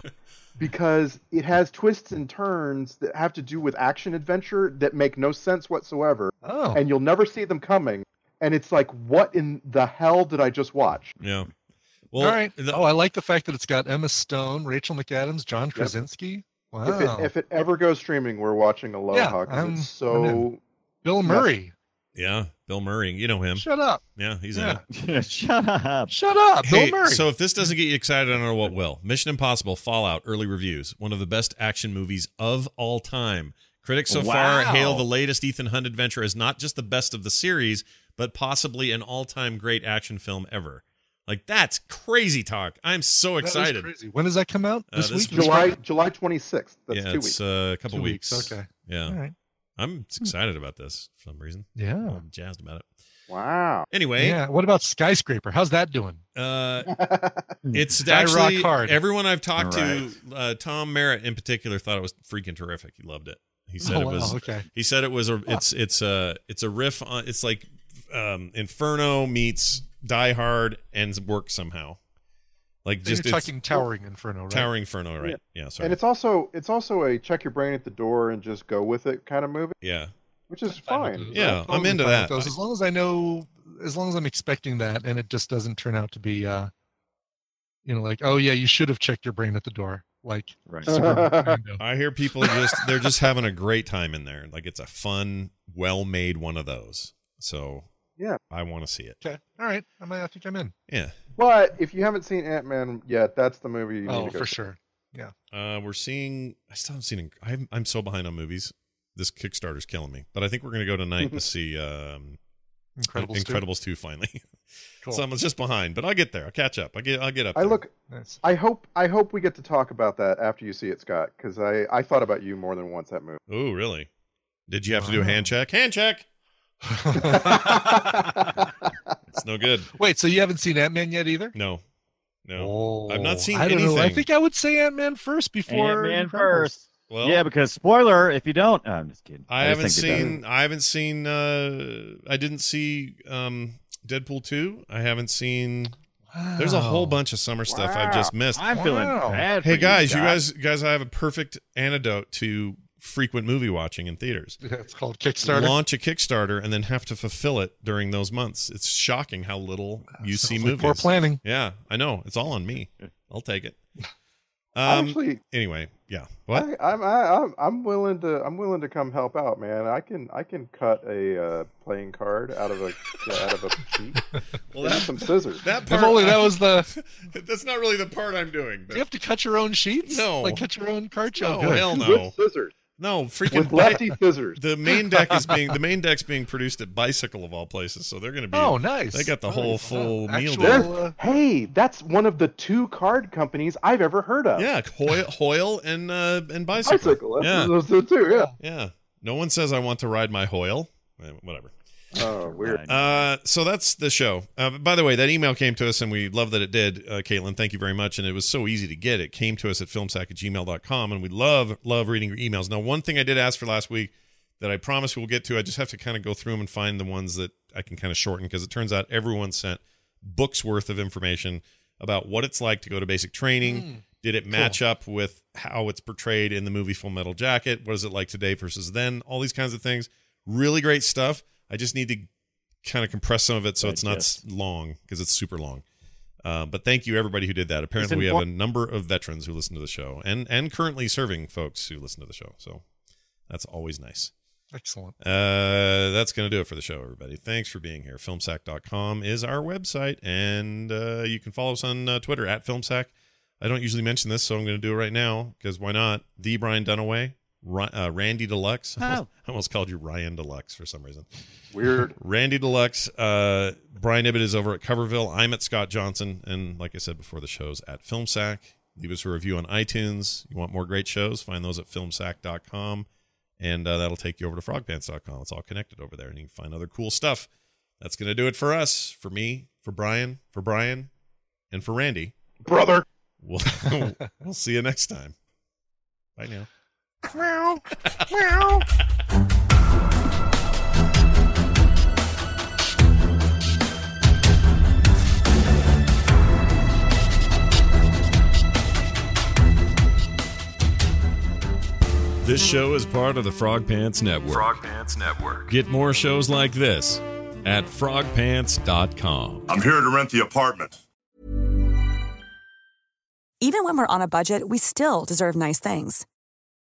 Speaker 6: because it has twists and turns that have to do with action adventure that make no sense whatsoever,
Speaker 8: Oh.
Speaker 6: and you'll never see them coming. And it's like, what in the hell did I just watch?
Speaker 4: Yeah.
Speaker 8: All right. oh, I like the fact that it's got Emma Stone, Rachel McAdams, John Krasinski. Wow.
Speaker 6: If it if it ever goes streaming, we're watching Aloha because
Speaker 8: I'm-
Speaker 6: it's
Speaker 8: I'm
Speaker 6: so.
Speaker 8: in. Bill Murray.
Speaker 4: Yeah, Bill Murray. You know him.
Speaker 8: Shut up.
Speaker 4: Yeah, he's in
Speaker 8: Yeah.
Speaker 4: it.
Speaker 5: Shut up.
Speaker 8: Shut up.
Speaker 4: Hey,
Speaker 8: Uh, Bill Murray.
Speaker 4: so if this doesn't get you excited, I don't know what will. Mission Impossible Fallout early reviews, one of the best action movies of all time. Critics so far
Speaker 5: Wow.
Speaker 4: hail the latest Ethan Hunt adventure as not just the best of the series, but possibly an all-time great action film ever. Like that's crazy talk. I'm so
Speaker 8: That is
Speaker 4: excited.
Speaker 8: crazy. When does that come out?
Speaker 4: Uh,
Speaker 8: This
Speaker 4: this
Speaker 8: week?
Speaker 4: week.
Speaker 6: July July twenty sixth. That's
Speaker 4: yeah,
Speaker 6: two
Speaker 4: it's
Speaker 6: weeks.
Speaker 4: uh, a couple
Speaker 8: Two
Speaker 4: weeks.
Speaker 8: weeks, okay.
Speaker 4: Yeah.
Speaker 8: All right.
Speaker 4: I'm excited about this for some reason.
Speaker 8: Yeah.
Speaker 4: I'm jazzed about it.
Speaker 6: Wow.
Speaker 4: Anyway,
Speaker 8: Yeah. What about Skyscraper? How's that doing?
Speaker 4: Uh, it's
Speaker 8: Die rock
Speaker 4: actually
Speaker 8: hard.
Speaker 4: everyone I've talked
Speaker 8: Right.
Speaker 4: to, uh, Tom Merritt in particular, thought it was freaking terrific. He loved it. He said
Speaker 8: Oh,
Speaker 4: it
Speaker 8: wow,
Speaker 4: was.
Speaker 8: okay.
Speaker 4: He said it was a. It's it's a it's a riff on. It's like um, Inferno meets Die Hard and work somehow. Like
Speaker 8: So
Speaker 4: just
Speaker 8: you're
Speaker 4: it's-
Speaker 8: talking Towering Inferno, right?
Speaker 4: Towering Inferno, right? Yeah. sorry.
Speaker 6: And it's also it's also a check your brain at the door and just go with it kind of movie,
Speaker 4: yeah.
Speaker 6: which is fine.
Speaker 4: Yeah, I'm
Speaker 8: totally
Speaker 4: into
Speaker 8: fine with
Speaker 4: that.
Speaker 8: Those, as long as I know, as long as I'm expecting that, and it just doesn't turn out to be, uh, you know, like, oh yeah, you should have checked your brain at the door, like,
Speaker 5: Right.
Speaker 8: Superman.
Speaker 4: I hear people just they're just having a great time in there. Like it's a fun, well made one of those. So
Speaker 6: Yeah.
Speaker 4: I want to see it.
Speaker 8: okay, all right, I might, I think I'm in.
Speaker 4: Yeah.
Speaker 6: But if you haven't seen Ant Man yet, that's the movie you need
Speaker 8: Oh,
Speaker 6: to go
Speaker 8: for
Speaker 6: see.
Speaker 8: sure. Yeah.
Speaker 4: Uh, we're seeing. I still haven't seen. I'm, I'm so behind on movies. This Kickstarter's killing me. But I think we're gonna go tonight to see um,
Speaker 8: Incredibles two.
Speaker 4: Incredibles two finally.
Speaker 8: Cool.
Speaker 4: so I'm just behind, but I'll get there. I'll catch up. I get. I'll get up.
Speaker 6: I
Speaker 4: there.
Speaker 6: look.
Speaker 8: Nice.
Speaker 6: I hope. I hope we get to talk about that after you see it, Scott, because I I thought about you more than once that movie.
Speaker 4: Oh, really? Did you have to do a hand check? Hand check. It's no good.
Speaker 8: Wait, so you haven't seen Ant Man yet either?
Speaker 4: No. No. I've not seen
Speaker 8: I don't
Speaker 4: anything.
Speaker 8: know. I think I would say Ant Man first before
Speaker 5: Ant-Man
Speaker 8: Incredibles.
Speaker 5: first.
Speaker 4: Well-
Speaker 5: yeah, because spoiler, if you don't, no, I'm just kidding.
Speaker 4: I,
Speaker 5: just
Speaker 4: haven't
Speaker 5: think you're
Speaker 4: seen. I haven't seen. Uh, I didn't see um, Deadpool two. I haven't seen. There's a whole
Speaker 8: Oh.
Speaker 5: Wow.
Speaker 4: bunch of summer stuff I've just
Speaker 5: Wow.
Speaker 4: missed.
Speaker 5: I'm feeling Wow. bad for
Speaker 4: Hey
Speaker 5: you,
Speaker 4: guys, you
Speaker 5: Scott.
Speaker 4: guys, guys, I have a perfect antidote to frequent movie watching in theaters.
Speaker 8: Yeah, it's called Kickstarter.
Speaker 4: Launch a Kickstarter and then have to fulfill it during those months. It's shocking how little you see
Speaker 8: sounds like
Speaker 4: movies.
Speaker 8: poor planning.
Speaker 4: Yeah, I know. It's all on me. I'll take it.
Speaker 6: I
Speaker 4: Um,
Speaker 6: actually-
Speaker 4: anyway, yeah. What?
Speaker 6: I, I'm I, I'm I'm willing to I'm willing to come help out, man. I can I can cut a uh, playing card out of a out of a sheet.
Speaker 4: Well,
Speaker 6: Give me
Speaker 4: that-
Speaker 6: some scissors.
Speaker 4: That
Speaker 8: If
Speaker 4: part.
Speaker 8: only that was the.
Speaker 4: that's not really the part I'm doing.
Speaker 8: Do
Speaker 4: But
Speaker 8: you have to cut your own sheets?
Speaker 4: No.
Speaker 8: Like cut your own card show.
Speaker 4: No, hell no.
Speaker 6: With scissors.
Speaker 4: No, freaking
Speaker 6: With lefty
Speaker 4: bi-
Speaker 6: scissors.
Speaker 4: The main deck is being the main deck's being produced at Bicycle of all places, so they're going to be.
Speaker 6: Oh, nice.
Speaker 4: They got the whole full meal
Speaker 6: There's-
Speaker 4: deal.
Speaker 6: hey, that's one of the two card companies I've ever heard of.
Speaker 4: Yeah, Hoyle, Hoyle and uh, and bicycle.
Speaker 6: Bicycle, that's-
Speaker 4: Yeah.
Speaker 6: those are the two. Yeah.
Speaker 4: Yeah. No one says I want to ride my Hoyle. Eh, Whatever.
Speaker 6: Oh, weird.
Speaker 4: Uh, so that's the show. Uh, by the way, that email came to us, and we love that it did, uh, Caitlin. Thank you very much. And it was so easy to get. It came to us at filmsack at gmail.com, and we love, love reading your emails. Now, one thing I did ask for last week that I promise we'll get to, I just have to kind of go through them and find the ones that I can kind of shorten because it turns out everyone sent books worth of information about what it's like to go to basic training.
Speaker 3: Mm.
Speaker 4: Did it match up with how it's portrayed in the movie Full Metal Jacket? What is it like today versus then? All these kinds of things. Really great stuff. I just need to kind of compress some of it so it's not s- long because it's super long. Uh, but thank you everybody who did that. Apparently, we have a
Speaker 3: inform-
Speaker 4: number of veterans who listen to the show and and currently serving folks who listen to the show. So that's always nice.
Speaker 8: Excellent.
Speaker 4: Uh, that's going to do it for the show, everybody. Thanks for being here. Filmsack.com is our website, and uh, you can follow us on uh, Twitter at Filmsack. I don't usually mention this, so I'm going to do it right now because why not? The Brian Dunaway, Ri- uh, Randy Deluxe. I almost- I almost called you Ryan Deluxe for some reason.
Speaker 6: Weird.
Speaker 4: Randy Deluxe. Uh, Brian Ibbett is over at Coverville. I'm at Scott Johnson. And like I said before, the show's at FilmSack. Leave us a review on iTunes. You want more great shows? Find those at filmsack.com. And uh, that'll take you over to frogpants.com. It's all connected over there. And you can find other cool stuff. That's going to do it for us, for me, for Brian, for Brian, and for Randy.
Speaker 6: Brother.
Speaker 4: We'll, we'll see you next time. Bye now.
Speaker 3: Meow. Meow.
Speaker 4: This show is part of the Frog Pants Network.
Speaker 13: Frog Pants Network.
Speaker 4: Get more shows like this at frogpants.com.
Speaker 11: I'm here to rent the apartment.
Speaker 14: Even when we're on a budget, we still deserve nice things.